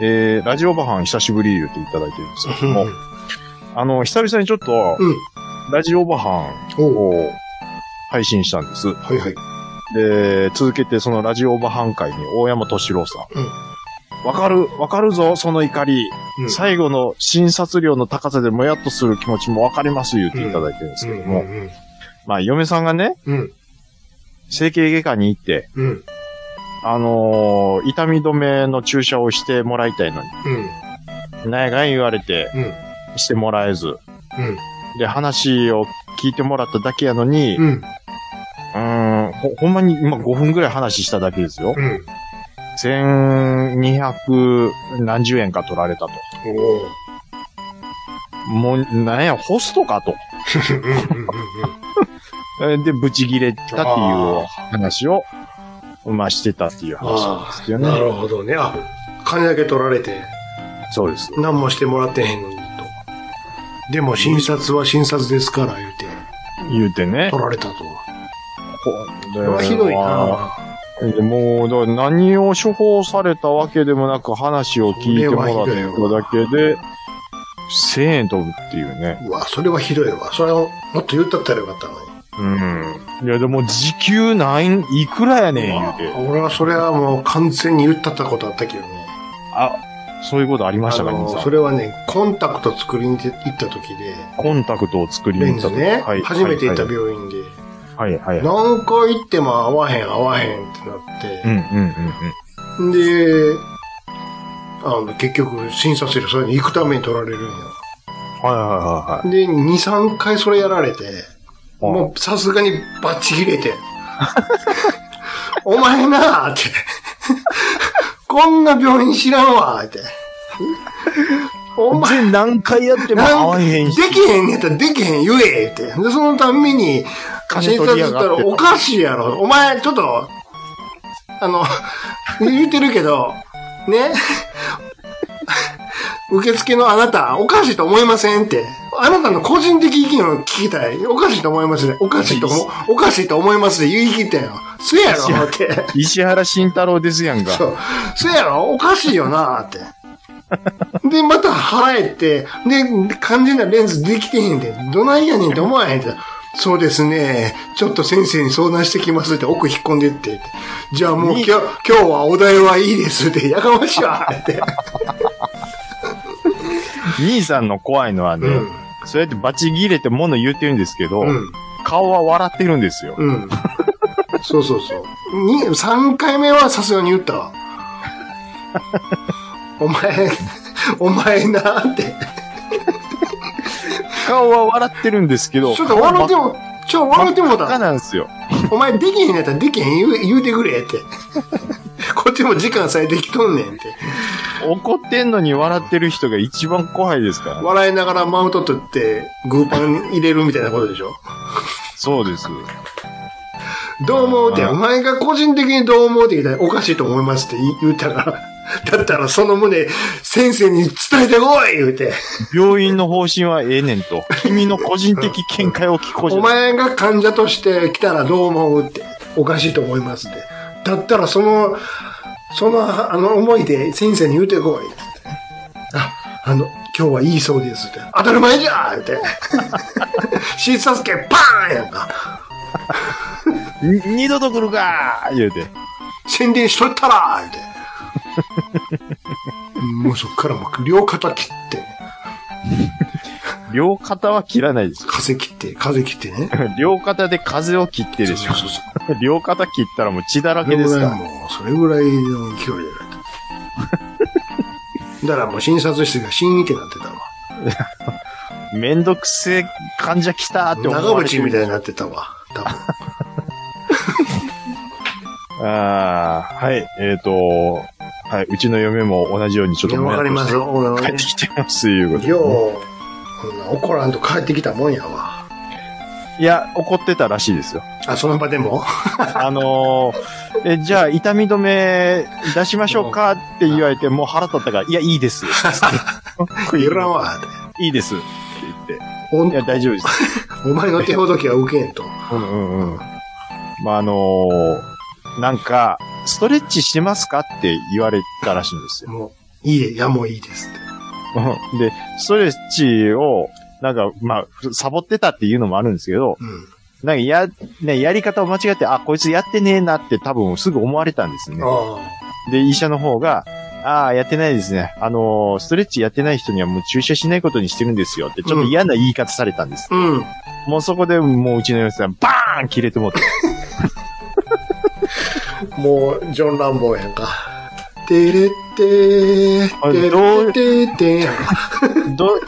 [SPEAKER 4] えー、ラジオバハン久しぶり言っていただいてるんですけども、あの、久々にちょっと、
[SPEAKER 1] うん
[SPEAKER 4] ラジオバハン
[SPEAKER 1] おう
[SPEAKER 4] を配信したんです。
[SPEAKER 1] はいはい。
[SPEAKER 4] で、続けてそのラジオバハン会に大山敏郎さん。
[SPEAKER 1] う
[SPEAKER 4] わかる、わかるぞ、その怒り。
[SPEAKER 1] うん
[SPEAKER 4] 最後の診察料の高さでもやっとする気持ちもわかります言っていただいてるんですけども、
[SPEAKER 1] うんうん
[SPEAKER 4] まあ、嫁さんがね、
[SPEAKER 1] うん。
[SPEAKER 4] 整形外科に行って、
[SPEAKER 1] うん。うん。
[SPEAKER 4] あのー痛み止めの注射をしてもらいたいのに、
[SPEAKER 1] うん。
[SPEAKER 4] なんやかん言われて、
[SPEAKER 1] うん。
[SPEAKER 4] してもらえず、
[SPEAKER 1] うん。
[SPEAKER 4] で、話を聞いてもらっただけやのに、
[SPEAKER 1] う。
[SPEAKER 4] うんーん、ほほんまに今5分ぐらい話しただけですよ。
[SPEAKER 1] うん。
[SPEAKER 4] 1200何十円か取られたと。
[SPEAKER 1] おう
[SPEAKER 4] もう、なんや、ホストかと。
[SPEAKER 1] うんうんうん
[SPEAKER 4] えで、ブチギレたっていう
[SPEAKER 1] あー
[SPEAKER 4] 話を、まあ、してたっていう話なんですよ
[SPEAKER 1] うん。な
[SPEAKER 4] ね。
[SPEAKER 1] るほどね。あ、金だけ取られて、
[SPEAKER 4] そうです。
[SPEAKER 1] 何もしてもらってへんのにと。でも、診察は診察ですから、言うて、
[SPEAKER 4] 言うてね。
[SPEAKER 1] 取られたと。
[SPEAKER 4] こ
[SPEAKER 1] それはひどい
[SPEAKER 4] あ
[SPEAKER 1] な
[SPEAKER 4] ーもう、だから何を処方されたわけでもなく話を聞いてもらっただけで、1000円飛ぶっていうね。
[SPEAKER 1] うわ、それはひどいわ。それをもっと言ったったらよかったのに。
[SPEAKER 4] うん。いや、でも時給なん、いくらやねん、言う
[SPEAKER 1] う
[SPEAKER 4] て。
[SPEAKER 1] わ俺はそれはもう完全に言ったったことあったけどね。
[SPEAKER 4] あ、そういうことありましたか、
[SPEAKER 1] あの
[SPEAKER 4] 兄さん。
[SPEAKER 1] それはね、コンタクト作りに行った時で、
[SPEAKER 4] コンタクトを作りに
[SPEAKER 1] レ
[SPEAKER 4] 行
[SPEAKER 1] ン
[SPEAKER 4] った
[SPEAKER 1] ズ
[SPEAKER 4] と
[SPEAKER 1] ね、
[SPEAKER 4] はい
[SPEAKER 1] 初めて行った
[SPEAKER 4] はい
[SPEAKER 1] 病院で、
[SPEAKER 4] はい、はい。はい
[SPEAKER 1] 何回行っても合わへん合わへんってなって
[SPEAKER 4] うん、、うん、うん、
[SPEAKER 1] で、あの、結局、診察する、それに行くために取られるんや。
[SPEAKER 4] うん。はい、は
[SPEAKER 1] で、2、3回それやられて、
[SPEAKER 4] い、はい、はい
[SPEAKER 1] もうさすがにバッチ切れて、 お前なあって、 こんな病院知らんわって。お前
[SPEAKER 4] 全然何回やっても合わへんし
[SPEAKER 1] で。きへんねやったらできへん言えって。で、そのたんびに、
[SPEAKER 4] 金
[SPEAKER 1] 診
[SPEAKER 4] 取り
[SPEAKER 1] 察し
[SPEAKER 4] や
[SPEAKER 1] た
[SPEAKER 4] が
[SPEAKER 1] ら
[SPEAKER 4] って
[SPEAKER 1] おかしいやろ。お前、ちょっと、あの、 言ってるけど、ね。 受付のあなた、おかしいと思いませんって。あなたの個人的意見を聞きたい。おかしいと思いますね。おかしいと思、おかしいと思いますって言い切ったよ。そやろって。
[SPEAKER 4] 石原慎太郎ですやん
[SPEAKER 1] そ
[SPEAKER 4] か。
[SPEAKER 1] う。そやろおかしいよなって。で、また払えて、で、完全なレンズできてへんで、どないやねんって思わへんって。そうですね。ちょっと先生に相談してきますって奥引っ込んでって。じゃあもう今日、今日はお題はいいですって、やかましいわって。
[SPEAKER 4] 兄さんの怖いのはね、
[SPEAKER 1] うん。
[SPEAKER 4] そうやってバチ切れて物言ってるんですけど、
[SPEAKER 1] うん。
[SPEAKER 4] 顔は笑ってるんですよ。
[SPEAKER 1] うん。そうそうそう。に、3回目はさすがに言ったわ。お前、お前なって。
[SPEAKER 4] 顔は笑ってるんですけど、
[SPEAKER 1] ちょっと笑って
[SPEAKER 4] も
[SPEAKER 1] も、ちょ、笑ってもうた。
[SPEAKER 4] なんですよ。
[SPEAKER 1] お前できへん やったらできへん言う言うてくれって。こっちも時間さえできとんねんって。
[SPEAKER 4] 怒ってんのに笑ってる人が一番怖いですから。
[SPEAKER 1] 笑いながらマウント取って、グーパン入れるみたいなことでしょ
[SPEAKER 4] そうです。
[SPEAKER 1] どう思うって、
[SPEAKER 4] あー
[SPEAKER 1] お前が個人的にどう思うって言ったらおかしいと思いますって言ったから、 だったらその旨、先生に伝えてこい言うて。
[SPEAKER 4] 病院の方針はええねんと。君の個人的見解を聞こうじ
[SPEAKER 1] お
[SPEAKER 4] ゃない。
[SPEAKER 1] 前が患者として来たらどう思うって、おかしいと思いますって。だったらその、その、あの思いで先生に言うてこい。あ、あの、今日はいいそうですって。当たり前じゃーって。診察券パーンやんか。
[SPEAKER 4] に二度と来るかー言うて。
[SPEAKER 1] 宣伝しとったら ーって。もうそっからもう両肩切って、
[SPEAKER 4] 両肩は切らないです。
[SPEAKER 1] 風切って、風切ってね。
[SPEAKER 4] 両肩で風を切ってでしょ。
[SPEAKER 1] そうそうそう
[SPEAKER 4] 両肩切ったらもう血だら
[SPEAKER 1] それ
[SPEAKER 4] けで
[SPEAKER 1] ぐ
[SPEAKER 4] す
[SPEAKER 1] ら
[SPEAKER 4] から
[SPEAKER 1] い。もう、それぐらいの勢いでやられた。だ からもう診察室が新ってなってたわ。
[SPEAKER 4] めんどくせえ患者来たーって思
[SPEAKER 1] 長
[SPEAKER 4] われて
[SPEAKER 1] 渕
[SPEAKER 4] る
[SPEAKER 1] みたいになってたわ。多分。
[SPEAKER 4] ああ、はい、えっ、と、はい、うちの嫁も同じようにちょっ
[SPEAKER 1] いや、
[SPEAKER 4] と。
[SPEAKER 1] わかります。。俺
[SPEAKER 4] 帰ってきてます、いうことで
[SPEAKER 1] よう、こんな怒らんと帰ってきたもんやわ。
[SPEAKER 4] いや、怒ってたらしいです よ。
[SPEAKER 1] あ、その場 でも
[SPEAKER 4] あのー、え、じゃあ、痛み止め出しましょうかって言われて、もう腹立ったから、いや、いい です。
[SPEAKER 1] いらんわ。
[SPEAKER 4] いいです。って言っ
[SPEAKER 1] お
[SPEAKER 4] て。いや、大丈夫です。
[SPEAKER 1] お前の手ほどきは受けんと。
[SPEAKER 4] うんうんうん。まあ、あのー、なんか、ストレッチしてますかって言われたらしいんですよ。
[SPEAKER 1] もう、いいえ、いや、もういいですって。
[SPEAKER 4] うんで、ストレッチを、なんか、まあ、サボってたっていうのもあるんですけど、
[SPEAKER 1] うん。
[SPEAKER 4] なんかや、ね、やり方を間違って、あ、こいつやってねえなって多分すぐ思われたんですね。
[SPEAKER 1] あ
[SPEAKER 4] で、医者の方が、ああ、やってないですね。あのーストレッチやってない人にはもう注射しないことにしてるんですよって、ちょっと嫌な言い方されたんです。
[SPEAKER 1] あ。うん。
[SPEAKER 4] もうそこでもううちの様子はバーン切れてもって。
[SPEAKER 1] もう、ジョン・ランボーやんか。てれってー、
[SPEAKER 4] あ
[SPEAKER 1] てれ
[SPEAKER 4] どう
[SPEAKER 1] ってーてー
[SPEAKER 4] ど、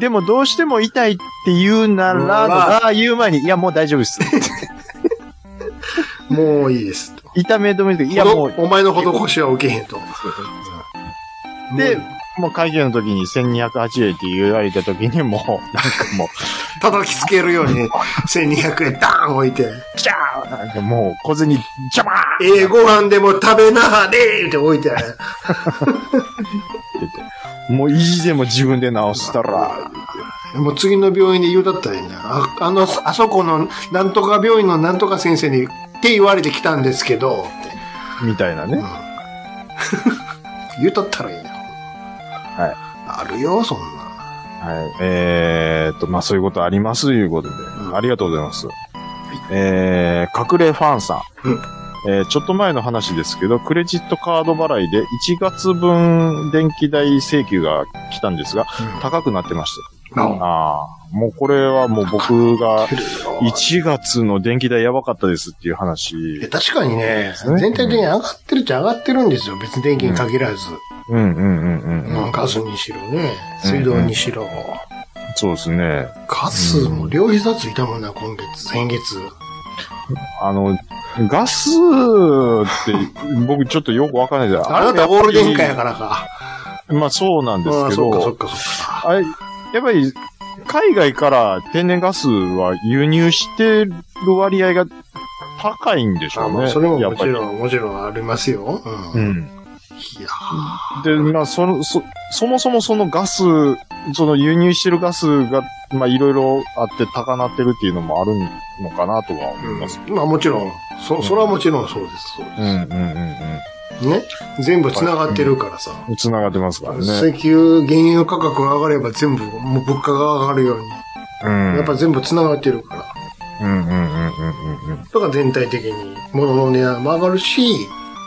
[SPEAKER 4] でもどうしても痛いって言うなら、
[SPEAKER 1] うわ
[SPEAKER 4] ああ、言う前に、いや、もう大丈夫です。
[SPEAKER 1] もういいですと。
[SPEAKER 4] 痛め止めて、いや、
[SPEAKER 1] ほど
[SPEAKER 4] もう、
[SPEAKER 1] お前の施しは受けへんと。
[SPEAKER 4] で
[SPEAKER 1] もう、
[SPEAKER 4] もう会計の時に1280円って言われた時にもう、 なんかもう、
[SPEAKER 1] 叩きつけるように、1200円ダーン置いて、
[SPEAKER 4] じゃーなんかもう、小銭、ジャバーン
[SPEAKER 1] ええご飯でも食べなはれって置いて、
[SPEAKER 4] もう意地でも自分で直したら、
[SPEAKER 1] もう次の病院で言うだったらいいんだよ。ああの、あそこの、なんとか病院のなんとか先生に、って言われてきたんですけど、って
[SPEAKER 4] みたいなね。
[SPEAKER 1] 言うだったらいいよ。
[SPEAKER 4] い
[SPEAKER 1] はい。あるよ、そんな。
[SPEAKER 4] はい。えーっと、まあ、そういうことありますということで、
[SPEAKER 1] ん
[SPEAKER 4] ありがとうございます。えー、隠れファンさん。
[SPEAKER 1] うん
[SPEAKER 4] えーちょっと前の話ですけど、クレジットカード払いで1月分電気代請求が来たんですが、高くなってました。
[SPEAKER 1] うん
[SPEAKER 4] ああ、もうこれはもう僕 が
[SPEAKER 1] い
[SPEAKER 4] 1月の電気代やばかったですっていう話。
[SPEAKER 1] や確かにね
[SPEAKER 4] う、ね
[SPEAKER 1] 全体的に上がってるっちゃ上がってるんですよ。別に電気に限らず。
[SPEAKER 4] うんうんうんうんうん。
[SPEAKER 1] ガスにしろね、水道にしろ。
[SPEAKER 4] そうですね。
[SPEAKER 1] ガスも両膝ついたもんな、今月、先月。
[SPEAKER 4] あの、ガスって、僕ちょっとよくわかんないです
[SPEAKER 1] あなたゴールデン化やからか。
[SPEAKER 4] まあそうなんで
[SPEAKER 1] あ
[SPEAKER 4] す
[SPEAKER 1] あ、
[SPEAKER 4] け
[SPEAKER 1] そっかそっ
[SPEAKER 4] ど、
[SPEAKER 1] かそっか。
[SPEAKER 4] あれ、やっぱり、海外から天然ガスは輸入してる割合が高いんでしょ
[SPEAKER 1] あ
[SPEAKER 4] う
[SPEAKER 1] まあ、
[SPEAKER 4] ね。
[SPEAKER 1] それももち
[SPEAKER 4] やっ
[SPEAKER 1] ろん、もちろんありますよ。
[SPEAKER 4] ぱ
[SPEAKER 1] う。
[SPEAKER 4] り。うん
[SPEAKER 1] い
[SPEAKER 4] ん。
[SPEAKER 1] や、
[SPEAKER 4] で、まあ、その、そ、そもそもそのガス、その輸入してるガスが、まあいろいろあって高なってるっていうのもあるのかなとは思います。
[SPEAKER 1] うんまあもちろん、そ、それはもちろんそうです、そう
[SPEAKER 4] うん、うん、
[SPEAKER 1] で
[SPEAKER 4] うん、う
[SPEAKER 1] す。ね全部繋がってるからさ。
[SPEAKER 4] ん。繋がってますから
[SPEAKER 1] 石
[SPEAKER 4] ね。
[SPEAKER 1] 油、原油価格が上がれば全部、もう物価が上がるように。
[SPEAKER 4] うん。
[SPEAKER 1] やっぱ全部繋がってるから。
[SPEAKER 4] うん、うん、うん、うん、うん。
[SPEAKER 1] だから全体的に物の値段も上がるし、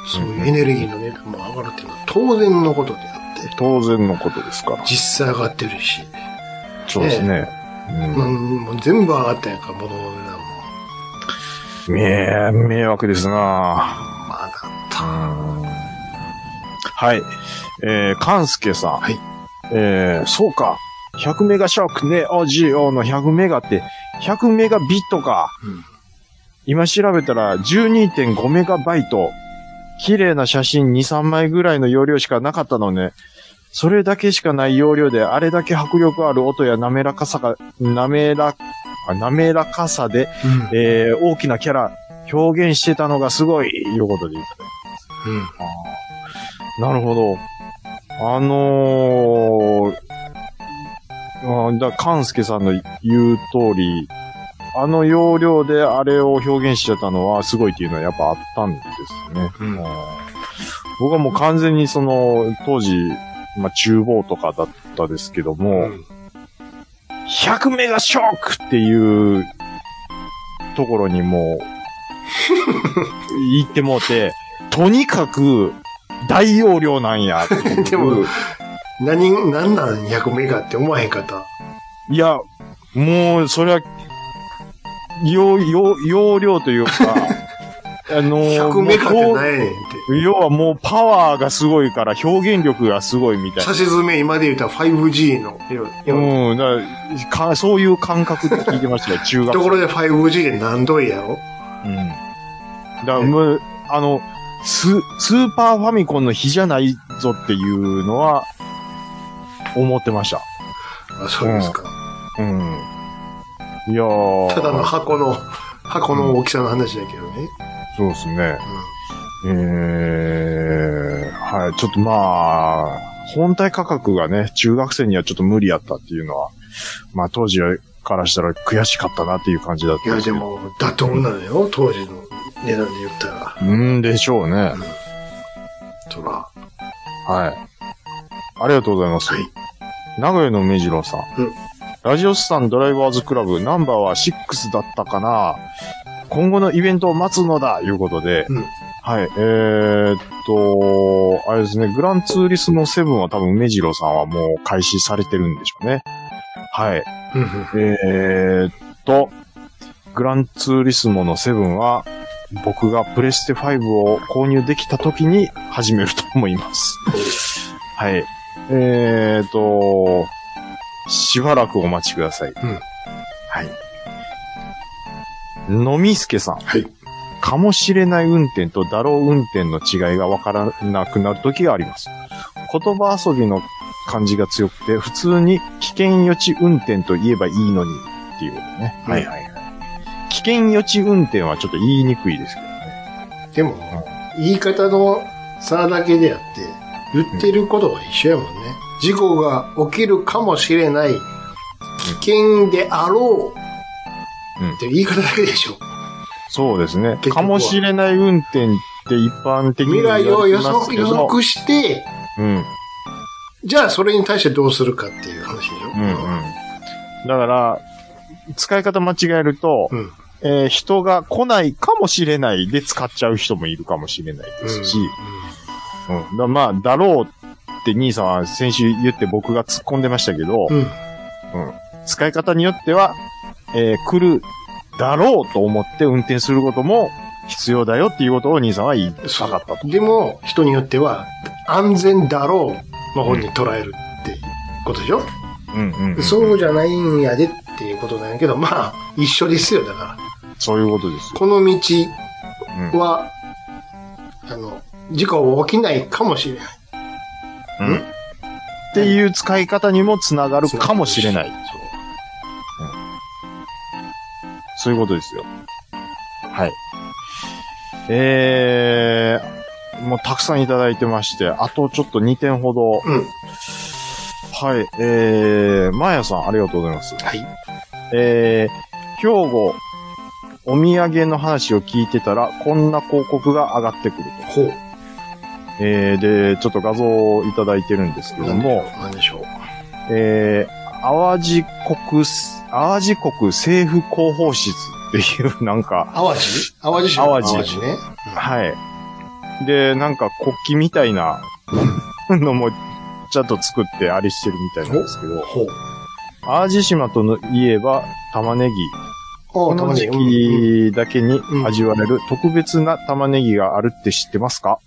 [SPEAKER 1] そういうエネルギーの値段も上がるっていうのは当然のことであって、
[SPEAKER 4] 当然のことですから。
[SPEAKER 1] 実際上がってるし、
[SPEAKER 4] そうですね。
[SPEAKER 1] まあ、もう全部上がったんやから、物の値段も。
[SPEAKER 4] うん。迷迷惑ですなぁ。
[SPEAKER 1] まあな、
[SPEAKER 4] はい。えー、かんすけさん。
[SPEAKER 1] はい
[SPEAKER 4] えー、そうか。100メガショックね、オジオの100メガって、100メガビットか。
[SPEAKER 1] うん
[SPEAKER 4] 今調べたら12.5メガバイト。綺麗な写真2、3枚ぐらいの容量しかなかったのね。それだけしかない容量で、あれだけ迫力ある音や滑らかさが、滑ら、あ滑らかさで、えー大きなキャラ、表現してたのがすごい、いうことで言った。なるほど。あのー、あーだカンスケさんの言う通り、あの要領であれを表現してたのはすごいっていうのはやっぱあったんですね。
[SPEAKER 1] うん
[SPEAKER 4] あー僕はもう完全にその、当時、まあ、厨房とかだったですけども、
[SPEAKER 1] うん
[SPEAKER 4] 100メガショックっていうところに もう、行ってもうて、とにかく大容量なんやっていう
[SPEAKER 1] でも何、何なの200メガって思わへんかった。
[SPEAKER 4] いや、もう、それは、よう、よう、容量という か、あのー
[SPEAKER 1] 100メガって
[SPEAKER 4] もうこ
[SPEAKER 1] 何やねんって。
[SPEAKER 4] う要はもうパワーがすごいから表現力がすごいみたいな
[SPEAKER 1] 差。し詰め、今で言ったら 5G の。
[SPEAKER 4] うん、だからか、そういう感覚で聞いてました よ、中学
[SPEAKER 1] と
[SPEAKER 4] 生
[SPEAKER 1] ころで 5G で何度いやろ
[SPEAKER 4] うん。だからもう、あの、ス、スーパーファミコンの日じゃないぞっていうのは、思ってました。
[SPEAKER 1] あそうですか。
[SPEAKER 4] うん。いやー。
[SPEAKER 1] ただの箱の、箱の大きさの話だけどね。
[SPEAKER 4] そうですね。えー、はい、ちょっとまあ、本体価格がね、中学生にはちょっと無理やったっていうのは、まあ当時からしたら悔しかったなっていう感じだっ
[SPEAKER 1] い
[SPEAKER 4] たん
[SPEAKER 1] や、
[SPEAKER 4] すけ
[SPEAKER 1] で
[SPEAKER 4] ど。
[SPEAKER 1] も、妥当なのよ、当時の値段で言ったら。
[SPEAKER 4] うんでしょうね。はい。
[SPEAKER 1] そら。
[SPEAKER 4] ありがとうございます。
[SPEAKER 1] はい
[SPEAKER 4] 名古屋の目白さん。
[SPEAKER 1] うん
[SPEAKER 4] ラジオスさんドライバーズクラブ、ナンバーは6だったかな今後のイベントを待つのだいうことで、
[SPEAKER 1] うん
[SPEAKER 4] はい、えー、っと、あれですね、グランツーリスモ7は多分目白さんはもう開始されてるんでしょうね。はい、
[SPEAKER 1] うんうん
[SPEAKER 4] えー、っと、グランツーリスモの7は、僕がプレステ5を購入できた時に始めると思います。はい。えー、っと、しばらくお待ちください。はい。のみすけさん。
[SPEAKER 1] はい
[SPEAKER 4] かもしれない運転とだろう運転の違いがわからなくなる時があります。言葉遊びの感じが強くて、普通に危険予知運転と言えばいいのにっていうことね。
[SPEAKER 1] はい
[SPEAKER 4] はいはい。危険予知運転はちょっと言いにくいですけどね。
[SPEAKER 1] でも、言い方の差だけであって、言ってることは一緒やもんね。事故が起きるかもしれない、危険であろう、
[SPEAKER 4] うん
[SPEAKER 1] って言い方だけでしょ。
[SPEAKER 4] そうですね
[SPEAKER 1] 結。局は
[SPEAKER 4] かもしれない運転って一般的に
[SPEAKER 1] 未
[SPEAKER 4] 言われ
[SPEAKER 1] 来
[SPEAKER 4] て
[SPEAKER 1] を予
[SPEAKER 4] ます
[SPEAKER 1] 測
[SPEAKER 4] けど
[SPEAKER 1] 予測して、
[SPEAKER 4] うん。
[SPEAKER 1] じゃあそれに対してどうするかっていう話でしょ。
[SPEAKER 4] うんうん。だから、使い方間違えると、
[SPEAKER 1] うん
[SPEAKER 4] えー人が来ないかもしれないで使っちゃう人もいるかもしれないですし、うんだからまあ、だろうって兄さんは先週言って僕が突っ込んでましたけど、
[SPEAKER 1] うん。うん。
[SPEAKER 4] 使い方によっては、えー来るだろうと思って運転することも必要だよっていうことを兄さんは言いた
[SPEAKER 1] そう
[SPEAKER 4] かったと。
[SPEAKER 1] でも、人によっては、安全だろうの方に捉えるってことでしょ、
[SPEAKER 4] うんうん、うん。
[SPEAKER 1] そうじゃないんやでっていうことなんやけど、まあ、一緒ですよ、だから。
[SPEAKER 4] そういうことですよ。
[SPEAKER 1] この道は、あの、事故は起きないかもしれない。
[SPEAKER 4] うん。っていう使い方にもつながるかもしれない。
[SPEAKER 1] そ
[SPEAKER 4] そういうことですよ。はい。えー、もうたくさんいただいてまして、あとちょっと2点ほど。
[SPEAKER 1] う。うん。
[SPEAKER 4] はい。えー、まーやさん、ありがとうございます。
[SPEAKER 1] はい。
[SPEAKER 4] えー、兵庫、お土産の話を聞いてたら、こんな広告が上がってくると。
[SPEAKER 1] ほう。
[SPEAKER 4] えー、で、ちょっと画像をいただいてるんですけど
[SPEAKER 1] なんでしょう
[SPEAKER 4] も、。
[SPEAKER 1] なんでしょう。
[SPEAKER 4] えー、淡路国す、淡路国政府広報室っていう、なんか、
[SPEAKER 1] 淡路淡路市の
[SPEAKER 4] 淡路
[SPEAKER 1] 淡路ね。
[SPEAKER 4] はい。で、なんか国旗みたいな のもちゃんと作ってありしてるみたいなんですけど、
[SPEAKER 1] ほう。
[SPEAKER 4] 淡路島とのいえば玉ねぎ。こ
[SPEAKER 1] おう
[SPEAKER 4] の時
[SPEAKER 1] うん
[SPEAKER 4] 期だけに味わえる特別な玉ねぎがあるって知ってますか、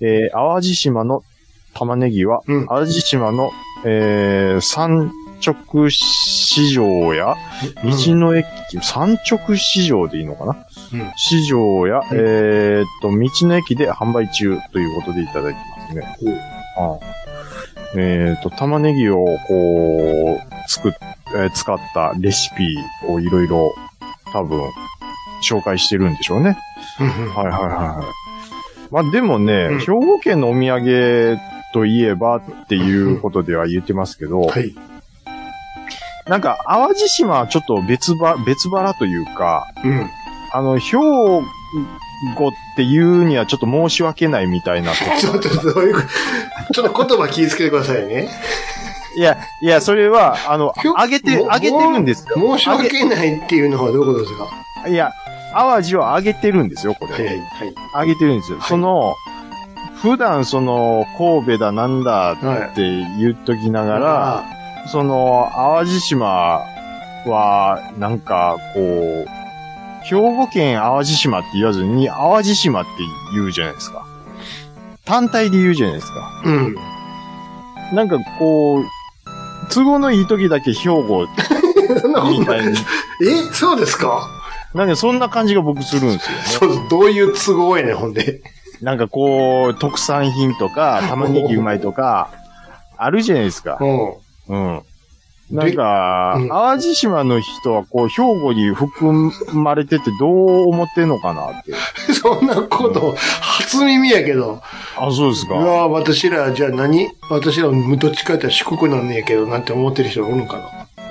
[SPEAKER 4] えー、淡路島の玉ねぎは、
[SPEAKER 1] うん
[SPEAKER 4] 淡路島の、えー、産直市場や、
[SPEAKER 1] うん
[SPEAKER 4] 道の駅、産直市場でいいのかな、
[SPEAKER 1] うん
[SPEAKER 4] 市場や、えーっと、道の駅で販売中ということでいただいてますね。ああえーっと、玉ねぎをこう、作っ、えー使ったレシピをいろいろ多分紹介してるんでしょうね。はいはいはいはい。まあでもね、
[SPEAKER 1] うん
[SPEAKER 4] 兵庫県のお土産といえばっていうことでは言ってますけど、
[SPEAKER 1] はい。
[SPEAKER 4] なんか淡路島はちょっと別ば、別腹というか、
[SPEAKER 1] うん。
[SPEAKER 4] あの、兵庫っていうにはちょっと申し訳ないみたいなとこ。
[SPEAKER 1] ちょっと、 そういう、ちょっと言葉気をつけてくださいね。
[SPEAKER 4] いや、いや、それは、あの、あげて、
[SPEAKER 1] も
[SPEAKER 4] あげてるんですよ。
[SPEAKER 1] 申し訳ないっていうのはどういうことですかはい
[SPEAKER 4] や、淡路はあげてるんですよ、これ。
[SPEAKER 1] いはいはい。
[SPEAKER 4] あげてるんですよ。
[SPEAKER 1] はい
[SPEAKER 4] その、普段その、神戸だなんだって言っときながら、
[SPEAKER 1] ら、
[SPEAKER 4] その、淡路島は、なんか、こう、兵庫県淡路島って言わずに、淡路島って言うじゃないですか。単体で言うじゃないですか。
[SPEAKER 1] うん。
[SPEAKER 4] なんかこう、都合のいい時だけ兵庫
[SPEAKER 1] そんなこと
[SPEAKER 4] み
[SPEAKER 1] な
[SPEAKER 4] た
[SPEAKER 1] い
[SPEAKER 4] いに、
[SPEAKER 1] えそうですか
[SPEAKER 4] なんかそんな感じが僕するんですよね。
[SPEAKER 1] そう、どういう都合やねん、ほんで。
[SPEAKER 4] なんかこう、特産品とか、玉ねぎうまいとか、あるじゃないですか
[SPEAKER 1] う。ん。
[SPEAKER 4] うん。なんか、
[SPEAKER 1] うん
[SPEAKER 4] 淡路島の人はこう、兵庫に含まれててどう思ってんのかなって。
[SPEAKER 1] そんなこと、初耳やけど。
[SPEAKER 4] あ、そうです
[SPEAKER 1] う
[SPEAKER 4] か。
[SPEAKER 1] わ私ら、じゃあ何私ら、どっちかやったら四国なんねやけど、なんて思ってる人おるんかな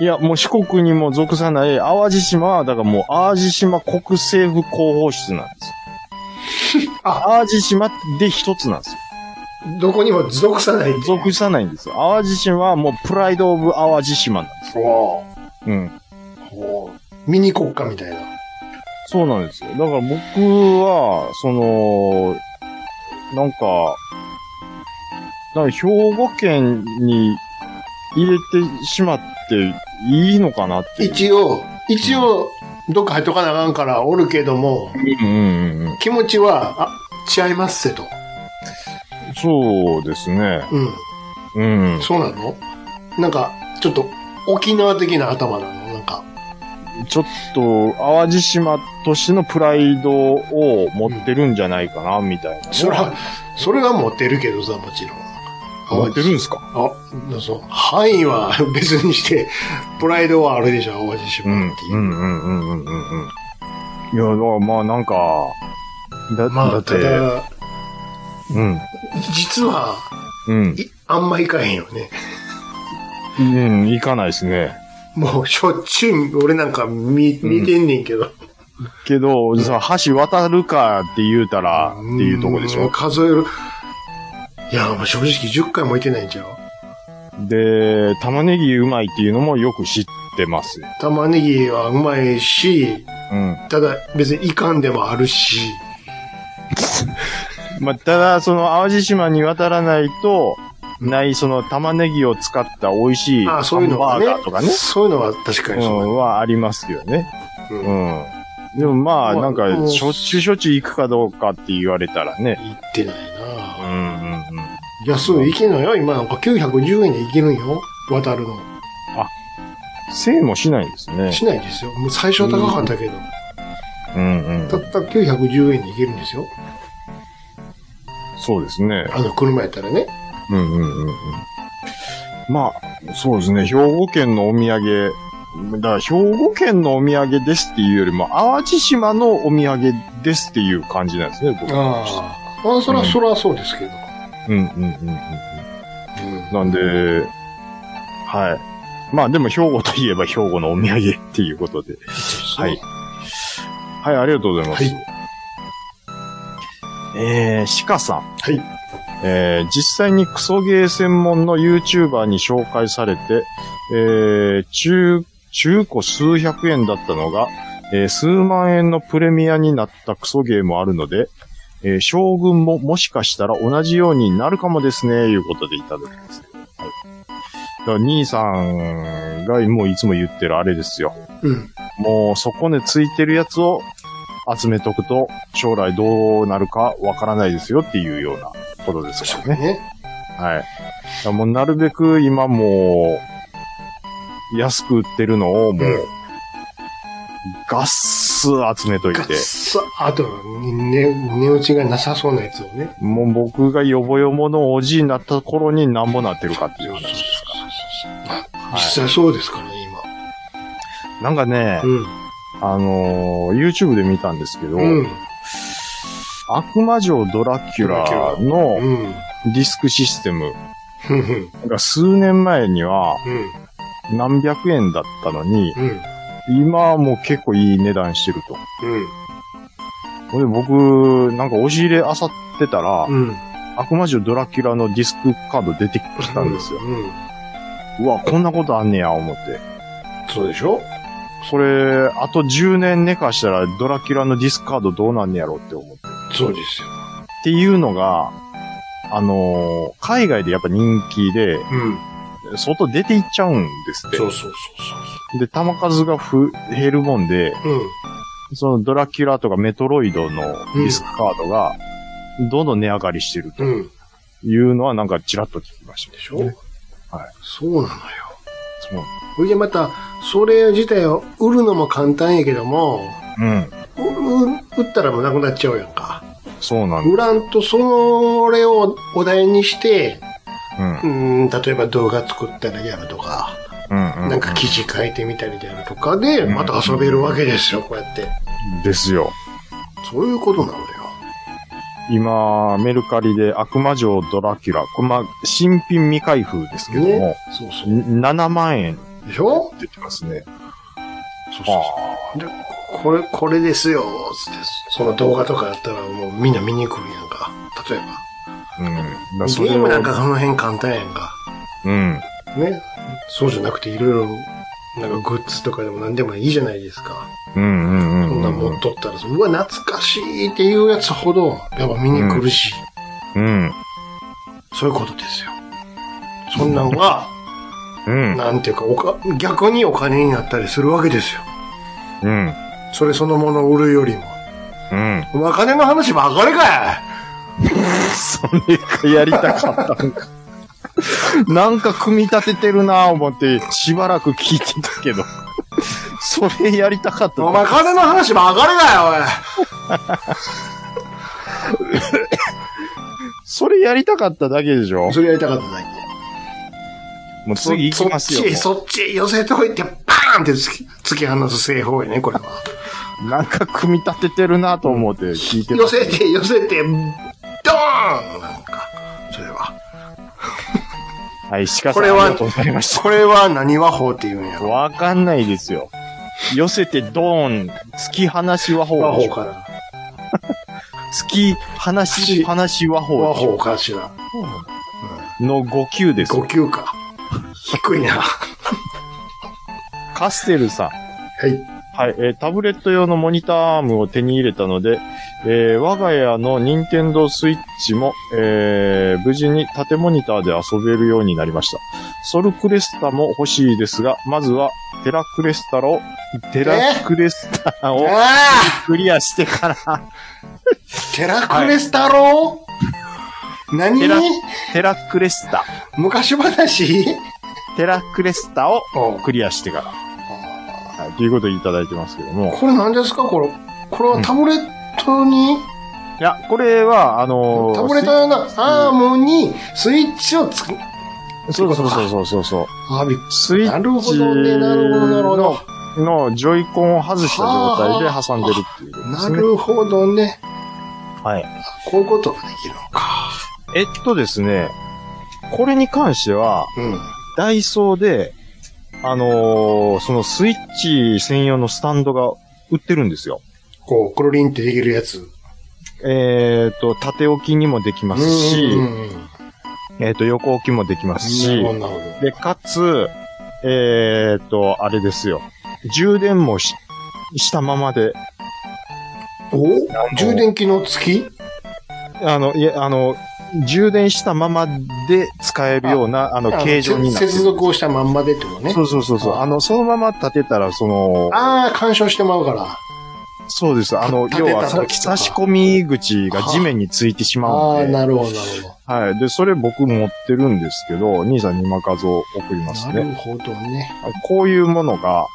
[SPEAKER 1] い
[SPEAKER 4] や、もう四国にも属さない、淡路島は、だからもう、淡路島国政府広報室なんですよ。
[SPEAKER 1] あ
[SPEAKER 4] 淡路島で一つなんですよ。
[SPEAKER 1] どこにも属さない。
[SPEAKER 4] 属さないんですよ。淡路島はもう、プライドオブ淡路島なんです
[SPEAKER 1] おー
[SPEAKER 4] よ。うん。
[SPEAKER 1] おーミニ国家みたいな。
[SPEAKER 4] そうなんですよ。だから僕は、その、なんか、なんか兵庫県に入れてしまっていいのかなっていう。
[SPEAKER 1] 一応、一応、どっか入っとかなあかんからおるけども、
[SPEAKER 4] うんうんうん。
[SPEAKER 1] 気持ちは、あ、違いますせと。
[SPEAKER 4] そうですね。
[SPEAKER 1] うん。
[SPEAKER 4] うん。
[SPEAKER 1] そうなのなんか、ちょっと、沖縄的な頭なのなんか。
[SPEAKER 4] ちょっと、淡路島としてのプライドを持ってるんじゃないかな、みたいな。
[SPEAKER 1] それは、それは持ってるけどさ、もちろん。
[SPEAKER 4] 持ってるんですか
[SPEAKER 1] あ、そう。範囲は 別にして、プライドはあるでしょ、淡路
[SPEAKER 4] う
[SPEAKER 1] 島
[SPEAKER 4] ん
[SPEAKER 1] っていうう。
[SPEAKER 4] んうんうんうんうんうん。いや、だからまあなんか、だ
[SPEAKER 1] ま
[SPEAKER 4] だ
[SPEAKER 1] あ、
[SPEAKER 4] ったて、
[SPEAKER 1] だ、
[SPEAKER 4] うん。
[SPEAKER 1] 実は、
[SPEAKER 4] うん。
[SPEAKER 1] いあんま行かへんよね。
[SPEAKER 4] うん、行かないですね。
[SPEAKER 1] もう、しょっちゅう、俺なんか見、
[SPEAKER 4] ん
[SPEAKER 1] 見てんねんけど。
[SPEAKER 4] けど、さ、橋渡るかって言うたら、っていうとこでし
[SPEAKER 1] うん
[SPEAKER 4] ょ。
[SPEAKER 1] 数える。いや、もう正直10回も行ってないんちゃう
[SPEAKER 4] で、玉ねぎうまいっていうのもよく知ってます。
[SPEAKER 1] 玉ねぎはうまいし、
[SPEAKER 4] うん。
[SPEAKER 1] ただ別にいかんでもあるし、
[SPEAKER 4] まあ、ただ、その、淡路島に渡らないと、ない、その、玉ねぎを使った美味しい、
[SPEAKER 1] ああそういうのは
[SPEAKER 4] ハン
[SPEAKER 1] ね
[SPEAKER 4] バーガーとかね、
[SPEAKER 1] そういうのは確か
[SPEAKER 4] う
[SPEAKER 1] にそう、
[SPEAKER 4] ん、はありますけどね。
[SPEAKER 1] う
[SPEAKER 4] うんん。でもまあ、
[SPEAKER 1] まあ
[SPEAKER 4] なん
[SPEAKER 1] う
[SPEAKER 4] か、
[SPEAKER 1] ん
[SPEAKER 4] しょっちゅうしょっちゅう行くかどうかって言われたらね。
[SPEAKER 1] 行ってないな
[SPEAKER 4] うん
[SPEAKER 1] ぁ。
[SPEAKER 4] うんうん。
[SPEAKER 1] 安い、行けんのよ。今なんか910円で行けるんよ。渡るの。
[SPEAKER 4] せいもしないですね。
[SPEAKER 1] しないですよ。もう最初は高かったけど、
[SPEAKER 4] うんうん
[SPEAKER 1] た。った910円で行けるんですよ。
[SPEAKER 4] そうですね。
[SPEAKER 1] あの、車やったらね。
[SPEAKER 4] うんうんうんうん。まあ、そうですね。兵庫県のお土産、だから兵庫県のお土産ですっていうよりも、淡路島のお土産ですっていう感じなんですね、僕
[SPEAKER 1] あ。あ、そら、
[SPEAKER 4] うん
[SPEAKER 1] そらそうですけど。
[SPEAKER 4] うんうんうんうん。なんで、はい。まあでも兵庫といえば兵庫のお土産っていうことで。はい。はい、ありがとうございます。
[SPEAKER 1] はい
[SPEAKER 4] えー、鹿さん。
[SPEAKER 1] はい。
[SPEAKER 4] えー、実際にクソゲー専門の YouTuber に紹介されて、えー、中、中古数百円だったのが、えー数万円のプレミアになったクソゲーもあるので、えー将軍ももしかしたら同じようになるかもですね、いうことでいただきます。はい。だから兄さんがもういつも言ってるあれですよ。
[SPEAKER 1] うん。
[SPEAKER 4] もう、そこねついてるやつを集めとくと、将来どうなるかわからないですよっていうようなことですからね。
[SPEAKER 1] ね。
[SPEAKER 4] はい。だからもう、なるべく今もう、安く売ってるのをもう、ガッス集めといて
[SPEAKER 1] ガ、ッサあと、ね、値打ちがなさそうなやつをね。
[SPEAKER 4] もう僕がヨボヨボのおじいになった頃になんぼなってるかっていう話ですから。は
[SPEAKER 1] 実際そうですからね、
[SPEAKER 4] い。なんかね、
[SPEAKER 1] 今。
[SPEAKER 4] あのー YouTube で見たんですけど、
[SPEAKER 1] うん。うん。
[SPEAKER 4] 悪魔城ドラキュラの
[SPEAKER 1] うん。
[SPEAKER 4] ディスクシステム
[SPEAKER 1] うん。うん。
[SPEAKER 4] が数年前には
[SPEAKER 1] うん。
[SPEAKER 4] 何百円だったのに、
[SPEAKER 1] うん。
[SPEAKER 4] 今はもう結構いい値段してると。
[SPEAKER 1] うん。
[SPEAKER 4] ほんで僕、なんか押し入れ漁ってたら、
[SPEAKER 1] うん。
[SPEAKER 4] 悪魔城ドラキュラのディスクカード出てきたんですよ。
[SPEAKER 1] うん。
[SPEAKER 4] うわ、こんなことあんねや、思って。
[SPEAKER 1] そうでしょ
[SPEAKER 4] それ、あと10年寝かしたらドラキュラのディスクカードどうなんねやろって思って。
[SPEAKER 1] そうですよ。
[SPEAKER 4] っていうのが、あのー海外でやっぱ人気で、
[SPEAKER 1] うん。
[SPEAKER 4] 外出ていっちゃうんですって
[SPEAKER 1] そうそうそう。
[SPEAKER 4] で、弾数がふ減るもんで、
[SPEAKER 1] そう。うん。
[SPEAKER 4] そのドラキュラとかメトロイドのディスクカードが、どんどん値上がりしてると
[SPEAKER 1] うん。
[SPEAKER 4] いうのはなんかちらっと聞きました。
[SPEAKER 1] でしょはい
[SPEAKER 4] ね。
[SPEAKER 1] そうなのよ。
[SPEAKER 4] そう
[SPEAKER 1] それでまた、それ自体を売るのも簡単やけども、
[SPEAKER 4] うん。
[SPEAKER 1] うう売ったらもうなくなっちゃうやんか。
[SPEAKER 4] そうなん
[SPEAKER 1] 売らんと、それをお題にして、
[SPEAKER 4] うん。
[SPEAKER 1] うーん、例えば動画作ったりやるとか、
[SPEAKER 4] うん。う
[SPEAKER 1] なんか記事書いてみたりであるとかで、また遊べるわけですよ、こうやって。
[SPEAKER 4] ですよ。
[SPEAKER 1] そういうことなのよ。
[SPEAKER 4] 今、メルカリで悪魔城ドラキュラ、これまあ、新品未開封ですけども
[SPEAKER 1] ね、。そうそ
[SPEAKER 4] ん7万円
[SPEAKER 1] う。でしょ
[SPEAKER 4] 出てますね。
[SPEAKER 1] そうそうそう。で、これ、これですよ、つって、その動画とかやったらもうみんな見に来るやんか。例えば。
[SPEAKER 4] うん。だからそ
[SPEAKER 1] ゲ
[SPEAKER 4] れを
[SPEAKER 1] ームなんかその辺簡単やんか。
[SPEAKER 4] うん。
[SPEAKER 1] ね。そうじゃなくていろいろ、なんかグッズとかでも何でもいいじゃないですか。
[SPEAKER 4] うんうんうんうん。
[SPEAKER 1] そんなん持っとったら、うわ、懐かしいっていうやつほど、やっぱ見に来るし、
[SPEAKER 4] うん。
[SPEAKER 1] そういうことですよ。そんなんが、
[SPEAKER 4] うん。
[SPEAKER 1] なんていうか、おか、逆にお金になったりするわけですよ。
[SPEAKER 4] うん。
[SPEAKER 1] それそのものを売るよりも。
[SPEAKER 4] うん。
[SPEAKER 1] お前金の話ばっかりかい
[SPEAKER 4] それがやりたかったんか。なんか組み立ててるなぁ思って、しばらく聞いてたけど。それやりたかった。
[SPEAKER 1] お前金の話ばっかりかよ、
[SPEAKER 4] それやりたかっただけでしょ
[SPEAKER 1] おいそれやりたかっただけ。
[SPEAKER 4] もう次行きますよ
[SPEAKER 1] そっ。ち、そっち、寄せといて、バーンって突き、突き放す製法やね、これは。
[SPEAKER 4] もうなんか組み立ててるなぁと思って聞いてた
[SPEAKER 1] 寄。せて、寄せて、ドーンなんか、それは。
[SPEAKER 4] はい、しかし
[SPEAKER 1] こ
[SPEAKER 4] あ
[SPEAKER 1] れ
[SPEAKER 4] り
[SPEAKER 1] は
[SPEAKER 4] がとうございまし
[SPEAKER 1] これは何和法っていうんや
[SPEAKER 4] た。
[SPEAKER 1] ろ。
[SPEAKER 4] わかんないですよ。寄せてドーン、突き放し和
[SPEAKER 1] 和
[SPEAKER 4] 法で
[SPEAKER 1] 法
[SPEAKER 4] しょ。
[SPEAKER 1] かな。
[SPEAKER 4] 突き放し、放し和
[SPEAKER 1] 和
[SPEAKER 4] 法でし
[SPEAKER 1] 法かしら。
[SPEAKER 4] ょの5級ですよ。
[SPEAKER 1] 5級か。低いな。は
[SPEAKER 4] カステルさん。
[SPEAKER 1] い。
[SPEAKER 4] はい、えータブレット用のモニターアームを手に入れたので、えー我が家の任天堂スイッチも、えー無事に縦モニターで遊べるようになりました。ソルクレスタも欲しいですが、まずはテラクレスタを、テラクレスタを
[SPEAKER 1] ああ
[SPEAKER 4] クリアしてから、
[SPEAKER 1] テラクレス太郎、何
[SPEAKER 4] テラテラクレスタ、
[SPEAKER 1] 昔話
[SPEAKER 4] テラクレスタを
[SPEAKER 1] おう
[SPEAKER 4] クリアしてから、はい、ということでいただいてますけども。
[SPEAKER 1] これ何ですかこれ。これはタブレットに、
[SPEAKER 4] いや、これは、あのー
[SPEAKER 1] タブレット用のアームにスイッチをつく。
[SPEAKER 4] スイそうそうそうそうそうそう。
[SPEAKER 1] あ、びっく
[SPEAKER 4] スイ
[SPEAKER 1] り
[SPEAKER 4] ッチ
[SPEAKER 1] なるほどね、なるほど、なるほど。
[SPEAKER 4] のジョイコンを外した状態で挟んでるっていうことです
[SPEAKER 1] な
[SPEAKER 4] ね。
[SPEAKER 1] るほどね。
[SPEAKER 4] はい。
[SPEAKER 1] こういうことができるのか。
[SPEAKER 4] えっとですね、これに関しては、
[SPEAKER 1] うん。
[SPEAKER 4] ダイソーで、あのーそのスイッチ専用のスタンドが売ってるんですよ。
[SPEAKER 1] こう、クロリンってできるやつ。
[SPEAKER 4] えっ、と、縦置きにもできますし、
[SPEAKER 1] うん
[SPEAKER 4] えっ、と、横置きもできます
[SPEAKER 1] な
[SPEAKER 4] し
[SPEAKER 1] る、ほど、なるほ
[SPEAKER 4] で、かつ、えっ、と、あれですよ。充電もししたままで、
[SPEAKER 1] ど。お充電機能付き
[SPEAKER 4] あの、いや、あの、充電したままで使えるような、あの、形状になって
[SPEAKER 1] せ
[SPEAKER 4] る。
[SPEAKER 1] 接続をしたまんまでってことね
[SPEAKER 4] そ。うそうそうそう。あの、そのまま立てたら、その、
[SPEAKER 1] ああ、干渉してまうから。
[SPEAKER 4] そうです。あの、
[SPEAKER 1] 立て
[SPEAKER 4] 要
[SPEAKER 1] た
[SPEAKER 4] はさ、
[SPEAKER 1] 時とか
[SPEAKER 4] 差し込み口が地面についてしま
[SPEAKER 1] あ
[SPEAKER 4] う
[SPEAKER 1] あ、
[SPEAKER 4] んで。
[SPEAKER 1] なるほど、なるほ
[SPEAKER 4] はい。で、それ僕持ってるんですけど、兄さんに今画像送ります
[SPEAKER 1] ど。な
[SPEAKER 4] ね。
[SPEAKER 1] るほどね。
[SPEAKER 4] こういうものが、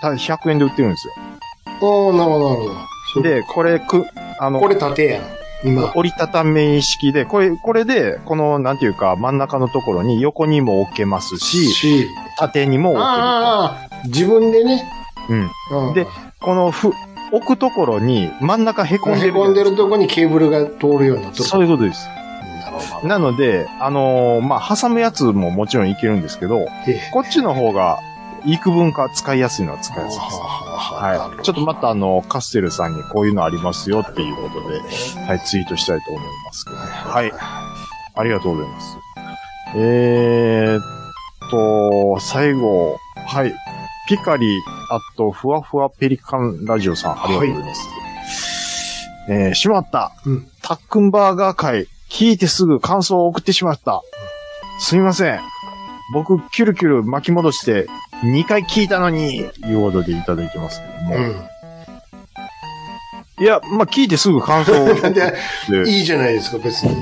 [SPEAKER 4] た100円で売ってるんですよ。
[SPEAKER 1] おおなるほど、なるほどそう。
[SPEAKER 4] で、これ、く、あの
[SPEAKER 1] こ、れ縦やん。今。
[SPEAKER 4] 折りたたみ式で、これ、これで、この、なんていうか、真ん中のところに横にも置けますし、
[SPEAKER 1] し。
[SPEAKER 4] 縦にも置
[SPEAKER 1] ああ、自分でね。
[SPEAKER 4] ける。うん。
[SPEAKER 1] うん。
[SPEAKER 4] でこのふ、置くところに真ん中凹んでる。
[SPEAKER 1] 凹んでるとこにケーブルが通るようになっとる。
[SPEAKER 4] そういうことです。
[SPEAKER 1] なるほど。
[SPEAKER 4] なので、あのーまあ、挟むやつももちろんいけるんですけど、
[SPEAKER 1] ええ
[SPEAKER 4] こっちの方が、幾分か使いやすいのは使い
[SPEAKER 1] は
[SPEAKER 4] やすいです。
[SPEAKER 1] あはあはあなるほ
[SPEAKER 4] はい。
[SPEAKER 1] ど
[SPEAKER 4] ちょっとまたあの、カステルさんにこういうのありますよっていうことで、はい、ツイートしたいと思いますけど。はい。ありがとうございます。えーっと、最後、はい。ピカリ、あと、ふわふわペリカンラジオさん、ありがとうございます。えー、しまった。
[SPEAKER 1] うん
[SPEAKER 4] タックンバーガー会、聞いてすぐ感想を送ってしまった。すみません。僕、キュルキュル巻き戻して、2回聞いたのに、いうことでいただいてますけども。いや、まあ、聞いてすぐ感想を送っ
[SPEAKER 1] うん。で、
[SPEAKER 4] て。
[SPEAKER 1] いいじゃないですか、別に。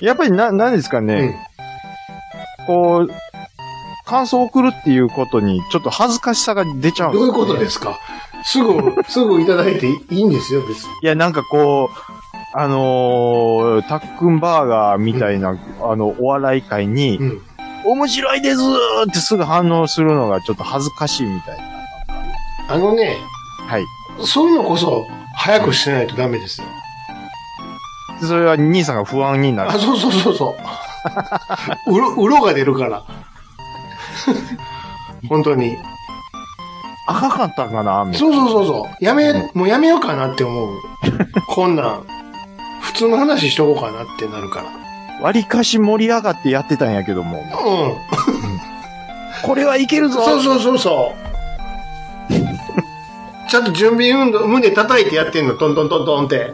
[SPEAKER 4] やっぱりな、何ですか
[SPEAKER 1] う
[SPEAKER 4] ね、
[SPEAKER 1] ん。
[SPEAKER 4] こう、感想を送るっていうことに、ちょっと恥ずかしさが出ちゃうん
[SPEAKER 1] どういうこと
[SPEAKER 4] すよね
[SPEAKER 1] ですかすぐ、すぐいただいていいんですよ、別に。
[SPEAKER 4] いや、なんかこう、あのー、タックンバーガーみたいな、あの、お笑い界に、
[SPEAKER 1] うん。
[SPEAKER 4] 面白いですーってすぐ反応するのがちょっと恥ずかしいみたいな。
[SPEAKER 1] あのね、
[SPEAKER 4] はい。
[SPEAKER 1] そういうのこそ、早くしてないとダメですよ。
[SPEAKER 4] でそれは兄さんが不安にな
[SPEAKER 1] あ、
[SPEAKER 4] る。
[SPEAKER 1] そうそうそうそう。うろ、うろが出 るから。本当に。
[SPEAKER 4] 赤かったんかなみたい
[SPEAKER 1] そうそうそうそう。やめ、もうやめようかなって 思う。こんなん。普通の話しとこうかなってなるから。
[SPEAKER 4] な。割かし盛り上がってやってたんやけども。
[SPEAKER 1] うん。
[SPEAKER 4] これはいけるぞ
[SPEAKER 1] そうそうそう そう。ちゃんと準備運動、胸叩いてやってんの、トントントントンって。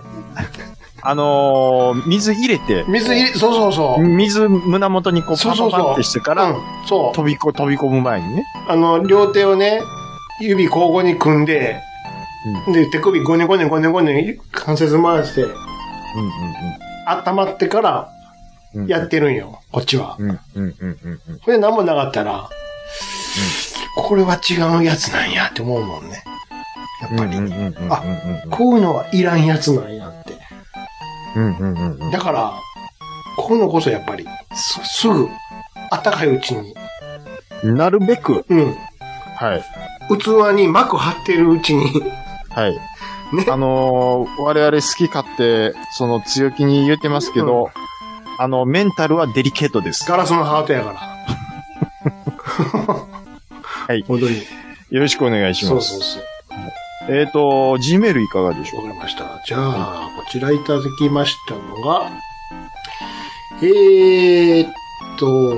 [SPEAKER 4] あのー、水入れて、
[SPEAKER 1] 水入れ、そうそうそう。
[SPEAKER 4] 水胸元にこう
[SPEAKER 1] そ
[SPEAKER 4] パ
[SPEAKER 1] うそ
[SPEAKER 4] パ
[SPEAKER 1] うそう
[SPEAKER 4] パってしてか
[SPEAKER 1] う
[SPEAKER 4] ら、
[SPEAKER 1] んそう。
[SPEAKER 4] 飛びこ、飛び込む前にね。
[SPEAKER 1] あの、両手をね、指交互に組んで、で、手首ゴネゴネゴネゴネ関節回して、
[SPEAKER 4] うんうん
[SPEAKER 1] 温まってから
[SPEAKER 4] うんうん。
[SPEAKER 1] やってるんよ、こっちは。
[SPEAKER 4] うんうんうんうんうん。
[SPEAKER 1] これ何もなかったら、これは違うやつなんやって思うもんね。やっぱり。あこういうのはいらんやつなんやって。
[SPEAKER 4] うんうんうんうん。
[SPEAKER 1] だから、こういうのこそやっぱり、すすぐ、あったかいうちに、
[SPEAKER 4] なるべく、
[SPEAKER 1] うん、
[SPEAKER 4] はい。
[SPEAKER 1] 器に膜張ってるうちに、
[SPEAKER 4] はい。あのー我々好き勝手、その強気に言ってますけど、あの、メンタルはデリケートです。
[SPEAKER 1] ガラスのハートやから。はい本当に。
[SPEAKER 4] よろしくお願いし
[SPEAKER 1] そ
[SPEAKER 4] ま
[SPEAKER 1] う
[SPEAKER 4] す。
[SPEAKER 1] そうそう。
[SPEAKER 4] えっ、と、G メールいかがでしょ
[SPEAKER 1] わ
[SPEAKER 4] う
[SPEAKER 1] かりました。じゃあ、こちらいただきましたのが、えーっと、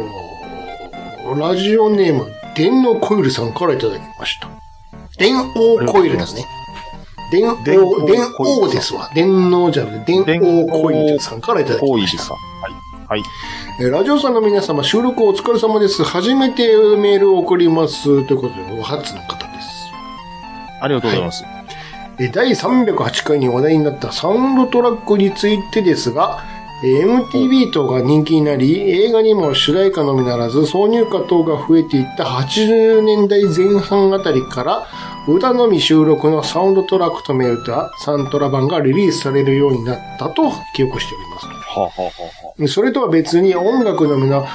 [SPEAKER 1] ラジオネーム、電脳コイルさんからいただきました。電王コイルですね。電王、電
[SPEAKER 4] 電王
[SPEAKER 1] 王ですわ。電脳じゃなくて、電王コイルさんからいただき
[SPEAKER 4] 多
[SPEAKER 1] ま
[SPEAKER 4] い
[SPEAKER 1] し
[SPEAKER 4] で
[SPEAKER 1] た
[SPEAKER 4] す。か
[SPEAKER 1] えーラジオさんの皆様、収録お疲れ様です。初めてメールを送ります。ということで、お初の方です。
[SPEAKER 4] ありがとうございます。
[SPEAKER 1] えー第308回に話題になったサウンドトラックについてですが、えー MTV 等が人気になり、映画にも主題歌のみならず、挿入歌等が増えていった80年代前半あたりから、歌のみ収録のサウンドトラックと銘打ったサントラ版がリリースされるようになったと記憶しております。
[SPEAKER 4] はあ、はあはあは
[SPEAKER 1] それとは別に音楽のみの、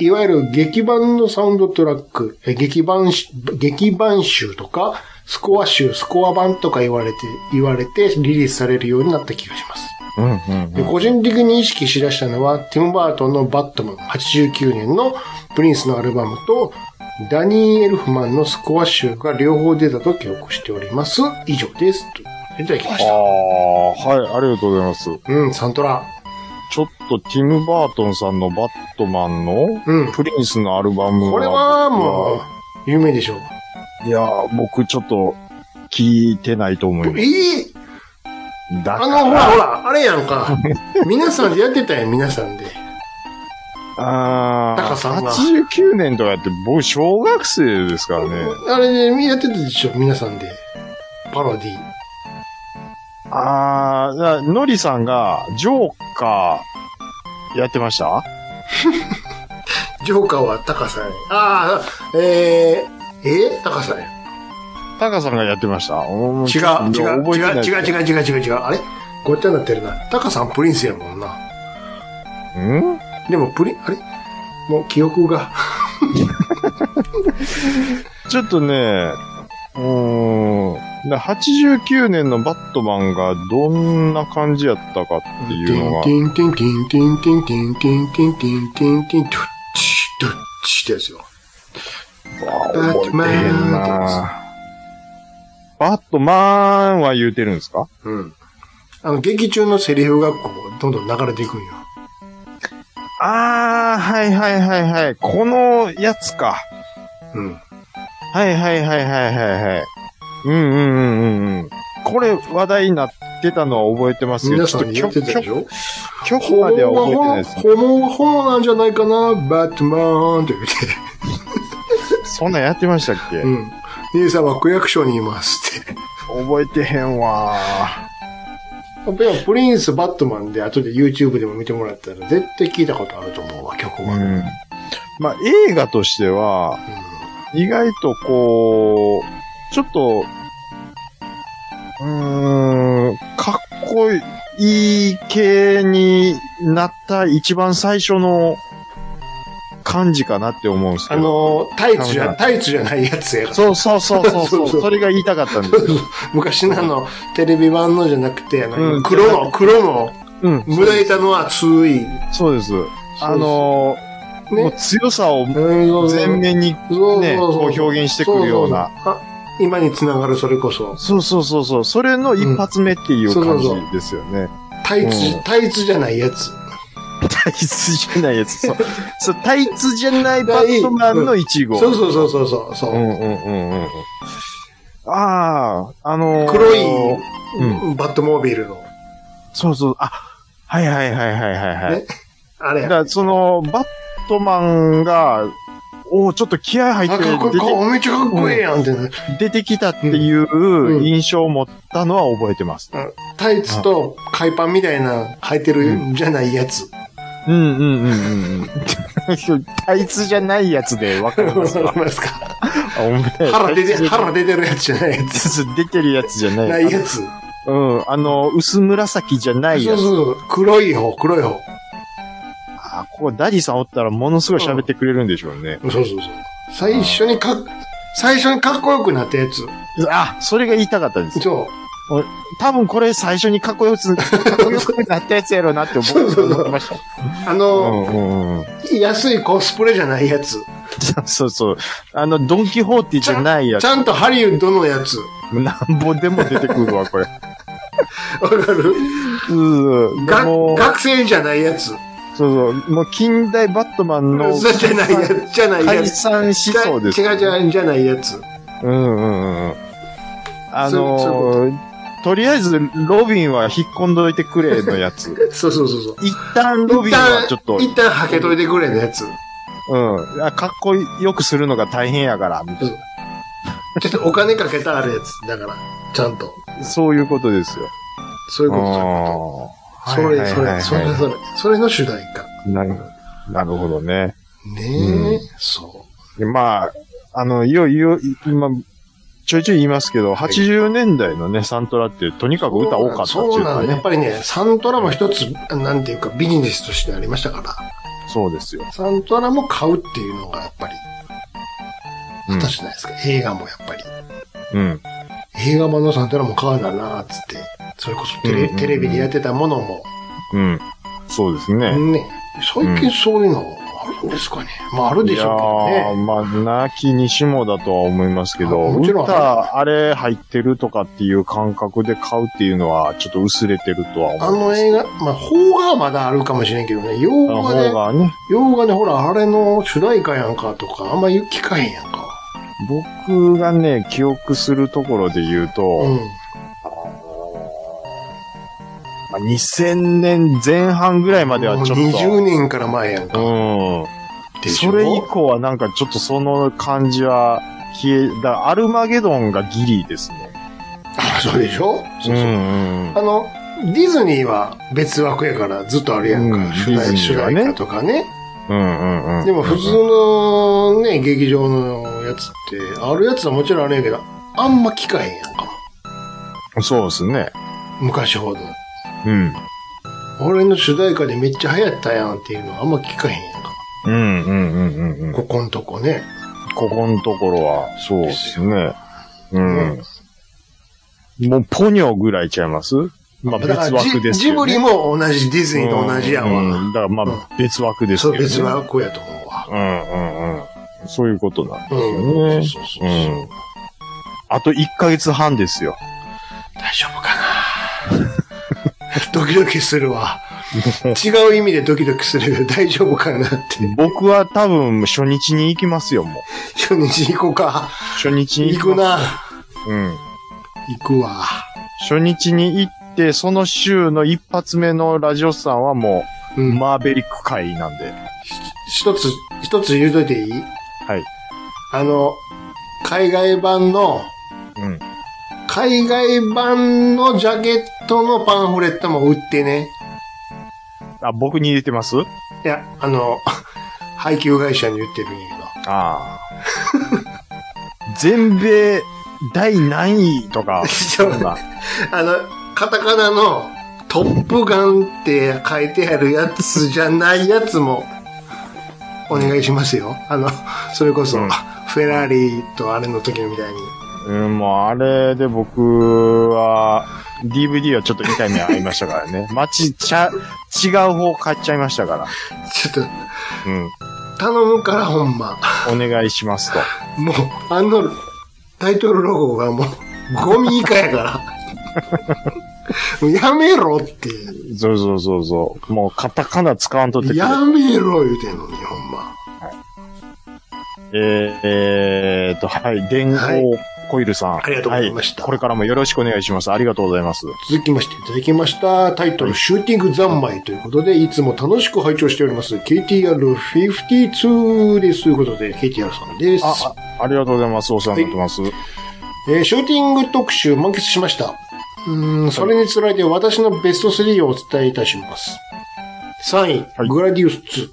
[SPEAKER 1] いわゆる劇版のサウンドトラック、え劇版し、劇版集とか、スコア集、スコア版とか言われて、言われてリリースされるようになった気がします。
[SPEAKER 4] あ、うんうん
[SPEAKER 1] で個人的に意識しだしたのは、ティム・バートンのバットマン89年のプリンスのアルバムと、ダニー・エルフマンのスコア集が両方出たと記憶しております。以上です。といただきまし
[SPEAKER 4] あ
[SPEAKER 1] た。
[SPEAKER 4] あ、はい、ありがとうございます。
[SPEAKER 1] うん、サントラ。
[SPEAKER 4] ちょっとティム・バートンさんのバットマンの
[SPEAKER 1] うん。
[SPEAKER 4] プリンスのアルバム
[SPEAKER 1] これはもう、有名でしょう。
[SPEAKER 4] う。いやー、僕ちょっと聞いてないと思います。
[SPEAKER 1] ええ
[SPEAKER 4] だ
[SPEAKER 1] あ
[SPEAKER 4] か
[SPEAKER 1] の、ほら
[SPEAKER 4] ら、
[SPEAKER 1] ほら、あれやんか。皆さんでやってたやん、皆さんで。
[SPEAKER 4] あ
[SPEAKER 1] タカさん
[SPEAKER 4] ー
[SPEAKER 1] が
[SPEAKER 4] 89年とかやって僕小学生ですからね。
[SPEAKER 1] あれでやってたでしょ、皆さんで。パロディ。
[SPEAKER 4] あー、じゃあのりさんが、ジョーカー、やってました
[SPEAKER 1] ジョーカーはタカさん。ああ、えー、えタカさんや。
[SPEAKER 4] タカさんがやってましたおー
[SPEAKER 1] 違
[SPEAKER 4] ちょっ
[SPEAKER 1] う、
[SPEAKER 4] と
[SPEAKER 1] 違う、
[SPEAKER 4] 覚えてない
[SPEAKER 1] 違う、違う、違う、違う、違う。あれごっちゃになってるな。タカさんプリンスやもんな。
[SPEAKER 4] ん
[SPEAKER 1] でもプリン、あれもう記憶が。
[SPEAKER 4] ちょっとね、うーん。だ89年のバットマンがどんな感じやったかって
[SPEAKER 1] テ
[SPEAKER 4] いうの
[SPEAKER 1] ィ
[SPEAKER 4] が、
[SPEAKER 1] ンティンティンティンティンティンティンティンティンティンティン、どっち、どっちってやつよ。バットマンってやつ。
[SPEAKER 4] バットマンは言うてるんですか
[SPEAKER 1] うん。あの、劇中のセリフがこう、どんどん流れていくんよ。
[SPEAKER 4] あー、はいはいはいはい。このやつか。
[SPEAKER 1] うん。
[SPEAKER 4] はいはいはいはいはいはい。うんうんうんうんうん。これ話題になってたのは覚えてますよ。
[SPEAKER 1] 皆さんに
[SPEAKER 4] ちょ
[SPEAKER 1] 言
[SPEAKER 4] っ
[SPEAKER 1] っ
[SPEAKER 4] と
[SPEAKER 1] てたで
[SPEAKER 4] 曲、
[SPEAKER 1] しょ
[SPEAKER 4] 曲曲
[SPEAKER 1] ホ
[SPEAKER 4] ま
[SPEAKER 1] モ
[SPEAKER 4] では覚えてない
[SPEAKER 1] は
[SPEAKER 4] です。
[SPEAKER 1] ホモ、ホモなんじゃないかなバットマンって 言って。
[SPEAKER 4] そんなんやってましたっけ、
[SPEAKER 1] うん。兄さんは区役所にいますって。
[SPEAKER 4] 覚えてへんわ
[SPEAKER 1] やっぱりプリンス・バットマンで後で YouTube でも見てもらったら絶対聞いたことあると思うわ、曲
[SPEAKER 4] ー。
[SPEAKER 1] は。
[SPEAKER 4] うん。まあ映画としては、
[SPEAKER 1] う
[SPEAKER 4] 意外とこう、ちょっと、うーん、かっこいい系になった一番最初の感じかなって思うんですけ
[SPEAKER 1] んあ
[SPEAKER 4] ど。
[SPEAKER 1] の、タイツじ
[SPEAKER 4] ダメ
[SPEAKER 1] ゃ、
[SPEAKER 4] だ
[SPEAKER 1] タイツじゃないやつやから。
[SPEAKER 4] そうそうそうそう
[SPEAKER 1] そ
[SPEAKER 4] そうう
[SPEAKER 1] そう
[SPEAKER 4] それが言いたかったんですよ。
[SPEAKER 1] 昔のあの、テレビ版のじゃなくて、あの、
[SPEAKER 4] うん
[SPEAKER 1] 黒の、黒の、
[SPEAKER 4] うん。
[SPEAKER 1] 胸板の熱い。
[SPEAKER 4] そうです。あのーもう
[SPEAKER 1] ね。
[SPEAKER 4] 強さを
[SPEAKER 1] うん
[SPEAKER 4] 全面に、
[SPEAKER 1] そう
[SPEAKER 4] ねこう表現してくるような。
[SPEAKER 1] そそそあ今につながるそれこそ。
[SPEAKER 4] そうそうそうそう、それの一発目っていう
[SPEAKER 1] うん
[SPEAKER 4] 感じ
[SPEAKER 1] そうそう
[SPEAKER 4] ですよね。
[SPEAKER 1] タイツ
[SPEAKER 4] う、
[SPEAKER 1] タイツじゃないやつ。
[SPEAKER 4] タイツじゃないやつ。そう。そうタイツじゃないバットマンの1号。
[SPEAKER 1] そうそうそうそうそうそう
[SPEAKER 4] ん
[SPEAKER 1] う。
[SPEAKER 4] うんうんうんうん。ああ、あのー
[SPEAKER 1] 黒い、
[SPEAKER 4] う
[SPEAKER 1] バットモービルの。
[SPEAKER 4] そうそう、あ、はいはいはいはいはいはい。
[SPEAKER 1] ねあ
[SPEAKER 4] だ
[SPEAKER 1] れや。
[SPEAKER 4] か
[SPEAKER 1] あ、
[SPEAKER 4] らその、バットマンが、おーちょっと気合入って
[SPEAKER 1] かっこいい、
[SPEAKER 4] 出て
[SPEAKER 1] かめっちゃかっこいいやんってね。
[SPEAKER 4] 出てきたってい
[SPEAKER 1] んう
[SPEAKER 4] うん印象を持ったのは覚えてます。
[SPEAKER 1] タイツと海パンみたいな履いてるじゃないやつ。
[SPEAKER 4] うんうんうんうんうん。タイツじゃないやつでわかり
[SPEAKER 1] わ
[SPEAKER 4] ます
[SPEAKER 1] か
[SPEAKER 4] か
[SPEAKER 1] りますか
[SPEAKER 4] あお前
[SPEAKER 1] 腹出て、腹出てるやつじゃないやつ。
[SPEAKER 4] 出てるやつじゃない。
[SPEAKER 1] ないやつ。
[SPEAKER 4] うん。あの、薄紫じゃない
[SPEAKER 1] そ
[SPEAKER 4] や
[SPEAKER 1] う
[SPEAKER 4] つ。
[SPEAKER 1] そうそう。黒い方、黒い方。
[SPEAKER 4] あ、ここダディさんおったらものすごい喋ってくれるんでしょうね。
[SPEAKER 1] そうそうそう。最初にかっ、最初にかっこよくなったやつ。
[SPEAKER 4] あ、それが言いたかったんですよ。
[SPEAKER 1] そう。
[SPEAKER 4] 多分これ最初にかっこよく、 かっこよくなったやつやろうなって僕は思ってました。
[SPEAKER 1] あ
[SPEAKER 4] う
[SPEAKER 1] の、
[SPEAKER 4] んうんうん。
[SPEAKER 1] 安いコスプレじゃないやつ。
[SPEAKER 4] そうそう。あの、ドンキホーティじゃないや
[SPEAKER 1] ち
[SPEAKER 4] つ。
[SPEAKER 1] ゃんとハリウッドのやつ。
[SPEAKER 4] なんぼでも出てくるわ、こ れ。
[SPEAKER 1] わかる
[SPEAKER 4] うん。で
[SPEAKER 1] が
[SPEAKER 4] も
[SPEAKER 1] 学生じゃないやつ。
[SPEAKER 4] そうそう。もう近代バットマンの
[SPEAKER 1] そうじゃないやつ。じゃないや
[SPEAKER 4] 解
[SPEAKER 1] つ。
[SPEAKER 4] 散思想です。
[SPEAKER 1] 違う違う、じゃないやつ。
[SPEAKER 4] うんうんうん。あの
[SPEAKER 1] そうそう
[SPEAKER 4] ーとりあえず、ロビンは引っ込んどいてくれのやつ。
[SPEAKER 1] そうそうそうそう。
[SPEAKER 4] 一旦ロビンはちょっと、
[SPEAKER 1] 一旦はけといてくれのやつ。
[SPEAKER 4] うん。あかっこよくするのが大変やから、みたい
[SPEAKER 1] ちょっとお金かけたあるやつ。だから、ちゃんと。
[SPEAKER 4] な。そういうことですよ。
[SPEAKER 1] そういうこと、そうい
[SPEAKER 4] あ
[SPEAKER 1] うこと。
[SPEAKER 4] ー
[SPEAKER 1] そ
[SPEAKER 4] は
[SPEAKER 1] れ、
[SPEAKER 4] い
[SPEAKER 1] そ
[SPEAKER 4] はいはいは
[SPEAKER 1] れ、
[SPEAKER 4] い
[SPEAKER 1] それ、それ、それの主題歌。
[SPEAKER 4] なるなるほどね。
[SPEAKER 1] ねえ、そ
[SPEAKER 4] でまあ、あの、いよいよ、今、ちょいちょい言いますけど、80年代のね、サントラって、とにか
[SPEAKER 1] う。
[SPEAKER 4] く歌多かったってい
[SPEAKER 1] そう
[SPEAKER 4] うか
[SPEAKER 1] なの。やっ
[SPEAKER 4] ね。
[SPEAKER 1] ぱりね、サントラも一つ、なんていうか、ビジネスとしてありましたから。
[SPEAKER 4] そうですよ。
[SPEAKER 1] サントラも買うっていうのがやっぱり、
[SPEAKER 4] うん
[SPEAKER 1] 果たしてないですか、映画もやっぱり。
[SPEAKER 4] うん。
[SPEAKER 1] 映画版のサントラも買うだなーっつって、それこそテ
[SPEAKER 4] う
[SPEAKER 1] レ,、
[SPEAKER 4] んうんうん
[SPEAKER 1] テレビでやってたものも、
[SPEAKER 4] うん。そうですね。
[SPEAKER 1] ね、最近そういうのあるんですかね。まああるでしょうけ
[SPEAKER 4] い
[SPEAKER 1] ど
[SPEAKER 4] やー
[SPEAKER 1] ね。
[SPEAKER 4] まあ、なきにしもだとは思いますけど、
[SPEAKER 1] あもちろん
[SPEAKER 4] 歌、あれ入ってるとかっていう感覚で買うっていうのは、ちょっと薄れてるとは
[SPEAKER 1] あ
[SPEAKER 4] 思う。
[SPEAKER 1] の映画、まあ、邦画はまだあるかもしれんけどね、洋
[SPEAKER 4] あの
[SPEAKER 1] 画で
[SPEAKER 4] 方、がね、
[SPEAKER 1] 洋画でほら、あれの主題歌やんかとか、あんま言う機会やんか。
[SPEAKER 4] 僕がね、記憶するところで言う
[SPEAKER 1] う
[SPEAKER 4] と、
[SPEAKER 1] ん。
[SPEAKER 4] まあ2000年前半ぐらいまではちょっ
[SPEAKER 1] もう20
[SPEAKER 4] と、
[SPEAKER 1] 年から前やんか。
[SPEAKER 4] うん。
[SPEAKER 1] でしょ
[SPEAKER 4] それ以降はなんかちょっとその感じは消え、だアルマゲドンがギリですね。
[SPEAKER 1] あ、そうでしょそううそう。
[SPEAKER 4] んうん。
[SPEAKER 1] あの、ディズニーは別枠やからずっとあるやんか。
[SPEAKER 4] うん
[SPEAKER 1] 主
[SPEAKER 4] ディズ
[SPEAKER 1] 題
[SPEAKER 4] ニ
[SPEAKER 1] 主
[SPEAKER 4] ーは
[SPEAKER 1] 題
[SPEAKER 4] ね
[SPEAKER 1] 歌とかね。
[SPEAKER 4] うんうんうん。
[SPEAKER 1] でも普通のね、劇場のやつって、あるやつはもちろんあるんやけど、あんま聞かへんやんか。
[SPEAKER 4] そうですね。
[SPEAKER 1] 昔ほど。
[SPEAKER 4] うん。
[SPEAKER 1] 俺の主題歌でめっちゃ流行ったやんっていうのはあんま聞かへんやんか。
[SPEAKER 4] うんうんうんうんうん。
[SPEAKER 1] ここんとこね。
[SPEAKER 4] ここのところは、そうですね。うん。もう、ポニョぐらいちゃいますまあ、別
[SPEAKER 1] だから
[SPEAKER 4] 枠
[SPEAKER 1] ジ
[SPEAKER 4] です
[SPEAKER 1] ジ
[SPEAKER 4] けど
[SPEAKER 1] ブ
[SPEAKER 4] ね。
[SPEAKER 1] リも同じ、ディズニーと同じやん
[SPEAKER 4] う
[SPEAKER 1] わ。
[SPEAKER 4] んだから、まあ、別枠です
[SPEAKER 1] そ
[SPEAKER 4] よ
[SPEAKER 1] う、
[SPEAKER 4] ね。
[SPEAKER 1] 別。枠やと思うわ。
[SPEAKER 4] うんうんうん。そういうことなんですよ
[SPEAKER 1] う
[SPEAKER 4] ね
[SPEAKER 1] ん。。そうそうそう。
[SPEAKER 4] うんあと1ヶ月半ですよ。
[SPEAKER 1] 大丈夫かな ドキドキするわ。 違う意味でドキドキするけど大丈夫かなって。
[SPEAKER 4] 僕は多分、初日に行きますよ、もう。
[SPEAKER 1] 初日行こうか。
[SPEAKER 4] 初日に
[SPEAKER 1] 行
[SPEAKER 4] 行
[SPEAKER 1] く
[SPEAKER 4] きます。
[SPEAKER 1] な。
[SPEAKER 4] うん。
[SPEAKER 1] 行くわ。
[SPEAKER 4] 初日に行って、その週の一発目のラジオさんはも
[SPEAKER 1] う
[SPEAKER 4] う、
[SPEAKER 1] ん。
[SPEAKER 4] マーベリック会なんで。
[SPEAKER 1] 一つ、一つ言うといていい
[SPEAKER 4] はい。
[SPEAKER 1] あの、海外版の、
[SPEAKER 4] うん。
[SPEAKER 1] 海外版のジャケットのパンフレットも売ってね。
[SPEAKER 4] あ、僕に入れてます
[SPEAKER 1] いや、あの、 配給会社に言ってるんや
[SPEAKER 4] あ あ。全米第何位と か、
[SPEAKER 1] そ
[SPEAKER 4] そ
[SPEAKER 1] うん
[SPEAKER 4] な。
[SPEAKER 1] けど。あの、カタカナのトップガンって書いてあるやつじゃないやつも、お願いしますよ。あの、それこそ、
[SPEAKER 4] うん
[SPEAKER 1] フェラーリとあれの時みたいに。
[SPEAKER 4] うん、もうあれで僕は、DVD はちょっと痛い目ありましたからね。 街、ちゃ、違う方買っちゃいましたから。
[SPEAKER 1] ちょっと、
[SPEAKER 4] うん。
[SPEAKER 1] 頼むからほんま。
[SPEAKER 4] お願いしますと。
[SPEAKER 1] もう、あの、タイトルロゴがもう、ゴミ以下や から。もうやめろって。
[SPEAKER 4] そうそうそうそう。もうカタカナ使わんとってくれ
[SPEAKER 1] やめろ言うてんのに、ほんま。
[SPEAKER 4] えー、えーと、はい、電王コイルさん、
[SPEAKER 1] ありがとうございました
[SPEAKER 4] はこれからもよろしくお願いします。ありがとうございます。
[SPEAKER 1] 続きましていただきました。タイトル、シューティング三昧ということで、いつも楽しく拝聴しております。KTR52 です。ということで、KTR さんです。
[SPEAKER 4] あ、あありがとうございます。お世話になってます。
[SPEAKER 1] えーシューティング特集満喫しました。うーん、それにつらいで私のベスト3をお伝えいたします。3位、
[SPEAKER 4] はい
[SPEAKER 1] グラディウス2。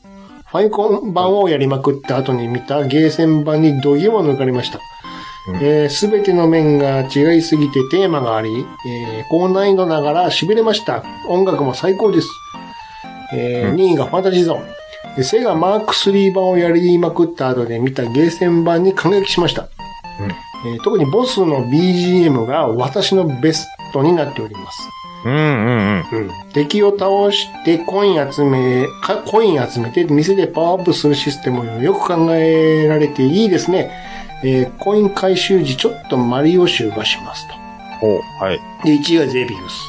[SPEAKER 1] ファイコン版をやりまくった後に見たゲーセン版に度肝を抜かれました。す、べ、全ての面が違いすぎてテーマがあり、えー高難易度ながら痺れました。音楽も最高です。えー2位がファンタジーゾーン。えーセガマーク3版をやりまくった後で見たゲーセン版に感激しました。えー特にボスの BGM が私のベストになっております。
[SPEAKER 4] うんうんうん。
[SPEAKER 1] 敵を倒してコイン集め、かコイン集めて店でパワーアップするシステムをよく考えられていいですね。えーコイン回収時ちょっとマリオ集がしますと。
[SPEAKER 4] ほう、はい。
[SPEAKER 1] で、1位がゼビウス。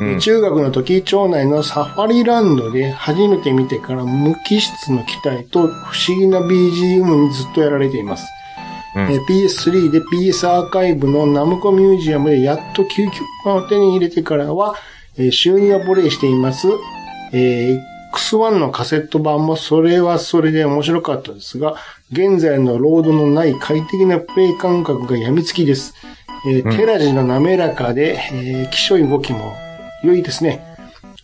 [SPEAKER 4] うん
[SPEAKER 1] で中学の時、町内のサファリランドで初めて見てから無機質の機体と不思議な BGM にずっとやられています。
[SPEAKER 4] うん
[SPEAKER 1] えー PS3 で PS アーカイブのナムコミュージアムでやっと究極版を手に入れてからは、えー週にはボレーしています。えー X1 のカセット版もそれはそれで面白かったですが、現在のロードのない快適なプレイ感覚が病みつきです。えーテラジの滑らかで、えー、気象い動きも良いですね。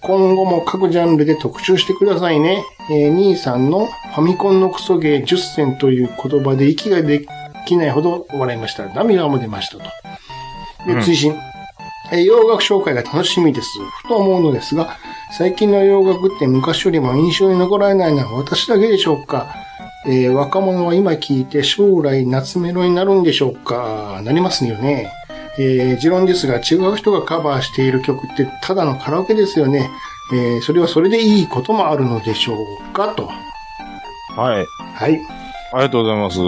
[SPEAKER 1] 今後も各ジャンルで特集してくださいね。えー兄さんのファミコンのクソゲー10選という言葉で息ができないほど笑いました。涙も出ましたと。で、追伸。えー洋楽紹介が楽しみです。ふと思うのですが、最近の洋楽って昔よりも印象に残られないのは私だけでしょうか、えー若者は今聞いて将来夏メロになるんでしょうかなりますよね。えー持論ですが、違う人がカバーしている曲ってただのカラオケですよね。えーそれはそれでいいこともあるのでしょうかと。
[SPEAKER 4] はい。
[SPEAKER 1] は
[SPEAKER 4] あ
[SPEAKER 1] い。
[SPEAKER 4] りがとうございます。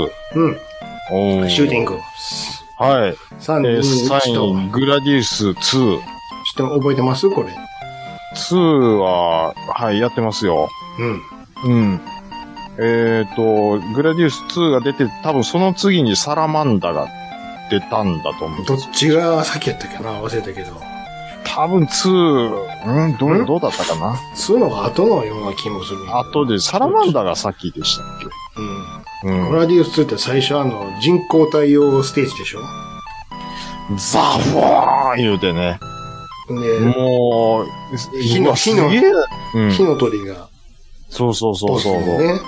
[SPEAKER 1] うん。
[SPEAKER 4] お
[SPEAKER 1] シューティン
[SPEAKER 4] グ。
[SPEAKER 1] グ。
[SPEAKER 4] はい。
[SPEAKER 1] 3、
[SPEAKER 4] えー、
[SPEAKER 1] ちょっと、ち
[SPEAKER 4] 3
[SPEAKER 1] ょ
[SPEAKER 4] 位、グラディウス2。
[SPEAKER 1] っと覚えてますこれ。
[SPEAKER 4] 2は、はい、やってますよ。
[SPEAKER 1] うん。
[SPEAKER 4] うん。えっ、と、グラディウス2が出て、多分その次にサラマンダが出たんだと思う。
[SPEAKER 1] どっちが先やったっけな忘れたけど。
[SPEAKER 4] 多分2、うん、ど
[SPEAKER 1] ん
[SPEAKER 4] う、どうだったかな
[SPEAKER 1] そういうのが後のような気もする。
[SPEAKER 4] 後で、サラマンダが先でしたっ
[SPEAKER 1] うん。
[SPEAKER 4] けうん。
[SPEAKER 1] グラディウス2って最初あの、人工対応ステージでしょ
[SPEAKER 4] ザフワーン言うてね。
[SPEAKER 1] ね
[SPEAKER 4] もう、
[SPEAKER 1] 火の
[SPEAKER 4] うわすげえうん
[SPEAKER 1] 火の鳥が、
[SPEAKER 4] そうそうそうそう。
[SPEAKER 1] ボスね。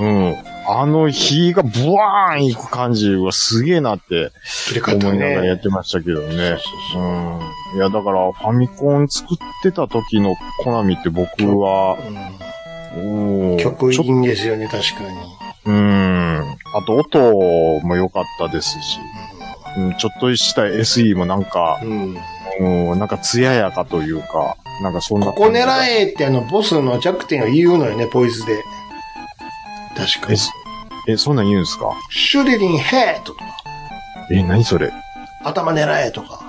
[SPEAKER 4] うん。あの火がブワーンいく感じはすげえなって
[SPEAKER 1] 切れ
[SPEAKER 4] 思
[SPEAKER 1] 方
[SPEAKER 4] いながらやっ
[SPEAKER 1] ね。
[SPEAKER 4] てましたけどね。うん。いや、だからファミコン作ってた時のコナミって僕は、うん
[SPEAKER 1] うん曲い
[SPEAKER 4] ちょっ
[SPEAKER 1] いんですよね、確かに。
[SPEAKER 4] うん。あと音も良かったですし、うん、ちょっとした SE もなんか、
[SPEAKER 1] うん。
[SPEAKER 4] うん、なんか艶やかというか、なんかそんな
[SPEAKER 1] ここ狙
[SPEAKER 4] え
[SPEAKER 1] えってあの、ボスの弱点を言うのよね、ポイズで。確か
[SPEAKER 4] え
[SPEAKER 1] に。
[SPEAKER 4] すえ、そんなん言うんですか
[SPEAKER 1] シュリリンヘイとか、
[SPEAKER 4] え、何それ
[SPEAKER 1] 頭狙えとか、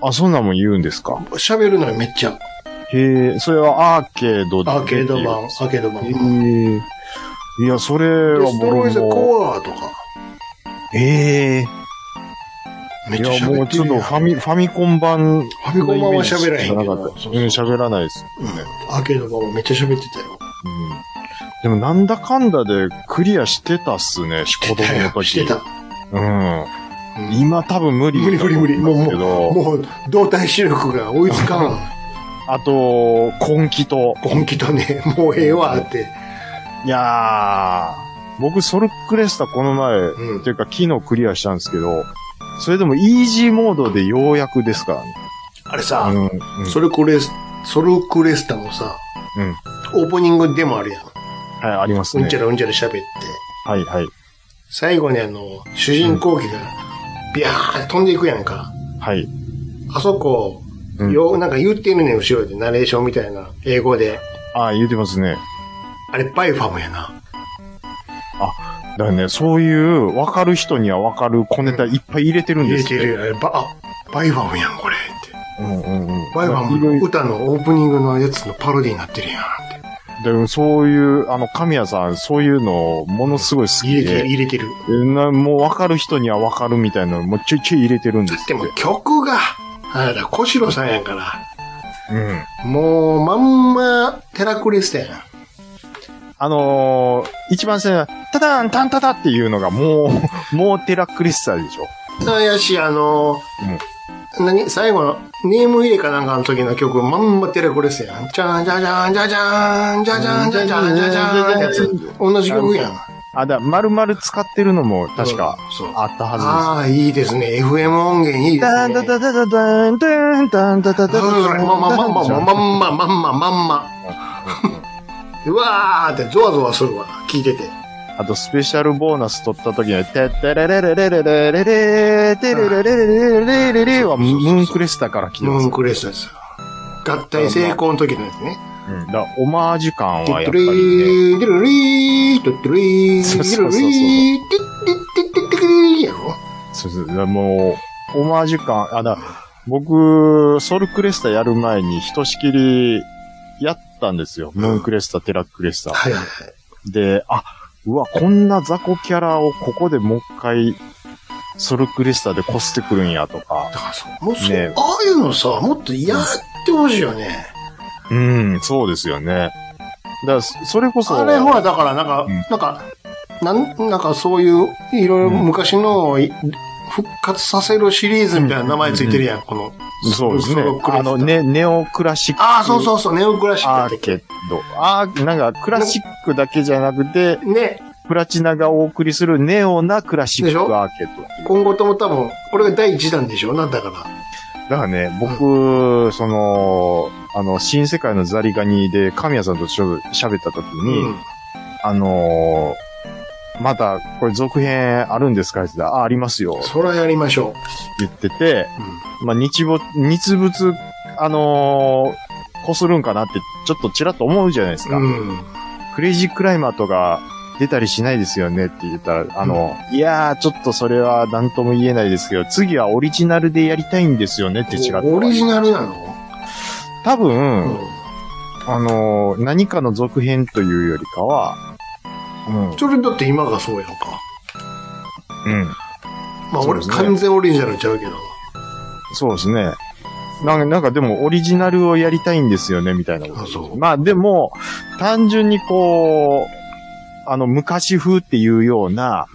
[SPEAKER 4] あ、そんなんも言うんですか
[SPEAKER 1] 喋るのよ、めっちゃ。
[SPEAKER 4] へえ、それはアーケードで
[SPEAKER 1] アーケード版、ア
[SPEAKER 4] へ
[SPEAKER 1] ーケード版。デ
[SPEAKER 4] え。いや、それは
[SPEAKER 1] ストロイズ
[SPEAKER 4] も
[SPEAKER 1] コアとか、
[SPEAKER 4] う、ええ。
[SPEAKER 1] めっ
[SPEAKER 4] い
[SPEAKER 1] ちゃ
[SPEAKER 4] や、も
[SPEAKER 1] 喋
[SPEAKER 4] う
[SPEAKER 1] って
[SPEAKER 4] ちょ
[SPEAKER 1] る
[SPEAKER 4] っ
[SPEAKER 1] や
[SPEAKER 4] と
[SPEAKER 1] ん。
[SPEAKER 4] ファミ、ファミコン版のイメージしかなかった。
[SPEAKER 1] ファミコン版は喋らへんけどそうそう
[SPEAKER 4] うん、喋らないです。
[SPEAKER 1] アーケード版もめっちゃ喋ってたよ。
[SPEAKER 4] うん。でもなんだかんだでクリアしてたっすね、子供の時。
[SPEAKER 1] してた。
[SPEAKER 4] うん。
[SPEAKER 1] うん
[SPEAKER 4] 今多分無理
[SPEAKER 1] 無理無理無理。もう、
[SPEAKER 4] け
[SPEAKER 1] もう、
[SPEAKER 4] ど、
[SPEAKER 1] もう、動体視力が追いつかん。
[SPEAKER 4] あと、根気と、
[SPEAKER 1] 本気とね、もうええわって。
[SPEAKER 4] いやー、僕ソルクレスタこの前、
[SPEAKER 1] うん
[SPEAKER 4] っていうか昨日クリアしたんですけど、それでもイージーモードでようやくですからね。
[SPEAKER 1] あれ
[SPEAKER 4] あ
[SPEAKER 1] さ、
[SPEAKER 4] の、うん
[SPEAKER 1] ソルクレス、ソルクレスタのさ、
[SPEAKER 4] うん
[SPEAKER 1] オープニングでもあるやん。
[SPEAKER 4] はい、あります
[SPEAKER 1] う
[SPEAKER 4] ね
[SPEAKER 1] んち。ゃらうんちゃら喋って。
[SPEAKER 4] はい、はい。
[SPEAKER 1] 最後にあの、主人公機が、ビャーって飛んでいくやんか。
[SPEAKER 4] はい。
[SPEAKER 1] あそこ、
[SPEAKER 4] うん
[SPEAKER 1] よう、なんか言ってるねん、後ろで、ナレーションみたいな、英語で。
[SPEAKER 4] ああ、言うてますね。
[SPEAKER 1] あれ、バイファムやな。
[SPEAKER 4] だからね、そういう、わかる人にはわかる小ネタいっぱい入れてるん
[SPEAKER 1] 入
[SPEAKER 4] で
[SPEAKER 1] れ
[SPEAKER 4] す
[SPEAKER 1] て
[SPEAKER 4] よ。
[SPEAKER 1] る。あれ、ば、あ、バイファムやん、これ。って。
[SPEAKER 4] うんうんうん。
[SPEAKER 1] バイファ
[SPEAKER 4] いろい
[SPEAKER 1] ムの
[SPEAKER 4] ろ
[SPEAKER 1] 歌のオープニングのやつのパロディになってるやん。って
[SPEAKER 4] でもそういう、あの、神谷さん、そういうの、ものすごい好き
[SPEAKER 1] 入れてる、
[SPEAKER 4] で、
[SPEAKER 1] 入れてる。
[SPEAKER 4] なもうわかる人にはわかるみたいなのもちょいちょい入れてるんで
[SPEAKER 1] だ
[SPEAKER 4] す
[SPEAKER 1] ってもう曲が、あれだ、小四郎さんやんから。
[SPEAKER 4] うん。
[SPEAKER 1] もう、まんま、テラクリスタやん。
[SPEAKER 4] あのー、一番最初、タタン、タンタタっていうのがもう、もうテラクリスタでしょ。
[SPEAKER 1] あやし、あのー何最後の、ネーム入れかなんかの時の曲、まんまテレコレスやん。じゃんじゃじゃんじゃじゃんじゃじゃんじゃじゃんじゃじゃんってやつ。同じ曲やん。
[SPEAKER 4] あ、だ、丸々使ってるのも確か
[SPEAKER 1] そう。
[SPEAKER 4] あったは
[SPEAKER 1] ああ、いいですね。FM 音源い
[SPEAKER 4] ずです。
[SPEAKER 1] いです
[SPEAKER 4] タ
[SPEAKER 1] ね。
[SPEAKER 4] ンタタタタタン、タンタタタタタ
[SPEAKER 1] うんまんままんままんま
[SPEAKER 4] ン。
[SPEAKER 1] まんままんままんま。うわーってゾワゾワするわ。聞いてて。
[SPEAKER 4] あと、スペシャルボーナス取った時に、テッテレレレレレレレレテレレレレレレレレはムーンクレスタから来てま
[SPEAKER 1] ムー
[SPEAKER 4] す
[SPEAKER 1] ン。クレスタですよ。合体成功の時のやつね。
[SPEAKER 4] うんだからオマージュ感
[SPEAKER 1] ド
[SPEAKER 4] は
[SPEAKER 1] ゥ
[SPEAKER 4] や
[SPEAKER 1] ド
[SPEAKER 4] っぱりね。
[SPEAKER 1] リー、ドゥドリー、ドゥドリー、ドゥドリー、ドゥドゥドゥドゥドゥリーやろ
[SPEAKER 4] そうそう。だからもう、オマージュ感、あ、だから僕、ソルクレスタやる前に、ひとしきり、やったんですよ。ムーンクレスタ、テラクレスタ。
[SPEAKER 1] はいはい
[SPEAKER 4] で、あ、うわ、こんな雑魚キャラをここでもう一回、ソルクレスタでこしてくるんやとか。
[SPEAKER 1] だからそう、もうそう、
[SPEAKER 4] ね
[SPEAKER 1] ああいうのさ、もっとやってほしいよね。
[SPEAKER 4] うん、そうですよね。だから、そそれこそ、
[SPEAKER 1] あれほら、だからなんか、
[SPEAKER 4] うん
[SPEAKER 1] なんか、なん、なんかそういう、いろいろ昔のをい、復活させるシリーズみたいな名前ついてるやん、この。
[SPEAKER 4] そうですね
[SPEAKER 1] ソロ。クレスタ
[SPEAKER 4] あの、ネ、ネオクラシック。
[SPEAKER 1] ああ、そうそうそう、ネオクラシ
[SPEAKER 4] ア
[SPEAKER 1] ック
[SPEAKER 4] ー
[SPEAKER 1] って
[SPEAKER 4] ケード。あーなんか、クラシックだけじゃなくて、
[SPEAKER 1] ね、
[SPEAKER 4] プラチナがお送りするネオなクラシッ
[SPEAKER 1] でし
[SPEAKER 4] ク
[SPEAKER 1] ょ
[SPEAKER 4] アーケード。
[SPEAKER 1] 今後とも多分、これが第一弾でしょなんだから。
[SPEAKER 4] だからね、僕、その、あの、新世界のザリガニで、神谷さんとちょっと喋った時
[SPEAKER 1] う
[SPEAKER 4] に、
[SPEAKER 1] ん。
[SPEAKER 4] あのーまた、これ続編あるんですかって言ったら、あ、ありますよ。
[SPEAKER 1] そらやりましょ
[SPEAKER 4] 言ってて、
[SPEAKER 1] う。う
[SPEAKER 4] まあ、日没、日仏、あのーこするんかなって、ちょっとちらっと思うじゃないですか。
[SPEAKER 1] ん。うん。
[SPEAKER 4] クレイジークライマーとか出たりしないですよねって言ったら、あの、いやー、ちょっとそれは何とも言えないですけど、次はオリジナルでやりたいんですよねって違った。
[SPEAKER 1] オリジナルなの
[SPEAKER 4] 多
[SPEAKER 1] う
[SPEAKER 4] 分、
[SPEAKER 1] ん。
[SPEAKER 4] あのー何かの続編というよりかは、うん、
[SPEAKER 1] それだって今がそうやんか。
[SPEAKER 4] うん、
[SPEAKER 1] ま
[SPEAKER 4] そ
[SPEAKER 1] あ
[SPEAKER 4] うで
[SPEAKER 1] 俺、
[SPEAKER 4] すね
[SPEAKER 1] 完全オリジナルちゃうけど。
[SPEAKER 4] そうですね。なんか、なんかでもオリジナルをやりたいんですよね、みたいなこと
[SPEAKER 1] あそう
[SPEAKER 4] まあでも、単純にこう、あの、昔風っていうような、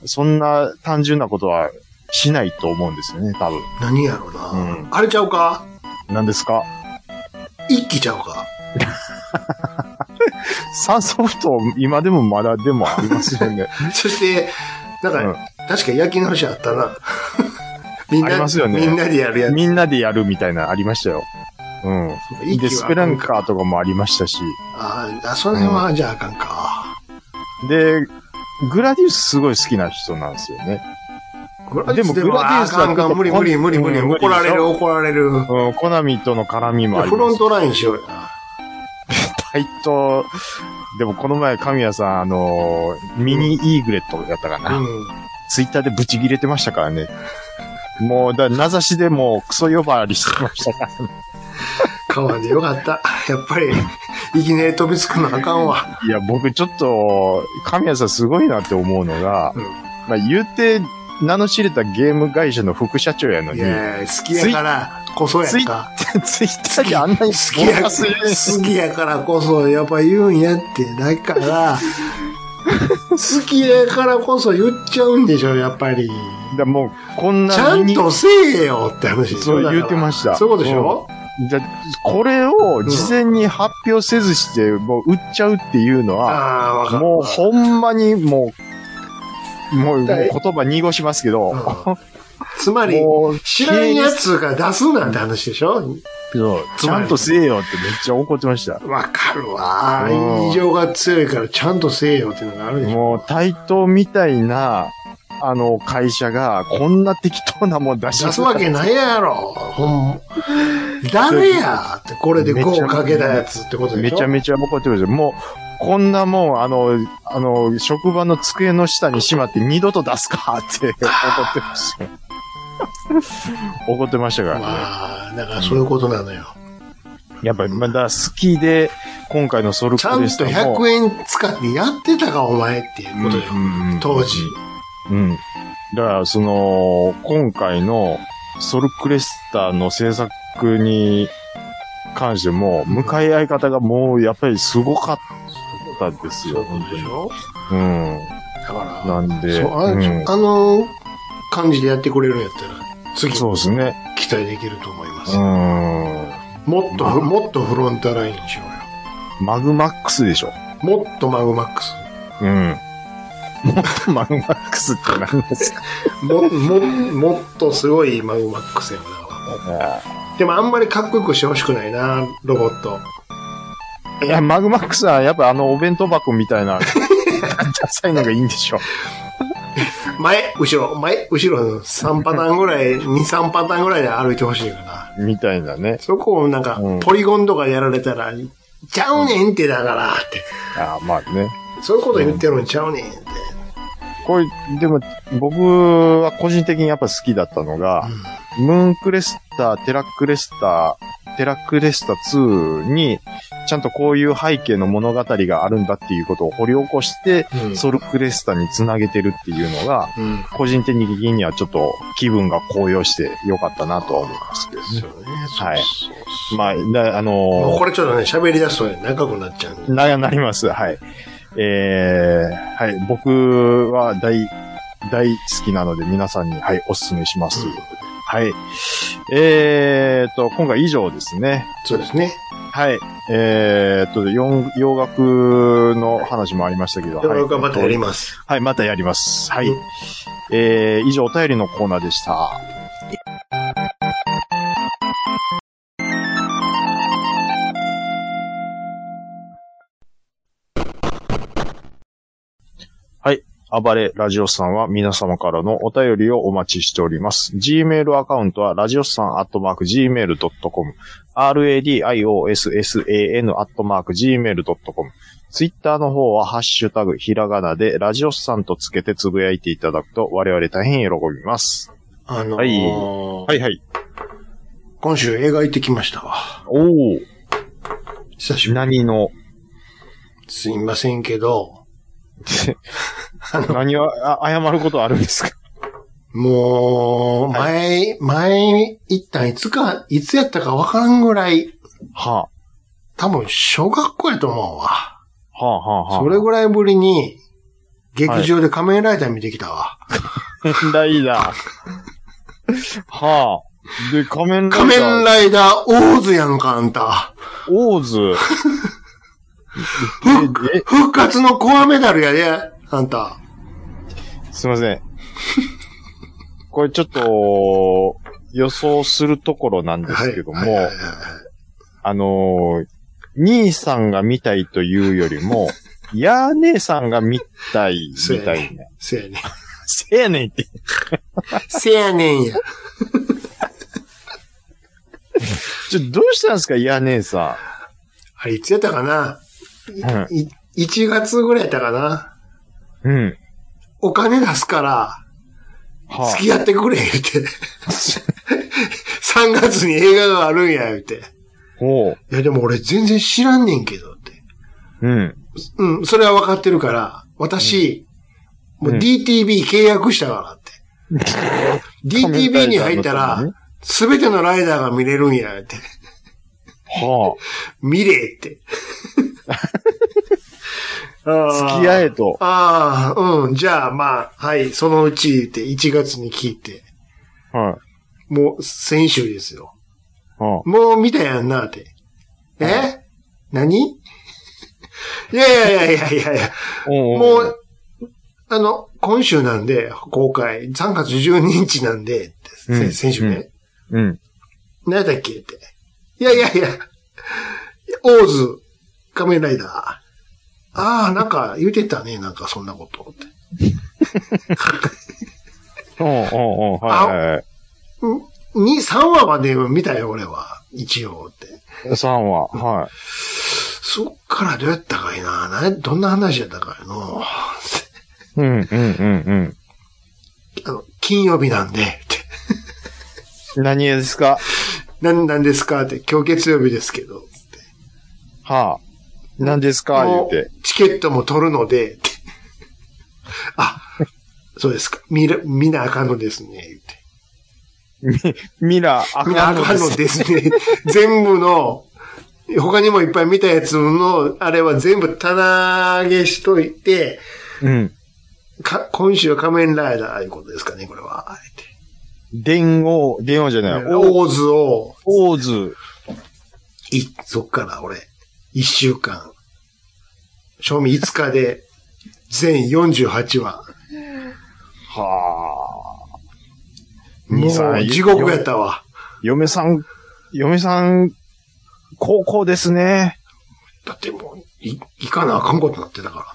[SPEAKER 1] うん。
[SPEAKER 4] そんな単純なことはしないと思うんですよね、多分。
[SPEAKER 1] 何やろうな。
[SPEAKER 4] うん
[SPEAKER 1] あれちゃうか
[SPEAKER 4] 何ですか
[SPEAKER 1] 一気ちゃうか
[SPEAKER 4] サンソフト、今でもまだでもありますよ ね。
[SPEAKER 1] そして、なんか、
[SPEAKER 4] うん
[SPEAKER 1] 確か焼き直しあったな。 みんな、
[SPEAKER 4] ありますよね
[SPEAKER 1] みんなでやるやつ。
[SPEAKER 4] みんなでやるみたいなのありましたよ。う
[SPEAKER 1] 一
[SPEAKER 4] ん。
[SPEAKER 1] 気は
[SPEAKER 4] で、スペランカーとかもありましたし。
[SPEAKER 1] ああ、その辺は、じゃああかんか。
[SPEAKER 4] で、グラディウスすごい好きな人なんですよね。
[SPEAKER 1] グ
[SPEAKER 4] でも
[SPEAKER 1] グ
[SPEAKER 4] グラディウス
[SPEAKER 1] あかんあかん、無理無理無理無理。
[SPEAKER 4] うん無理でしょ
[SPEAKER 1] 怒られる怒られる。
[SPEAKER 4] うん、コナミとの絡みもあり
[SPEAKER 1] フ
[SPEAKER 4] ま
[SPEAKER 1] ロン
[SPEAKER 4] す。
[SPEAKER 1] トラインしようよな。
[SPEAKER 4] タイト、でもこの前、神谷さん、あのーミニイーグレットやったかな。
[SPEAKER 1] うん。
[SPEAKER 4] ツイッターでブチ切れてましたからね。もう、だ、名指しでもうクソ呼ばわりしてましたから、
[SPEAKER 1] 買わんでよかった。 やっぱり、いきなり飛びつくのあかんわ。
[SPEAKER 4] いや、僕ちょっと、神谷さんすごいなって思うのが、
[SPEAKER 1] うん
[SPEAKER 4] まあ言うて、名の知れたゲーム会社の副社長やの
[SPEAKER 1] い
[SPEAKER 4] に、
[SPEAKER 1] や好きやからこそやんか。
[SPEAKER 4] ツイッターであんなに
[SPEAKER 1] 好きや、
[SPEAKER 4] ボロカス言う
[SPEAKER 1] 好きやからこそ、やっぱ言うんやって。だ から、好きやからこそ言っちゃうんでしょ、やっぱり。
[SPEAKER 4] だもう、こんな
[SPEAKER 1] ちゃん
[SPEAKER 4] ミニ
[SPEAKER 1] とせえよって話でしょ
[SPEAKER 4] そう
[SPEAKER 1] だから
[SPEAKER 4] 言ってました
[SPEAKER 1] そういうことでしょ、
[SPEAKER 4] だこれを事前に発表せずして、もう売っちゃうっていうの
[SPEAKER 1] あ
[SPEAKER 4] は、
[SPEAKER 1] あ、わかる。
[SPEAKER 4] もうほんまにもう、もうもう
[SPEAKER 1] だい
[SPEAKER 4] 言葉濁しますけど、
[SPEAKER 1] うんつまり、
[SPEAKER 4] もう、
[SPEAKER 1] 知らんやつが出すなんて話でしょ
[SPEAKER 4] そうちゃんとせえよってめっちゃ怒ってました。
[SPEAKER 1] わかるわ
[SPEAKER 4] うん。
[SPEAKER 1] 異常が強いからちゃんとせえよっていうのがあるでしょ。
[SPEAKER 4] もう、対等みたいな、あの、会社が、こんな適当なもん出し
[SPEAKER 1] 出すわけないやろ。ほん誰やって、これで5かけたやつってことで
[SPEAKER 4] め
[SPEAKER 1] しょ
[SPEAKER 4] ちゃめちゃ怒ってました。もう、こんなもん、あの、あの、職場の机の下にしまって二度と出すかって怒ってました。怒ってましたからね。
[SPEAKER 1] まあ、だからそういうことなのよ。
[SPEAKER 4] やっぱりまだ好きで、今回のソル
[SPEAKER 1] ち
[SPEAKER 4] ク
[SPEAKER 1] ゃん
[SPEAKER 4] レス
[SPEAKER 1] と
[SPEAKER 4] トも。
[SPEAKER 1] 100円使ってやってたか、お前っていうことよ。
[SPEAKER 4] うんうん
[SPEAKER 1] 当時。
[SPEAKER 4] うん。だから、その、今回のソルクレスターの制作に関しても、向かい合い方がもうやっぱりすごかったです
[SPEAKER 1] そう
[SPEAKER 4] よ、
[SPEAKER 1] いうこ
[SPEAKER 4] 本
[SPEAKER 1] と
[SPEAKER 4] 当
[SPEAKER 1] でし
[SPEAKER 4] に。
[SPEAKER 1] ょ
[SPEAKER 4] うん。
[SPEAKER 1] だから、
[SPEAKER 4] なんで、
[SPEAKER 1] そうあ
[SPEAKER 4] うん
[SPEAKER 1] あの感じでやってくれるんやったら、次、期
[SPEAKER 4] そうですね。
[SPEAKER 1] 待できると思いま
[SPEAKER 4] う
[SPEAKER 1] す。
[SPEAKER 4] ん。
[SPEAKER 1] もっと、
[SPEAKER 4] まあ
[SPEAKER 1] もっとフロントラインにしよ
[SPEAKER 4] マグマックスでしょ。
[SPEAKER 1] うよ。もっとマグマックス。
[SPEAKER 4] うん。 もっとマグマックスって何ですか
[SPEAKER 1] も、 も、もっとすごいマグマックスやもんだから。でもあんまりかっこよくしてほしくないな、ロボット。
[SPEAKER 4] いや、マグマックスはやっぱあのお弁当箱みたいな、 ダサいのがいいんでしょ。
[SPEAKER 1] 前、後ろ、前、後ろの3パターンぐらい、2、3パタ ーンぐらいで歩いてほしいかな。
[SPEAKER 4] みたいなね。
[SPEAKER 1] そこをなんか
[SPEAKER 4] うん、
[SPEAKER 1] ポリゴンとかやられたら、ちゃうねんってだからって。
[SPEAKER 4] あーまあね。
[SPEAKER 1] そういうこと言ってるのにちゃうねんって。
[SPEAKER 4] これ、でも、僕は個人的にやっぱ好きだったのが、ムーンクレスター、テラクレスター、テラクレスタ2に、ちゃんとこういう背景の物語があるんだっていうことを掘り起こして、
[SPEAKER 1] うん。
[SPEAKER 4] ソルクレスタにつなげてるっていうのが、
[SPEAKER 1] うん。うん。
[SPEAKER 4] 個人的にはちょっと気分が高揚してよかったなとは思いますけど
[SPEAKER 1] です
[SPEAKER 4] ね。
[SPEAKER 1] よね。
[SPEAKER 4] はい
[SPEAKER 1] そうそうそう
[SPEAKER 4] まあ、なあ
[SPEAKER 1] もう
[SPEAKER 4] の
[SPEAKER 1] これちょっとね、喋り出すとね、長くなっちゃうんで
[SPEAKER 4] ー、な、なります。はい。えー、はい。僕は大、大好きなので皆さんに、はい、お勧めしますということで。はい。えーっと、今回以上ですね。
[SPEAKER 1] そうですね。
[SPEAKER 4] はい。えーっと、洋洋楽の話もありましたけど。
[SPEAKER 1] でも
[SPEAKER 4] はい
[SPEAKER 1] 僕はまたやります。
[SPEAKER 4] はい、またやります。はい
[SPEAKER 1] うん。
[SPEAKER 4] えー、以上お便りのコーナーでした。はい。暴れラジオスさんは皆様からのお便りをお待ちしております。Gmail アカウントは、ラジオスさんアットマーク Gmail.com、radiosan アットマーク Gmail.com、ツイッターの方は、ハッシュタグ、ひらがなで、ラジオスさんとつけてつぶやいていただくと、我々大変喜びます。
[SPEAKER 1] あのー
[SPEAKER 4] ははいはい。
[SPEAKER 1] 今週映画行ってきましたわ。
[SPEAKER 4] おお。
[SPEAKER 1] 久しぶり。
[SPEAKER 4] 何の、
[SPEAKER 1] すいませんけど、
[SPEAKER 4] 何をあ謝ることあるんですか
[SPEAKER 1] もう、前、前、一旦いつか、いつやったかわからんぐらい、
[SPEAKER 4] は
[SPEAKER 1] 多分小学校やと思うわ。
[SPEAKER 4] あ、はあはあはあ。
[SPEAKER 1] それぐらいぶりに、劇場で仮面ライダー見てきたわ。
[SPEAKER 4] ライダー。はあ。で、仮面ライダー。
[SPEAKER 1] 仮面ライダーオーズやんか、あんた。
[SPEAKER 4] オーズ。ええ
[SPEAKER 1] 復活のコアメダルやで、あんた。
[SPEAKER 4] すいません。 これちょっと、予想するところなんですけども、
[SPEAKER 1] はいはいはいはい
[SPEAKER 4] あのー兄さんが見たいというより も、やー姉さんが見たいみたいね。
[SPEAKER 1] せ やね
[SPEAKER 4] せやね
[SPEAKER 1] ん。
[SPEAKER 4] んって。
[SPEAKER 1] せやねんや。
[SPEAKER 4] ちょ、どうしたんですか、やー姉さ。
[SPEAKER 1] あれ、いつやったかなん
[SPEAKER 4] うん
[SPEAKER 1] い ?1 月ぐらいやったかな。
[SPEAKER 4] うん。
[SPEAKER 1] お金出すから、
[SPEAKER 4] は
[SPEAKER 1] 付き合ってくれ、言うて。3月に映画があるんや、言うて。
[SPEAKER 4] あ、おう。
[SPEAKER 1] いや、でも俺全然知らんねんけど、って。
[SPEAKER 4] うん。
[SPEAKER 1] うん、それは分かってるから、私、
[SPEAKER 4] うん
[SPEAKER 1] もう DTB 契約したか らって。
[SPEAKER 4] 仮面ラ
[SPEAKER 1] DTB に
[SPEAKER 4] イダー
[SPEAKER 1] 入
[SPEAKER 4] の
[SPEAKER 1] った
[SPEAKER 4] ため
[SPEAKER 1] ら
[SPEAKER 4] に、
[SPEAKER 1] すべてのライダーが見れるんや、って。
[SPEAKER 4] は
[SPEAKER 1] 見れ って。
[SPEAKER 4] あ。
[SPEAKER 1] 付
[SPEAKER 4] 付き合え。と。
[SPEAKER 1] ああ、うん。じゃあ、まあ、はい、そのうちって1月に聞いて、
[SPEAKER 4] は
[SPEAKER 1] もう先週ですよ。
[SPEAKER 4] い。は
[SPEAKER 1] もう見たやんなって。え何 いやいやいやいやいや。
[SPEAKER 4] あ。お
[SPEAKER 1] もう、あの、今週なんで、公開、3月12日なんで、って
[SPEAKER 4] う
[SPEAKER 1] せ
[SPEAKER 4] ん
[SPEAKER 1] 先週ね、
[SPEAKER 4] うん。うん。
[SPEAKER 1] 何だっけって。いやいやいや、オーズ、仮面ライダー。ああ、なんか言うてたね、なんかそんなことって。
[SPEAKER 4] おうおうおうはいはいはい。
[SPEAKER 1] に、3話まで見たよ、俺は。一応って。
[SPEAKER 4] 3話。はい。
[SPEAKER 1] そっからどうやったかいな。などんな話やったかいの。
[SPEAKER 4] うん、うん、うん、
[SPEAKER 1] あの、金曜日なんで、って。
[SPEAKER 4] うん。何屋ですか
[SPEAKER 1] なんなんですかって、今日月曜日ですけど。
[SPEAKER 4] はあ。何ですか言
[SPEAKER 1] も
[SPEAKER 4] う
[SPEAKER 1] う
[SPEAKER 4] て。
[SPEAKER 1] チケットも取るので、って あ、そうですか。見る、見なあかんのですね、言って。
[SPEAKER 4] ミラー、
[SPEAKER 1] 見なあかんのです ね。全部の、他にもいっぱい見たやつの、あれは全部棚上げしといて、
[SPEAKER 4] うん。
[SPEAKER 1] か、今週は仮面ライダーいうことですかね、これは。あえて
[SPEAKER 4] 電王、電王じゃない。
[SPEAKER 1] オーズを、
[SPEAKER 4] オーズ。
[SPEAKER 1] い、そっから俺、一週間、賞味5日で、全48話。
[SPEAKER 4] はあ。
[SPEAKER 1] も
[SPEAKER 4] 兄さん
[SPEAKER 1] う地獄やったわ。
[SPEAKER 4] 嫁さん、嫁さん、高校ですね。
[SPEAKER 1] だってもう、い、行かなあかんことになってたか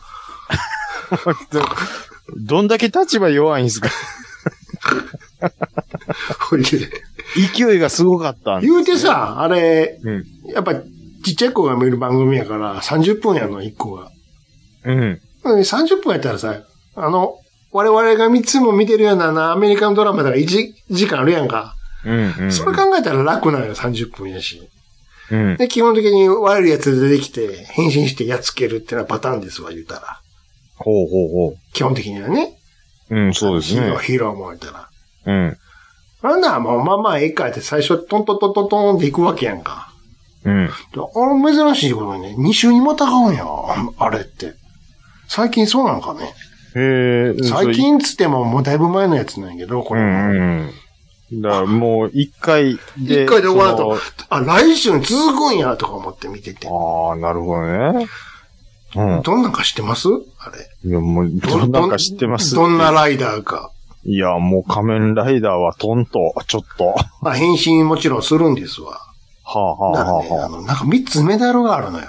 [SPEAKER 1] ら。
[SPEAKER 4] どんだけ立場弱いん ですか
[SPEAKER 1] ほいで
[SPEAKER 4] 勢いがすごかったんで
[SPEAKER 1] 言うてさ、あれ、
[SPEAKER 4] うん
[SPEAKER 1] やっぱ、ちっちゃい子が見る番組やから、30分やの、1個が。
[SPEAKER 4] うん。
[SPEAKER 1] うん30分やったらさ、あの、我々が3つも見てるようななアメリカのドラマだから1時間あるやんか。
[SPEAKER 4] うん、うん。
[SPEAKER 1] それ考えたら楽なんよ、30分やし。
[SPEAKER 4] うん。
[SPEAKER 1] で、基本的に悪いやつ出てきて、変身してやっつけるってのはパターンですわ、言うたら。
[SPEAKER 4] ほうほうほ
[SPEAKER 1] 基本的にはね。
[SPEAKER 4] う。うん、そうです
[SPEAKER 1] ヒーロ
[SPEAKER 4] ね
[SPEAKER 1] ー、。ヒーローも言うたら。
[SPEAKER 4] うん。
[SPEAKER 1] なんなら、まあまあまあ、ええかって最初、トントントントントンっていくわけやんか。
[SPEAKER 4] うん。
[SPEAKER 1] であれ、珍しいことにね、2週にまた買うんや、あれって。最近そうなんかね。
[SPEAKER 4] へえ、
[SPEAKER 1] 最近っつっても、もうだいぶ前のやつなんやけど、こ
[SPEAKER 4] う
[SPEAKER 1] れ。
[SPEAKER 4] んうんうん。だからもう一回で。
[SPEAKER 1] 一回で終わらんと
[SPEAKER 4] そ
[SPEAKER 1] あ、来週に続くんや、とか思って見てて。
[SPEAKER 4] の。ああ、なるほどね。うん。
[SPEAKER 1] どんなんか知ってますあれ。
[SPEAKER 4] いや、もう、どんなんか知ってます
[SPEAKER 1] どんなライダーか。
[SPEAKER 4] いや、もう仮面ライダーはトンと、ちょっと。は
[SPEAKER 1] まあ、変身もちろんするんですわ。
[SPEAKER 4] あはあ
[SPEAKER 1] だから
[SPEAKER 4] は
[SPEAKER 1] ね、
[SPEAKER 4] あ
[SPEAKER 1] あ
[SPEAKER 4] は
[SPEAKER 1] の、なんか3つメダルがあるのよ。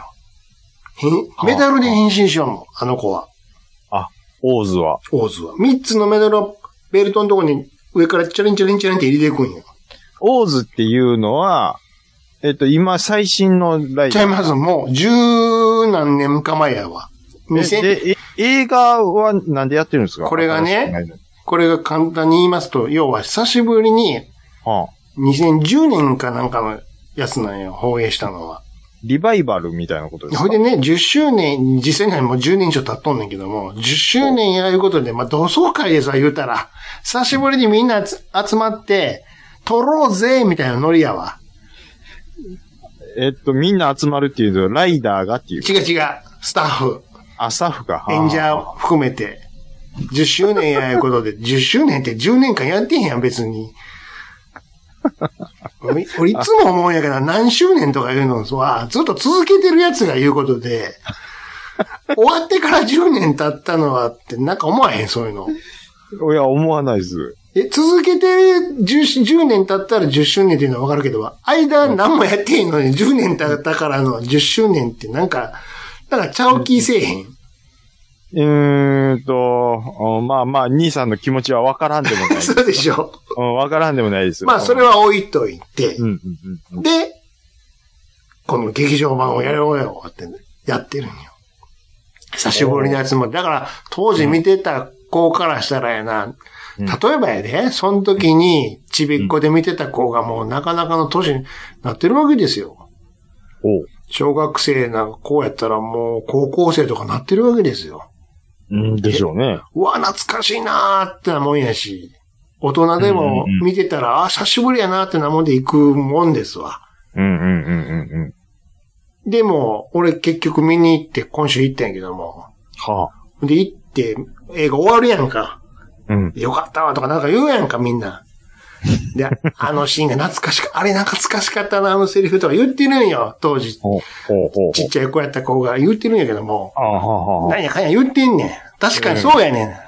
[SPEAKER 1] へん
[SPEAKER 4] あ
[SPEAKER 1] メダルで変身しようもん、あの子は。
[SPEAKER 4] オーズは。
[SPEAKER 1] オーズは。3つのメダルをベルトのとこに上からチャリンチャリンチャリンって入れていくんよ。
[SPEAKER 4] オーズっていうのは、えっと、今最新のライ
[SPEAKER 1] ちゃ
[SPEAKER 4] ダー。
[SPEAKER 1] います。もう、十何年か前やわ。2000
[SPEAKER 4] で、え映画はなんでやってるんですか
[SPEAKER 1] これがね。
[SPEAKER 4] 新しくない
[SPEAKER 1] これが簡単に言いますと、要は久しぶりに
[SPEAKER 4] のはあ。
[SPEAKER 1] 2010年かなんかのやつなんよ、放映したのは。
[SPEAKER 4] リバイバルみたいなことです
[SPEAKER 1] ほ
[SPEAKER 4] か
[SPEAKER 1] いでね、10周年、実際にはもう10年以上経っとんねんけども、10周年やいうことで、まあ同窓会でさ、言うたら、久しぶりにみんな集集まって、撮ろうぜみたいなノリやわ。
[SPEAKER 4] えっと、みんな集まるっていうと、ライダーがっていう。
[SPEAKER 1] 違う違う、スタッフ、
[SPEAKER 4] あ、スタッフか。はあ
[SPEAKER 1] 演者含めて、 10周年やいうことで、10周 年って10年間やってへんやん、別に。俺、俺いつも思うんやから何周年とか言うのは、ずっと続けてるやつが言うことで、終わってから10年経ったのはって、なんか思わへん、そういうの。
[SPEAKER 4] いや、思わないです。
[SPEAKER 1] え、続けて 10, 10年経ったら10周年っていうのはわかるけど、間何もやってへんのに10年経ったからの10周年ってなんか、なんかちゃう気せえへん。
[SPEAKER 4] うーんと、おまあまあ、兄さんの気持ちはわからんでもないです。
[SPEAKER 1] そうでしょ。
[SPEAKER 4] うんわからんでもないです。
[SPEAKER 1] まあそれは置いといて
[SPEAKER 4] う、ん。うん、うん、うん。
[SPEAKER 1] で、この劇場版をやろうよってやってるんよ。久しぶりのやつも。だから当時見てた子からしたらやな、
[SPEAKER 4] うん
[SPEAKER 1] 例えばやで、その時にちびっこで見てた子がもうなかなかの年になってるわけですよ。
[SPEAKER 4] おう
[SPEAKER 1] 小学生なんかこうやったらもう高校生とかなってるわけですよ。
[SPEAKER 4] うんでしょうね。
[SPEAKER 1] うわ、懐かしいなーってなもんやし、大人でも
[SPEAKER 4] うんうんうん
[SPEAKER 1] 見てたら、あ、久しぶりやなーってなもんで行くもんですわ。
[SPEAKER 4] うん、うん、うん、うん、うん。
[SPEAKER 1] でも、俺結局見に行って今週行ったんやけども。
[SPEAKER 4] はあ。
[SPEAKER 1] で、行って映画終わるやんか。
[SPEAKER 4] うん。
[SPEAKER 1] よかったわとかなんか言うやんか、みんな。 で、あのシーンが懐かしか、あれ懐かしかったな、あのセリフとか言ってるんよ、当時。
[SPEAKER 4] ほう、ほう、ほう。
[SPEAKER 1] ちっちゃい子やった子が言ってるんやけども。
[SPEAKER 4] ああ、はあ、はあ。
[SPEAKER 1] なんやかんや言ってんねん。確かにそうやね。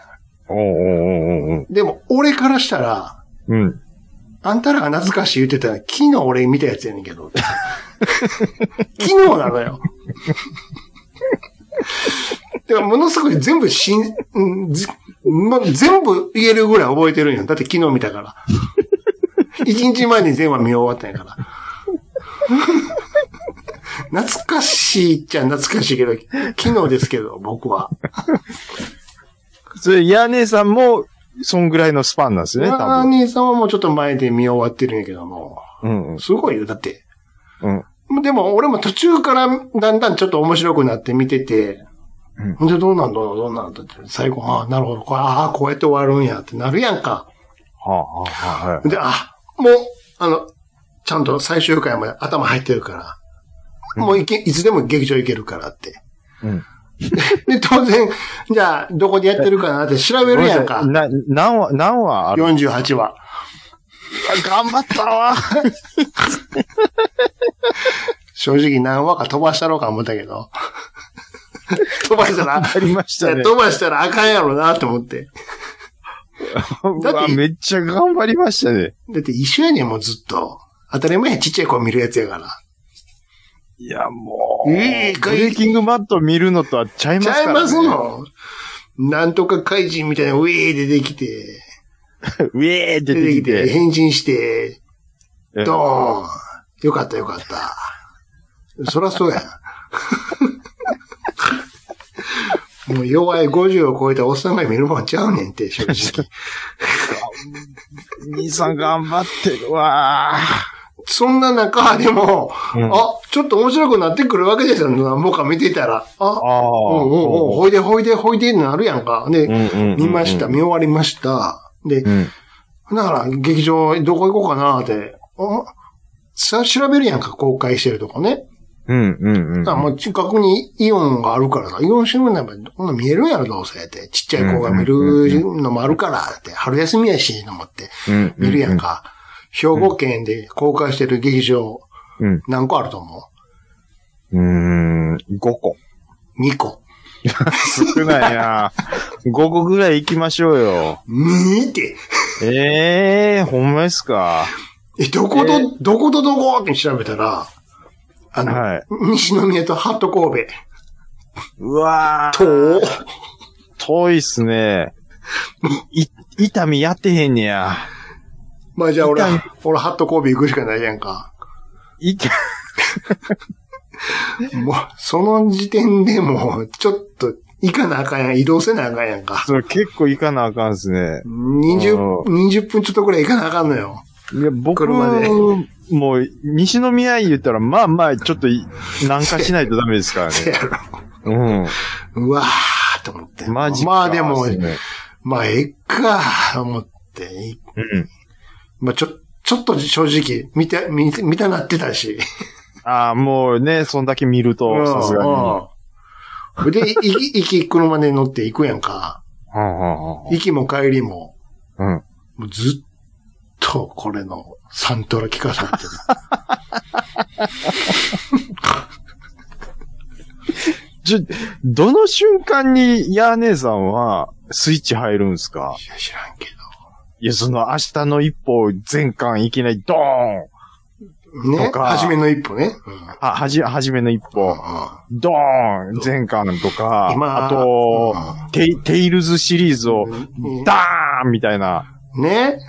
[SPEAKER 4] おうおうおうおうおうん
[SPEAKER 1] でも、俺からしたら、
[SPEAKER 4] うん。
[SPEAKER 1] あんたらが懐かしい言ってたら、昨日俺見たやつやねんけど。昨日なのよ。でも、ものすごい全部しん、んぜま、全部言えるぐらい覚えてるんよ。だって昨日見たから。一日前に全話見終わったんやから。懐かしいっちゃ懐かしいけど、昨日ですけど、僕は。
[SPEAKER 4] それ、ヤーネーさんも、そんぐらいのスパンなんですね、多
[SPEAKER 1] まあ、
[SPEAKER 4] 分。
[SPEAKER 1] 兄さんはもうちょっと前で見終わってるんやけども。
[SPEAKER 4] うんうん。
[SPEAKER 1] すごいよ、だって。
[SPEAKER 4] うん。
[SPEAKER 1] でも、俺も途中からだんだんちょっと面白くなって見てて、
[SPEAKER 4] うん
[SPEAKER 1] ほんで、どうなんだろう、どうなんだろうって、最後、ああ、なるほど、これ、ああ、こうやって終わるんやってなるやんか。
[SPEAKER 4] はあ、はあ、はい。
[SPEAKER 1] で、あ、もう、あの、ちゃんと最終回まで頭入ってるから、もういけ、いつでも劇場行けるからって。
[SPEAKER 4] うん
[SPEAKER 1] で、当然、じゃあ、どこでやってるかなって調べるやんか
[SPEAKER 4] ご。めなさいな、何話、何話ある
[SPEAKER 1] 48話。
[SPEAKER 4] 頑張ったわ。
[SPEAKER 1] 正直何話か飛ばしたろうか思った けど。飛ばした ら、
[SPEAKER 4] ありましたね。
[SPEAKER 1] 飛ばしたらあかんやろなと思って。
[SPEAKER 4] うわ、めっちゃ頑張りましたね。
[SPEAKER 1] だって一緒やねん、もうずっと。当たり前やちっちゃい子見るやつやから。
[SPEAKER 4] いや、もう。
[SPEAKER 1] ええ
[SPEAKER 4] ブレイキングマット見るのとはちゃいます
[SPEAKER 1] ち
[SPEAKER 4] から、ね。
[SPEAKER 1] ゃいますの。なんとか怪人みたいな、ウェー出てきて、
[SPEAKER 4] ウェー出
[SPEAKER 1] 出て
[SPEAKER 4] て
[SPEAKER 1] き
[SPEAKER 4] き
[SPEAKER 1] て、
[SPEAKER 4] て。
[SPEAKER 1] 変身して、
[SPEAKER 4] ええ
[SPEAKER 1] ドーン。よかったよかった。そ らそうやん。もう弱い50を超えたおっさんが見るもんちゃうねんって、正直。
[SPEAKER 4] 兄さん頑張ってるわ。
[SPEAKER 1] そんな中でも、
[SPEAKER 4] うん
[SPEAKER 1] あ、ちょっと面白くなってくるわけですよ。何もか見てたら。あ、
[SPEAKER 4] ああ。
[SPEAKER 1] うんうんうん、ほいでほいでほいでなるやんか。で、
[SPEAKER 4] うんうんうん
[SPEAKER 1] 見ました、見終わりました。で、
[SPEAKER 4] う
[SPEAKER 1] だ
[SPEAKER 4] ん。
[SPEAKER 1] から劇場どこ行こうかなって、あさ調べるやんか、公開してるとこね。
[SPEAKER 4] うんうんうん。
[SPEAKER 1] だからもう近くにイオンがあるからさ、イオン新聞なんかこんなん見えるんやろ、どうせって。ちっちゃい子が見るのもあるからって、春休みやし、と思って
[SPEAKER 4] うん
[SPEAKER 1] 見るやん。か。兵庫県で公開してる劇場、
[SPEAKER 4] うん
[SPEAKER 1] 何個あると思
[SPEAKER 4] うん。うーん、5個。
[SPEAKER 1] う ?2 個。
[SPEAKER 4] 少ないな。5個ぐらい行きましょうよ。
[SPEAKER 1] 見て、
[SPEAKER 4] ええー、ほんまですか。
[SPEAKER 1] え、どこと、
[SPEAKER 4] え
[SPEAKER 1] どことどこって調べたら、あの、
[SPEAKER 4] はい
[SPEAKER 1] 西宮とハット神戸、
[SPEAKER 4] うわー。
[SPEAKER 1] と、
[SPEAKER 4] 遠いっすね。い、 い痛みやってへんねや。
[SPEAKER 1] まあじゃあ俺
[SPEAKER 4] いや、
[SPEAKER 1] 俺ハット神戸行くしかないやんか。
[SPEAKER 4] 痛、
[SPEAKER 1] もう、その時点でもう、ちょっと、行かなあかんやん、移動せなあかんやんか。
[SPEAKER 4] そう、結構行かなあかんっすね。
[SPEAKER 1] 20、20分ちょっとくらい行かなあかんのよ。
[SPEAKER 4] いや、僕
[SPEAKER 1] 車で
[SPEAKER 4] もう、西宮言ったら、まあまあ、ちょっとい、南下しないとダメですから
[SPEAKER 1] せ
[SPEAKER 4] ね。
[SPEAKER 1] やろ。
[SPEAKER 4] うん。
[SPEAKER 1] うわーと思って。
[SPEAKER 4] マジか
[SPEAKER 1] まあでも
[SPEAKER 4] っ、すね
[SPEAKER 1] まあええか、と思って。
[SPEAKER 4] うん。
[SPEAKER 1] まあちょ、ちょっと正直、見て、見て、見たなってたし。
[SPEAKER 4] ああ、もうね、そんだけ見ると、さすがに。
[SPEAKER 1] うん。で、い、い、いき、車で乗って行くやんか。
[SPEAKER 4] うんうんうん
[SPEAKER 1] 行きも帰りも、
[SPEAKER 4] うん。
[SPEAKER 1] もうずっとこれのサントラ聞かされ てる。
[SPEAKER 4] じゃ、どの瞬間にヤー姉さんはスイッチ入るんすか
[SPEAKER 1] いや、知らんけ
[SPEAKER 4] いや、その明日の一歩全巻いきなりドーン
[SPEAKER 1] ど。ね
[SPEAKER 4] とか
[SPEAKER 1] 初めの一歩ね。うん。
[SPEAKER 4] あ、はじ、はじめの一歩、ドーン全巻とか、
[SPEAKER 1] 今
[SPEAKER 4] あと、
[SPEAKER 1] う
[SPEAKER 4] テイ、テイルズシリーズを
[SPEAKER 1] うん
[SPEAKER 4] ダーンみたいな。
[SPEAKER 1] ね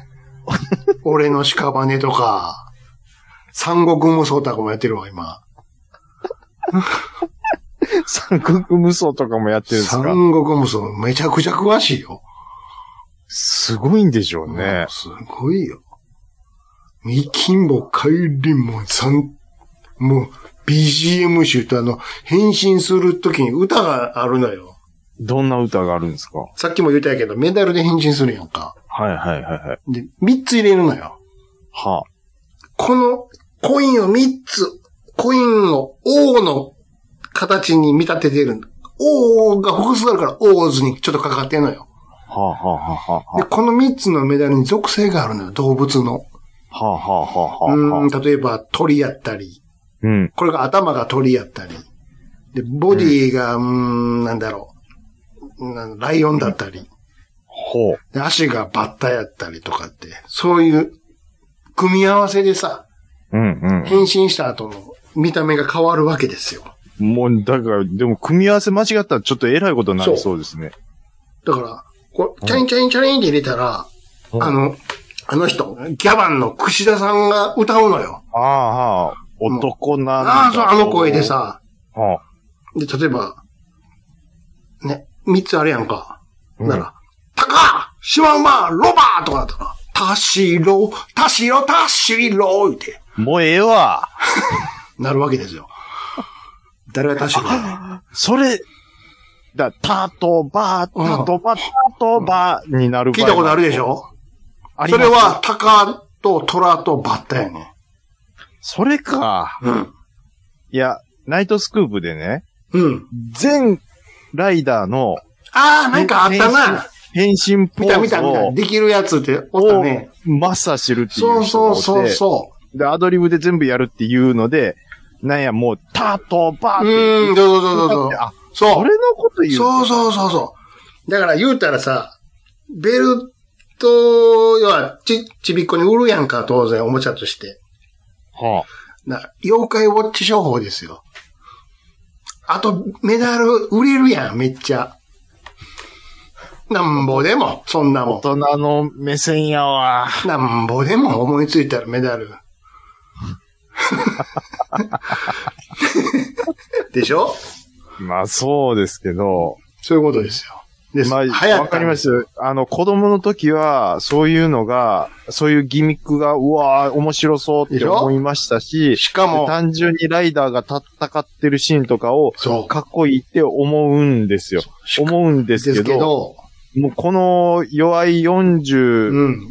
[SPEAKER 1] 俺の屍とか、三国無双太鼓もやってるわ、今。
[SPEAKER 4] 三国無双とかもやってるんです
[SPEAKER 1] 三
[SPEAKER 4] か
[SPEAKER 1] 国無双めちゃくちゃ詳しいよ。
[SPEAKER 4] すごいんでしょうね。
[SPEAKER 1] すごいよ。みきんぼ、かゆりんも、さん、もう、BGM 集とあの、変身するときに歌があるのよ。
[SPEAKER 4] どんな歌があるんですか
[SPEAKER 1] さっきも言ったやけど、メダルで変身するやんか。
[SPEAKER 4] はいはいはいはい。
[SPEAKER 1] で、三つ入れるのよ。
[SPEAKER 4] は
[SPEAKER 1] このコインを三つ、コインを O の形に見立ててる。O が複数あるから O 図にちょっとかかってんのよ。
[SPEAKER 4] あ、はあ、はあはあはあ
[SPEAKER 1] で、この三つのメダルに属性があるのよ、動物の。
[SPEAKER 4] はあ、はあはあはあは
[SPEAKER 1] う
[SPEAKER 4] あ
[SPEAKER 1] ん、。例えば鳥やったり、
[SPEAKER 4] うん。
[SPEAKER 1] これが頭が鳥やったり、で、ボディが、うーん、なんだろう、なんライオンだったり、
[SPEAKER 4] ほう。
[SPEAKER 1] で足がバッタやったりとかって、そういう組み合わせでさ、
[SPEAKER 4] うんうん。
[SPEAKER 1] 変身した後の見た目が変わるわけですよ。
[SPEAKER 4] もう、だから、でも、組み合わせ間違ったらちょっと偉いことになりそうですね。
[SPEAKER 1] だから、こう、チャリンチャリンチャリンって入れたら、
[SPEAKER 4] うん
[SPEAKER 1] あの、あの人、ギャバンの串田さんが歌うのよ。
[SPEAKER 4] ああ、はあ、男なんだ
[SPEAKER 1] ああ、そう、あの声で。さ。
[SPEAKER 4] は
[SPEAKER 1] で、例えば、ね、三つあるやんか。
[SPEAKER 4] うん
[SPEAKER 1] なら、タカシマウマロバーとかだったら、タシロ、タシロ、タシロって
[SPEAKER 4] あ、もうええわ。
[SPEAKER 1] なるわけですよ。誰がタシロや
[SPEAKER 4] それ、だ、たとば、たとば、たとばになる
[SPEAKER 1] 聞いたことあるでし
[SPEAKER 4] ょ
[SPEAKER 1] ょ
[SPEAKER 4] あり
[SPEAKER 1] そ
[SPEAKER 4] ます
[SPEAKER 1] れ、は、タカとトラとバッタやね。
[SPEAKER 4] それか。
[SPEAKER 1] うん。
[SPEAKER 4] いや、ナイトスクープでね、
[SPEAKER 1] うん。
[SPEAKER 4] 全ライダーの
[SPEAKER 1] ああ、なんかあったな。
[SPEAKER 4] 変身ポ
[SPEAKER 1] 見た
[SPEAKER 4] ー
[SPEAKER 1] 見
[SPEAKER 4] ズ
[SPEAKER 1] た見た。
[SPEAKER 4] を、
[SPEAKER 1] できるやつっておった
[SPEAKER 4] を
[SPEAKER 1] ね。
[SPEAKER 4] マスターしてるってい
[SPEAKER 1] そうう
[SPEAKER 4] 人が
[SPEAKER 1] そ
[SPEAKER 4] おっ
[SPEAKER 1] う
[SPEAKER 4] て。
[SPEAKER 1] そうそう。
[SPEAKER 4] で、アドリブで全部やるっていうので、なんや、もう、たとばって言
[SPEAKER 1] うん、
[SPEAKER 4] っ
[SPEAKER 1] そうそうそう
[SPEAKER 4] あ、
[SPEAKER 1] そう。
[SPEAKER 4] そ
[SPEAKER 1] そう。
[SPEAKER 4] れのこと言う。
[SPEAKER 1] そうそうそうそう。だから言うたらさ、ベルトはち、ちびっこに売るやんか、当然、おもちゃとして。
[SPEAKER 4] は
[SPEAKER 1] な、妖怪ウォッチ商法ですよ。あと、メダル売れるやん、めっちゃ。なんぼでも、そんな
[SPEAKER 4] あ、大
[SPEAKER 1] も
[SPEAKER 4] 人の目線やわ。
[SPEAKER 1] ん。なんぼでも思いついたらメ ダル。でしょ
[SPEAKER 4] まあ、そうですけど。
[SPEAKER 1] そういうことですよ。です。
[SPEAKER 4] まあ、わかりました。あの、子供の時は、そういうのが、そういうギミックが、うわー面白そうって思いましたし、
[SPEAKER 1] しかも
[SPEAKER 4] で単純にライダーが戦ってるシーンとかを、
[SPEAKER 1] そう。
[SPEAKER 4] かっこいいって思うんですよ。思うんですけど、もうこの弱い40、
[SPEAKER 1] うん。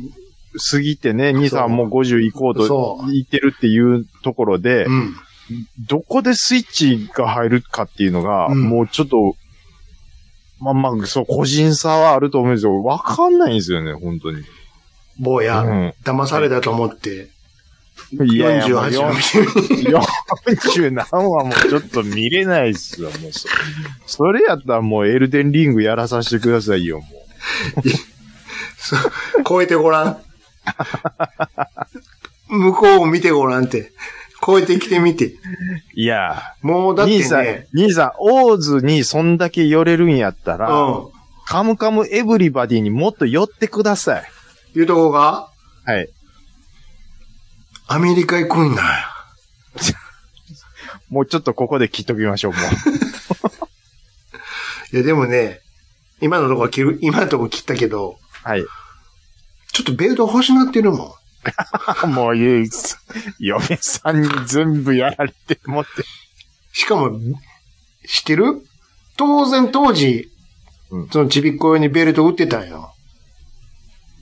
[SPEAKER 4] 過ぎてね、兄さんもう50行こうと
[SPEAKER 1] そう
[SPEAKER 4] 言ってるっていうところで
[SPEAKER 1] う、ん。
[SPEAKER 4] どこでスイッチが入るかっていうのが、
[SPEAKER 1] うん
[SPEAKER 4] もうちょっと、まあまあ、そう、個人差はあると思うんですけど、わかんないんですよね、本当に。
[SPEAKER 1] 坊や、
[SPEAKER 4] うん
[SPEAKER 1] 騙されたと思って、
[SPEAKER 4] いやいや、もう
[SPEAKER 1] 48を見てみ
[SPEAKER 4] 40何はもうちょっと見れないっすよ、もうそ。それやったらもうエルデンリングやらさせてくださいよ、もう。
[SPEAKER 1] 超えて ごらん。向こうを見てごらんって。超えてきてみて。
[SPEAKER 4] いや、
[SPEAKER 1] もうだって
[SPEAKER 4] 兄さん
[SPEAKER 1] ね、、
[SPEAKER 4] 兄さん、オーズにそんだけ寄れるんやった
[SPEAKER 1] う
[SPEAKER 4] ら、
[SPEAKER 1] ん。
[SPEAKER 4] カムカムエブリバディにもっと寄ってください。
[SPEAKER 1] いうとこが、
[SPEAKER 4] はい。
[SPEAKER 1] アメリカ行くんだよ。
[SPEAKER 4] もうちょっとここで切っときま しょう、もう。
[SPEAKER 1] いや、でもね、今のとこは切る、今のとこ切ったけど、
[SPEAKER 4] はい。
[SPEAKER 1] ちょっとベルト欲しなってるもん。
[SPEAKER 4] もう言う、嫁さんに全部やられてもって。
[SPEAKER 1] しかも、知ってる当然当時、
[SPEAKER 4] うん
[SPEAKER 1] そのちびっこ用にベルト売ってたんよ。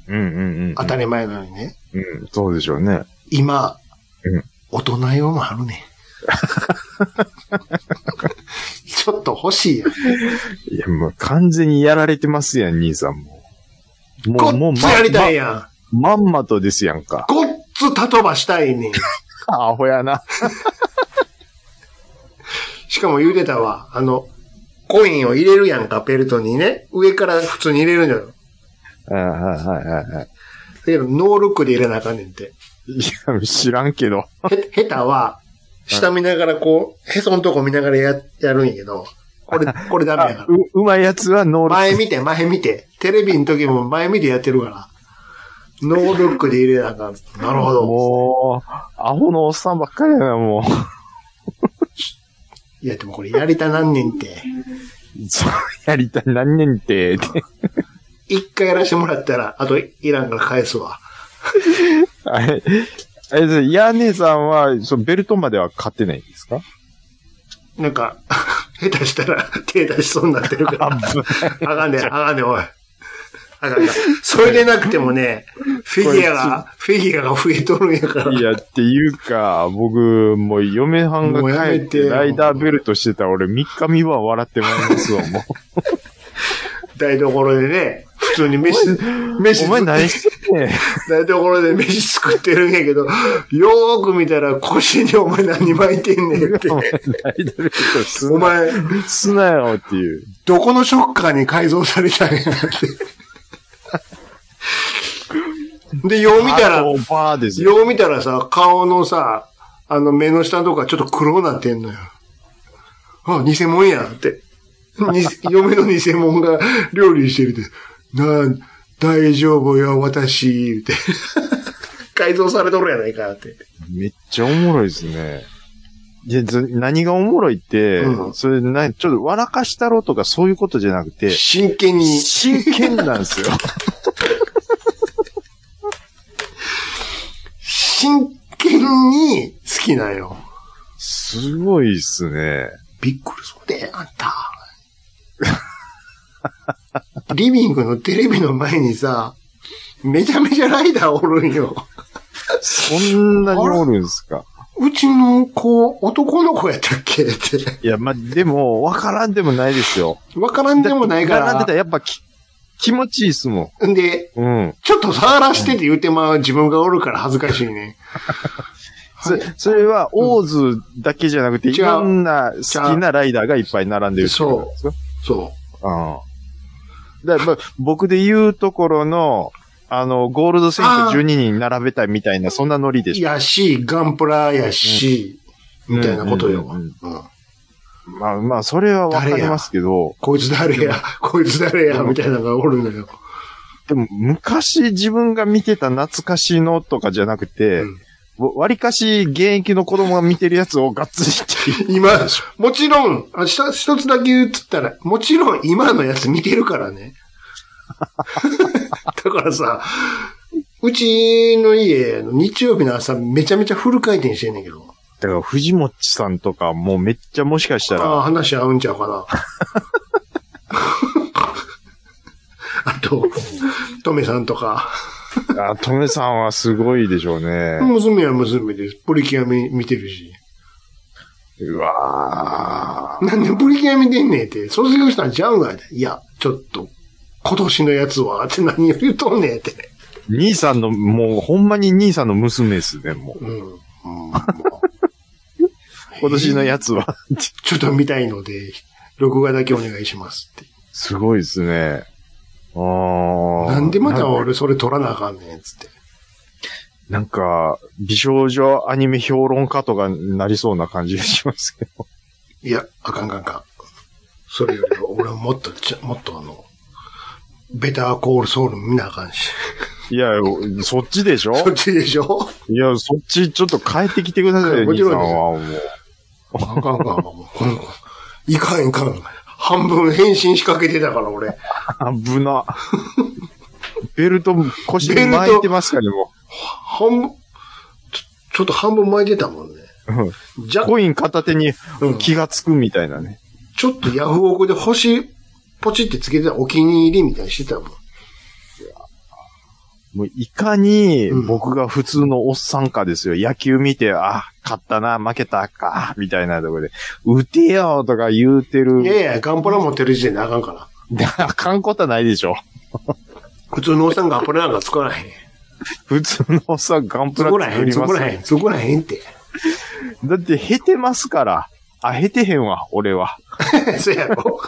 [SPEAKER 4] うんうんうん。
[SPEAKER 1] 当たり前なのにね。
[SPEAKER 4] うん、そうでしょうね。
[SPEAKER 1] 今、
[SPEAKER 4] うん
[SPEAKER 1] 大人用もあるね。ちょっと欲しいやん。
[SPEAKER 4] いや、もう完全にやられてますやん、兄さんも。も
[SPEAKER 1] ご
[SPEAKER 4] う、もう
[SPEAKER 1] っつ
[SPEAKER 4] ま
[SPEAKER 1] やりたいやん。
[SPEAKER 4] まんまとですやん か。
[SPEAKER 1] ごっつたとばしたいねん。
[SPEAKER 4] アホやな。
[SPEAKER 1] しかも言うてたわ。あの、コインを入れるやんか、ベルトにね。上から普通に入れるんだよ。だ
[SPEAKER 4] はいはいはいは
[SPEAKER 1] けど、ノールックで入れなあかんねんて。
[SPEAKER 4] い。いや、知らんけど。
[SPEAKER 1] へ、下手は、下見ながらこう、へそのとこ見ながらや、やるんやけど、これ、これダメやから。
[SPEAKER 4] う、うまいやつはノールッ
[SPEAKER 1] 前見て、前見て。テレビの時も前見てやってるから。ノールックで入れなあかん。なるほ
[SPEAKER 4] ク。
[SPEAKER 1] ど。
[SPEAKER 4] もう、アホのおっさんばっかりやな、も
[SPEAKER 1] いや、でもこれやりたなんねんって。
[SPEAKER 4] う。 そう、やりたい、何年って、 って
[SPEAKER 1] 一回やらしてもらったら、あといらんから返すわ。
[SPEAKER 4] あれ、あれです、ヤーネさんは、そのベルトまでは買ってないんですか
[SPEAKER 1] なんか、 下手したら手出しそうになって るから。あかんねん、あかんねん、おい。あかんか。それでなくてもね、フィギュアが、フィギュアが増えとるんやから。
[SPEAKER 4] いや、っていうか、僕、もう嫁はんが
[SPEAKER 1] もうやめ
[SPEAKER 4] 帰って
[SPEAKER 1] よ
[SPEAKER 4] て、ライダーベルトしてたら俺、三日三晩笑ってもらいますわ、もう。
[SPEAKER 1] 台所でね、普通に飯、飯
[SPEAKER 4] お前
[SPEAKER 1] 作っ
[SPEAKER 4] 何
[SPEAKER 1] て、
[SPEAKER 4] してんねん。
[SPEAKER 1] 台所で飯作ってるんやけど、よーく見たら腰にお前何巻いてんねんって。
[SPEAKER 4] お前、ライダーベルトす
[SPEAKER 1] お
[SPEAKER 4] な、
[SPEAKER 1] 前、
[SPEAKER 4] すなよっていう。
[SPEAKER 1] どこのショッカーに改造されたんやって。で、よう見たら、
[SPEAKER 4] オーバーですよ。
[SPEAKER 1] よう見たらさ、顔のさ、あの目の下のとこがちょっと黒なってんのよ。あ、偽物やんって。 に嫁の偽物が料理してるで。な、大丈夫よ、私、って。 改造されとるやないか、って。
[SPEAKER 4] めっちゃおもろいですね。いや、ず何がおもろいって、
[SPEAKER 1] うん
[SPEAKER 4] それな、ちょっと笑かしたろうとかそういうことじゃなくて、
[SPEAKER 1] 真剣に。
[SPEAKER 4] 真剣なんですよ。
[SPEAKER 1] 真剣に好きなんよ。
[SPEAKER 4] すごいっすね。
[SPEAKER 1] びっくりそうで、あん た。リビングのテレビの前にさ、めちゃめちゃライダーおるんよ。
[SPEAKER 4] そんなにおるんすか。
[SPEAKER 1] うちの子、男の子やったっけ って。
[SPEAKER 4] いや、ま、でも、わからんでもないですよ。
[SPEAKER 1] わからんでもないか
[SPEAKER 4] 並んでた
[SPEAKER 1] ら。
[SPEAKER 4] らやっぱき気持ちいいっすも
[SPEAKER 1] んで、
[SPEAKER 4] ん。うん。
[SPEAKER 1] ちょっと触らしてって言うてまう自分がおるから恥ずかしいね。
[SPEAKER 4] そそれは、オーズだけじゃなくて、
[SPEAKER 1] うん
[SPEAKER 4] いろんな好きなライダーがいっぱい並んでるってことなんですか
[SPEAKER 1] そ
[SPEAKER 4] うん。だからまあ僕で言うところの、あの、ゴールド選手12人並べたいみたいな、そんなノリで
[SPEAKER 1] う。
[SPEAKER 4] しょ。
[SPEAKER 1] やし、ガンプラやし、
[SPEAKER 4] うん
[SPEAKER 1] みたいなことよ。
[SPEAKER 4] うんうん
[SPEAKER 1] うん
[SPEAKER 4] まあまあ、それはわかりますけど、
[SPEAKER 1] こいつ誰や、こいつ誰や、みたいなのがおるのよ。
[SPEAKER 4] でも、昔自分が見てた懐かしのとかじゃなくて
[SPEAKER 1] うん、
[SPEAKER 4] わ割かし現役の子供が見てるやつをがっつりって、
[SPEAKER 1] 今、もちろん、あ一つ一つだけ言ったら、もちろん今のやつ見てるからね。 だからさ、うちの家、日曜日の朝めちゃめちゃフル回転してんねんけど。
[SPEAKER 4] だから藤本さんとかもうめっちゃもしかした
[SPEAKER 1] あ
[SPEAKER 4] ら、
[SPEAKER 1] あ、話合うんちゃうか な。あと、トメさんとか、
[SPEAKER 4] あ、トメさんはすごいでしょうね。
[SPEAKER 1] 娘は娘です。プリキュア見見てるし。
[SPEAKER 4] うわ
[SPEAKER 1] なんでプリキュア見てんねんって、卒業したんちゃうんかいっていや、ちょっと、今年のやつはって何を言うとんねんって。
[SPEAKER 4] ー兄さんの、もうほんまに兄さんの娘ですね、もう。
[SPEAKER 1] うん。うん
[SPEAKER 4] 今年のやつは。
[SPEAKER 1] ちょっと見たいので、録画だけお願いしますって。
[SPEAKER 4] すごいですね。あー
[SPEAKER 1] なんでまた俺それ撮らなあかんねんっつって。
[SPEAKER 4] なんか、美少女アニメ評論家とかなりそうな感じがしますけど。
[SPEAKER 1] いや、あかんかんかん。それより、俺はもっとちゃ、もっとあの、ベターコールソウル見なあかんし。
[SPEAKER 4] いや、そっちでしょ
[SPEAKER 1] そっちでしょ
[SPEAKER 4] いや、そっちちょっと変えてきてくださいよ、
[SPEAKER 1] も
[SPEAKER 4] 兄
[SPEAKER 1] ち
[SPEAKER 4] さ
[SPEAKER 1] ろ
[SPEAKER 4] ん
[SPEAKER 1] んです
[SPEAKER 4] は。もう
[SPEAKER 1] あかんかんかん。もうこの子いかんいかん。半分変身しかけてたから、俺。
[SPEAKER 4] 危な。 ベルト腰に巻いてますからね、も
[SPEAKER 1] 半分、ちょちょっと半分巻いてたもんね。
[SPEAKER 4] う。
[SPEAKER 1] じゃ、
[SPEAKER 4] コイン片手に
[SPEAKER 1] うん
[SPEAKER 4] 気がつくみたいなね。
[SPEAKER 1] ちょっとヤフオクで星、ポチってつけてたお気に入りみたいにしてたもん。
[SPEAKER 4] もういかに
[SPEAKER 1] うん
[SPEAKER 4] 僕が普通のおっさんかですよ。野球見て、あ、勝ったな、負けたか、みたいなところで、打てよとか言うて
[SPEAKER 1] いやい
[SPEAKER 4] る。
[SPEAKER 1] や、ガンプラ持ってる時点であかんから。
[SPEAKER 4] あかんことはないでしょ。
[SPEAKER 1] 普通のおっさんガンプラなんか作らへん。
[SPEAKER 4] 普通のおっさんガンプラ
[SPEAKER 1] 作らへ
[SPEAKER 4] 作
[SPEAKER 1] ん、
[SPEAKER 4] りま
[SPEAKER 1] 作ら
[SPEAKER 4] す。
[SPEAKER 1] へん、作らへんって。
[SPEAKER 4] だって、減ってますから。あ、減ってへんわ、俺は。
[SPEAKER 1] そうや ろ。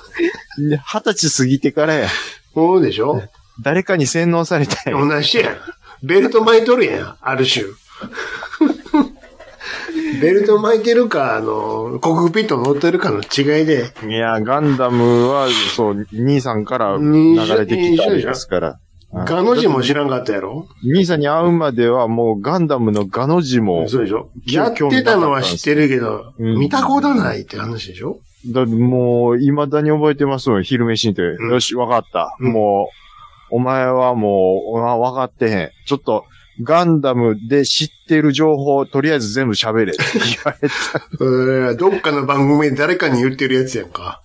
[SPEAKER 4] で二十歳過ぎてからや。
[SPEAKER 1] そうでしょ
[SPEAKER 4] 誰かに洗脳されたい。
[SPEAKER 1] 同じやん。ベルト巻いとるやん、ある 種。ベルト巻いてるか、あの、コックピット乗ってるかの違いで、
[SPEAKER 4] いや、ガンダムは、そう、兄さんから流れてきたんですから。
[SPEAKER 1] ガの字も知らんかったやろ
[SPEAKER 4] 兄さんに会うまではもうガンダムのガの字も、
[SPEAKER 1] そうでしょ
[SPEAKER 4] き
[SPEAKER 1] やってたのは知ってるけど、
[SPEAKER 4] うん
[SPEAKER 1] 見たことないって話でしょ
[SPEAKER 4] だってもう未だに覚えてますもん、昼飯にて。
[SPEAKER 1] ん
[SPEAKER 4] よし、わかった。
[SPEAKER 1] うん
[SPEAKER 4] もう、お前はもう、わわかってへん。ちょっと、ガンダムで知ってる情報、とりあえず全部喋れって言われ
[SPEAKER 1] えーどっかの番組で誰かに言ってるやつやんか。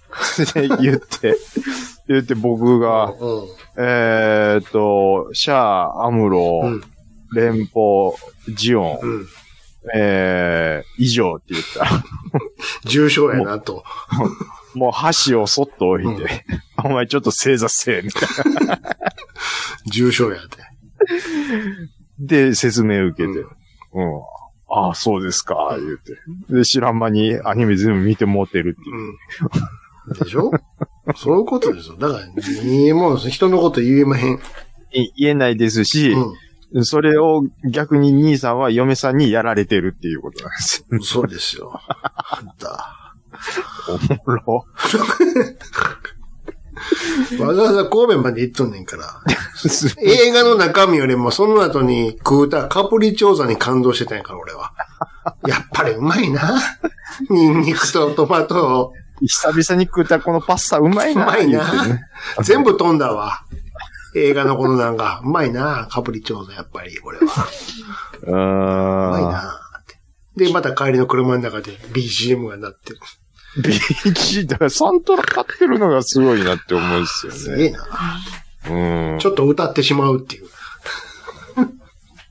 [SPEAKER 4] て、言って、 言って僕が、
[SPEAKER 1] うん。
[SPEAKER 4] えーっと、シャア、アムロ、
[SPEAKER 1] うん
[SPEAKER 4] 連邦、ジオン、
[SPEAKER 1] うん。
[SPEAKER 4] えー、以上って言ったら、
[SPEAKER 1] 重症やなと。
[SPEAKER 4] もう箸をそっと置いて、お前ちょっと正座せえ、みたいな。
[SPEAKER 1] 重症やって。
[SPEAKER 4] で、説明受けて、
[SPEAKER 1] う
[SPEAKER 4] うん。ああ、そうですか、言うて。で、知らん間にアニメ全部見てもうてるっていう。
[SPEAKER 1] うん。でしょそういうことですよ。だから、ね、もう人のこと言えまへん。
[SPEAKER 4] い言えないですし、
[SPEAKER 1] う
[SPEAKER 4] それを逆に兄さんは嫁さんにやられてるっていうことなんです。
[SPEAKER 1] ん。そうですよ。あんた。
[SPEAKER 4] ほら
[SPEAKER 1] わざわざ神戸まで行っとんねんから。
[SPEAKER 4] す
[SPEAKER 1] 映画の中身よりもその後に食うたカプリ調査に感動してたんやから、俺は。 やっぱりうまいな。 ニンニクとトマト、
[SPEAKER 4] 久々に食ったこのパスタうまいうな。
[SPEAKER 1] まい
[SPEAKER 4] 言うて
[SPEAKER 1] な
[SPEAKER 4] ね。
[SPEAKER 1] 全部飛んだわ。映画のこのなんか、うまいな。カプリ調査、やっぱり、俺は。
[SPEAKER 4] うー。
[SPEAKER 1] うんまいなって。で、また帰りの車の中で BGM が鳴ってる。
[SPEAKER 4] ビーチ、だからサントラ買ってるのがすごいなって思うんです
[SPEAKER 1] す
[SPEAKER 4] よ
[SPEAKER 1] げ
[SPEAKER 4] ね。
[SPEAKER 1] えな。
[SPEAKER 4] うん。
[SPEAKER 1] ちょっと歌ってしまうっていう。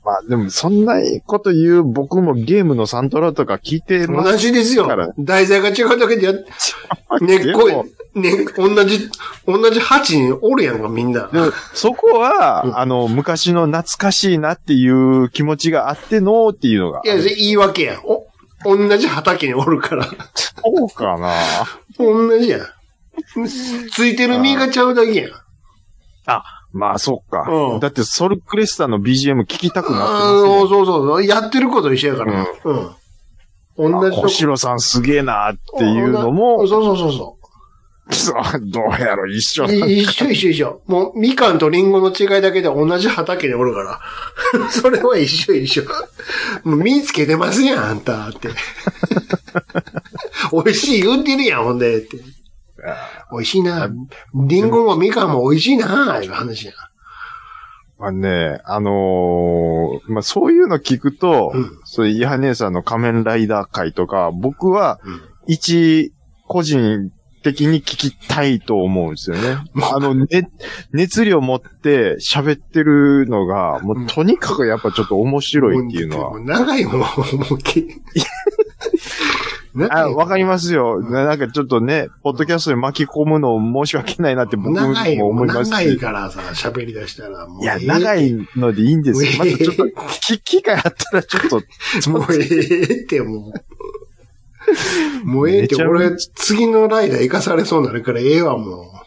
[SPEAKER 4] まあでもそんなこと言う僕もゲームのサントラとか聞いてます。
[SPEAKER 1] 同じですよ
[SPEAKER 4] から。
[SPEAKER 1] 題材が違うだけでやっ、根っこ
[SPEAKER 4] でも
[SPEAKER 1] い、ね、同じ、同じ8人おるやんか、みんな。
[SPEAKER 4] でもそこは、
[SPEAKER 1] うん
[SPEAKER 4] あの、昔の懐かしいなっていう気持ちがあってのっていうのが
[SPEAKER 1] い。や、言い訳やん。お、同じ畑におるから。
[SPEAKER 4] そうかな
[SPEAKER 1] 同じやん。ついてる身がちゃうだけやん。
[SPEAKER 4] まあそっか、
[SPEAKER 1] うん
[SPEAKER 4] だってソルクレスタの BGM 聞きたく
[SPEAKER 1] あ
[SPEAKER 4] なってま
[SPEAKER 1] の
[SPEAKER 4] すね。
[SPEAKER 1] そうそうそう。やってること一緒やから。うん。同じと
[SPEAKER 4] 小
[SPEAKER 1] こ
[SPEAKER 4] 城さんすげえなっていうの
[SPEAKER 1] そう
[SPEAKER 4] も、
[SPEAKER 1] そうそうそ
[SPEAKER 4] どうやろ、一緒
[SPEAKER 1] う。 い一緒一緒一緒。もう、みかんとりんごの違いだけで同じ畑におるから。 それは一緒一緒。もう見つけてますやん、あんたって。 美味しい言ってるやん、ほんで。って美味しいな。りんごもみかんも美味しいな、いう話やん。
[SPEAKER 4] まあね、あのーまあそういうの聞くと、
[SPEAKER 1] うん
[SPEAKER 4] そういうイハ姉さんの仮面ライダー会とか、僕は
[SPEAKER 1] うん、
[SPEAKER 4] 一、個人的に聞きたいと思うんですよね。あの、ね、熱量持って喋ってるのが、もうとにかくやっぱちょっと面白いっていうの
[SPEAKER 1] も
[SPEAKER 4] は。
[SPEAKER 1] う長いもん、思いっきり。
[SPEAKER 4] あ、わかり
[SPEAKER 1] ま
[SPEAKER 4] ますよ。ななんかちょっとね、ポッドキャストに巻き込むの申し訳ないなって僕も
[SPEAKER 1] 長い、も
[SPEAKER 4] 思
[SPEAKER 1] う
[SPEAKER 4] います
[SPEAKER 1] 長
[SPEAKER 4] し
[SPEAKER 1] いからさ、喋り出したらもう。
[SPEAKER 4] いや、長いのでいいんですよ。またちょっと、聞機会あったらちょっと、つ
[SPEAKER 1] も
[SPEAKER 4] も
[SPEAKER 1] うええって、もう。もうええって、
[SPEAKER 4] めちゃめちゃ
[SPEAKER 1] 俺、次のライダー生かされそうになるから、ええわ、もう。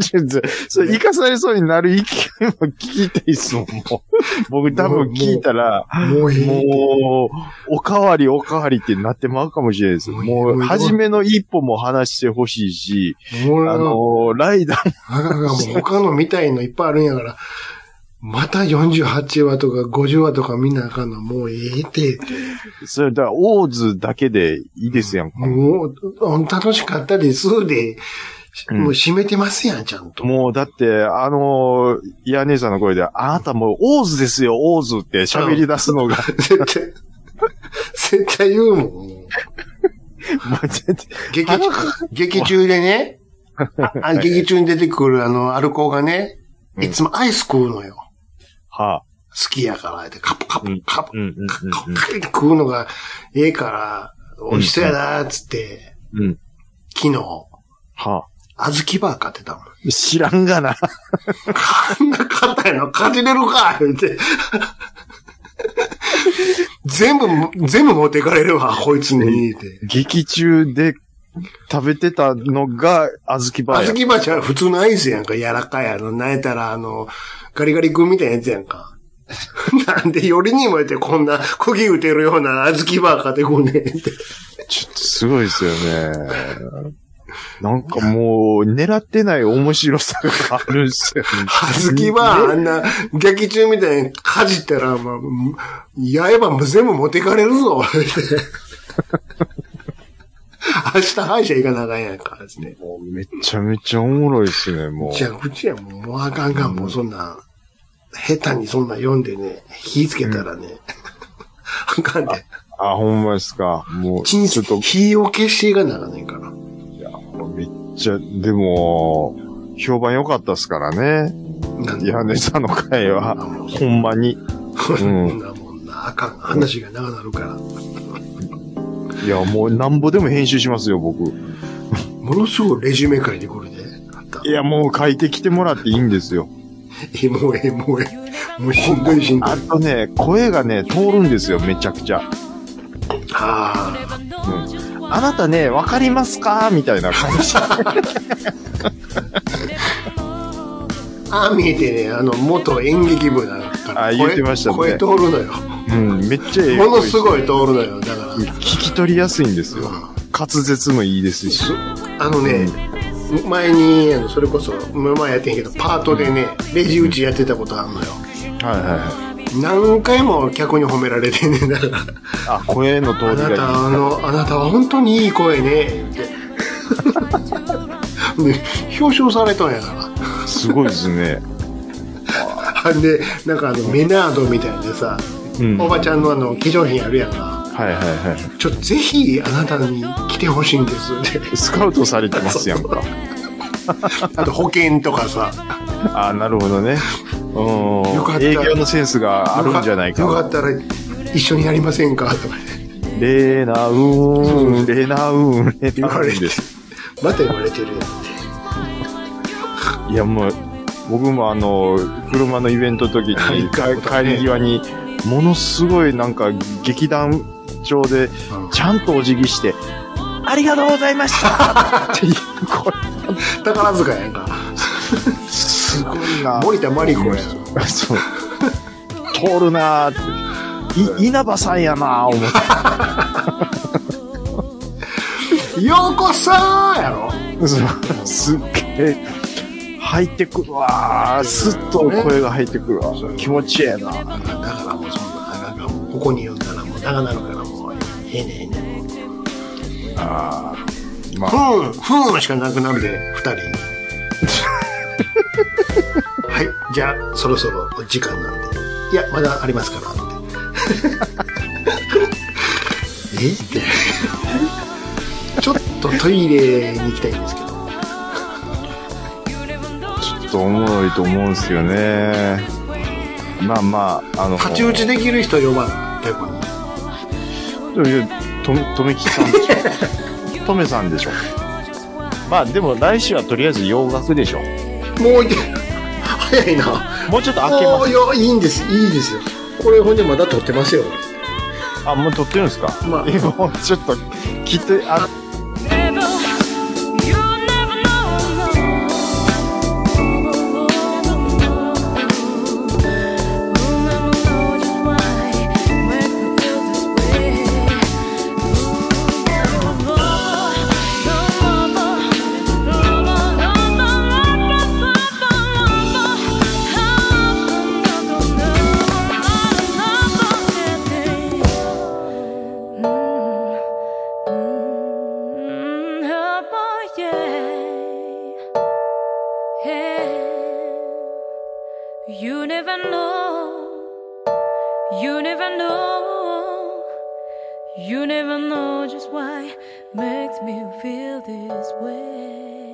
[SPEAKER 4] ちょっとそれ、生かされそうになる意見も聞きたいっすもん、もう。 僕多分聞いたら、
[SPEAKER 1] もうええって。
[SPEAKER 4] もう、おかわりおかわりってなってまうかもしれないです。もう、初めの一歩も話してほしいし、
[SPEAKER 1] も
[SPEAKER 4] あ
[SPEAKER 1] うあの、
[SPEAKER 4] の、ライダー、
[SPEAKER 1] あかんあかんもう他の見たいのいっぱいあるんやから、また48話とか50話とか見なあかんの、もうええって。
[SPEAKER 4] それだから、オーズだけでいいですやんか。
[SPEAKER 1] もう、うん楽しかったです。で、
[SPEAKER 4] うん
[SPEAKER 1] もう閉めてますやん、ちゃんと。
[SPEAKER 4] もう、だって、あのいや姉さんの声で、あなたもう、オーズですよ、オーズって喋り出すのが、
[SPEAKER 1] 絶対、絶対言うもん。もう
[SPEAKER 4] もう全然
[SPEAKER 1] 劇中、劇中でね、ああ劇中に出てくるあの、アルコーがね、いつもアイス食うのよ。
[SPEAKER 4] はあ。
[SPEAKER 1] 好きやから、ってカプカ
[SPEAKER 4] う
[SPEAKER 1] プ
[SPEAKER 4] ん
[SPEAKER 1] カ
[SPEAKER 4] う
[SPEAKER 1] プ
[SPEAKER 4] んうん
[SPEAKER 1] カプカプカプ食うのがええから、美味しそうやなーっつって、
[SPEAKER 4] うん。うん。
[SPEAKER 1] 昨日、
[SPEAKER 4] はあ。
[SPEAKER 1] 小豆バー買ってたもん。
[SPEAKER 4] 知らん がな。
[SPEAKER 1] こんな硬いのかじれるか言うて。全部、全部持っていかれるわ、こいつに。って
[SPEAKER 4] 劇中で食べてたのが、小豆バーや。
[SPEAKER 1] 小豆バーちゃん普通のアイスやんか、柔らかいあの、なんやったらあの、ガリガリ君みたいなやつやんか。 なんでよりにもやってこんな釘打てるような小豆バー買ってこんねんって。
[SPEAKER 4] ちょっとすごいですよね。なんかもう、狙ってない面白さがあるんですよね。
[SPEAKER 1] 小豆バーあんな劇中みたいにかじったら、まあ、やえば全部持っていかれるぞ、 言うて明日歯医者行かなあかんやんか、ですね。
[SPEAKER 4] もうめちゃめちゃおもろいですね、も
[SPEAKER 1] め
[SPEAKER 4] う。
[SPEAKER 1] ちゃくちゃやもう、もうあかんがん、もうそんな、下手にそんな読んでね、火つけたらね、 あかんで、
[SPEAKER 4] あ、ほんまですか。もう、ち
[SPEAKER 1] ち
[SPEAKER 4] ょっと
[SPEAKER 1] と、火を消していかなあかんねんから。
[SPEAKER 4] めっちゃ、でも、評判良かったですからね。
[SPEAKER 1] なんで
[SPEAKER 4] 屋根さんの会は、ほんまに。
[SPEAKER 1] そ
[SPEAKER 4] うん
[SPEAKER 1] んなもんな、あかん。話が長なるから。
[SPEAKER 4] いや、もう、なんぼでも編集しますよ、僕。
[SPEAKER 1] ものすごいレジュメ書いてくるで。あんた
[SPEAKER 4] いや、もう書いてきてもらっていいんですよ。
[SPEAKER 1] え、もうええ、もうええ。もうしんどいしんどい。
[SPEAKER 4] あとね、声がね、通るんですよ、めちゃくちゃ。
[SPEAKER 1] あ
[SPEAKER 4] あなたね、わかりますかみたいな感じ。
[SPEAKER 1] あ。ああ見えてね、あの、元演劇部だから。
[SPEAKER 4] あ
[SPEAKER 1] 声
[SPEAKER 4] 言ってましたね
[SPEAKER 1] 声通るのよ。
[SPEAKER 4] うん、めっちゃええ声
[SPEAKER 1] ものすごい通るのよ。だから。
[SPEAKER 4] 聞き取りやすいんですよ。滑舌もいいですし。
[SPEAKER 1] あのね、前に、あのそれこそ、前やってんけど、パートでね、レジ打ちやってたことあんのよ。
[SPEAKER 4] はいはいはい。
[SPEAKER 1] 何回も客に褒められてんねんだから、
[SPEAKER 4] あ、声の通
[SPEAKER 1] あ
[SPEAKER 4] りが
[SPEAKER 1] ない
[SPEAKER 4] い。
[SPEAKER 1] た、あの、あなたは本当にいい声ね、って。で表彰されたんやか
[SPEAKER 4] すごいですね。
[SPEAKER 1] ら。で、なんかあの、メナードみたいでさ、
[SPEAKER 4] うん。
[SPEAKER 1] お
[SPEAKER 4] はい
[SPEAKER 1] ばちゃんのあの、化粧品あるやんか。
[SPEAKER 4] はいは
[SPEAKER 1] ちょ、ぜひ、あなたに来てほしいんですって。
[SPEAKER 4] い。スカウトされてますやんか。
[SPEAKER 1] あと、保険とかさ。
[SPEAKER 4] あ、なるほどね。
[SPEAKER 1] よか
[SPEAKER 4] う
[SPEAKER 1] っ
[SPEAKER 4] ん。
[SPEAKER 1] た
[SPEAKER 4] 営業のセンスがあるんじゃない
[SPEAKER 1] よかっ
[SPEAKER 4] か。
[SPEAKER 1] たら、一緒にやりませんかとかね。
[SPEAKER 4] レーナウーン、レーナウーン、レー
[SPEAKER 1] 言
[SPEAKER 4] ナ
[SPEAKER 1] わ
[SPEAKER 4] ウ
[SPEAKER 1] れ
[SPEAKER 4] ーン
[SPEAKER 1] て
[SPEAKER 4] です。
[SPEAKER 1] また言われてる
[SPEAKER 4] いや、もう、僕もあの、車のイベントの時に、
[SPEAKER 1] 一回
[SPEAKER 4] か帰り際に、ものすごいなんか劇団調で、ちゃんとお辞儀して、ありがとうございましたって言う、これ、
[SPEAKER 1] 宝塚やんか
[SPEAKER 4] すごいな
[SPEAKER 1] 森田真理子やん
[SPEAKER 4] そう。通るなーって。い、稲葉さんやなー思っ
[SPEAKER 1] ようこそーやろ
[SPEAKER 4] て。そうすっげえ。入ってくるわー。スッと声が入ってくるわ。気持ちええな
[SPEAKER 1] だからもうそんななんかもうここに呼んだらもう長なるからもうええねんええねんもう
[SPEAKER 4] まあ、
[SPEAKER 1] ふんふんしかなくなるで二人はいじゃあそろそろお時間なんでいやまだありますからって えってちょっとトイレに行きたいんですけど
[SPEAKER 4] ちょっとおもろいと思うんですよね。まあまあ、あの、
[SPEAKER 1] 太刀打ちできる人呼ばない逆に
[SPEAKER 4] いやととめきさんでし ょとめさんでしょまあでも来週はとりあえず洋楽でしょ
[SPEAKER 1] もういて早いな
[SPEAKER 4] もうちょっと開け
[SPEAKER 1] も
[SPEAKER 4] ま
[SPEAKER 1] う
[SPEAKER 4] す
[SPEAKER 1] よいいんですいいですよこれほんでまだ撮ってますよ
[SPEAKER 4] あもう撮ってるんですか
[SPEAKER 1] まあ
[SPEAKER 4] え もうちょっときっとあ
[SPEAKER 7] Mm. Mm-hmm. You never know, you never know, you never know just why makes me feel this way.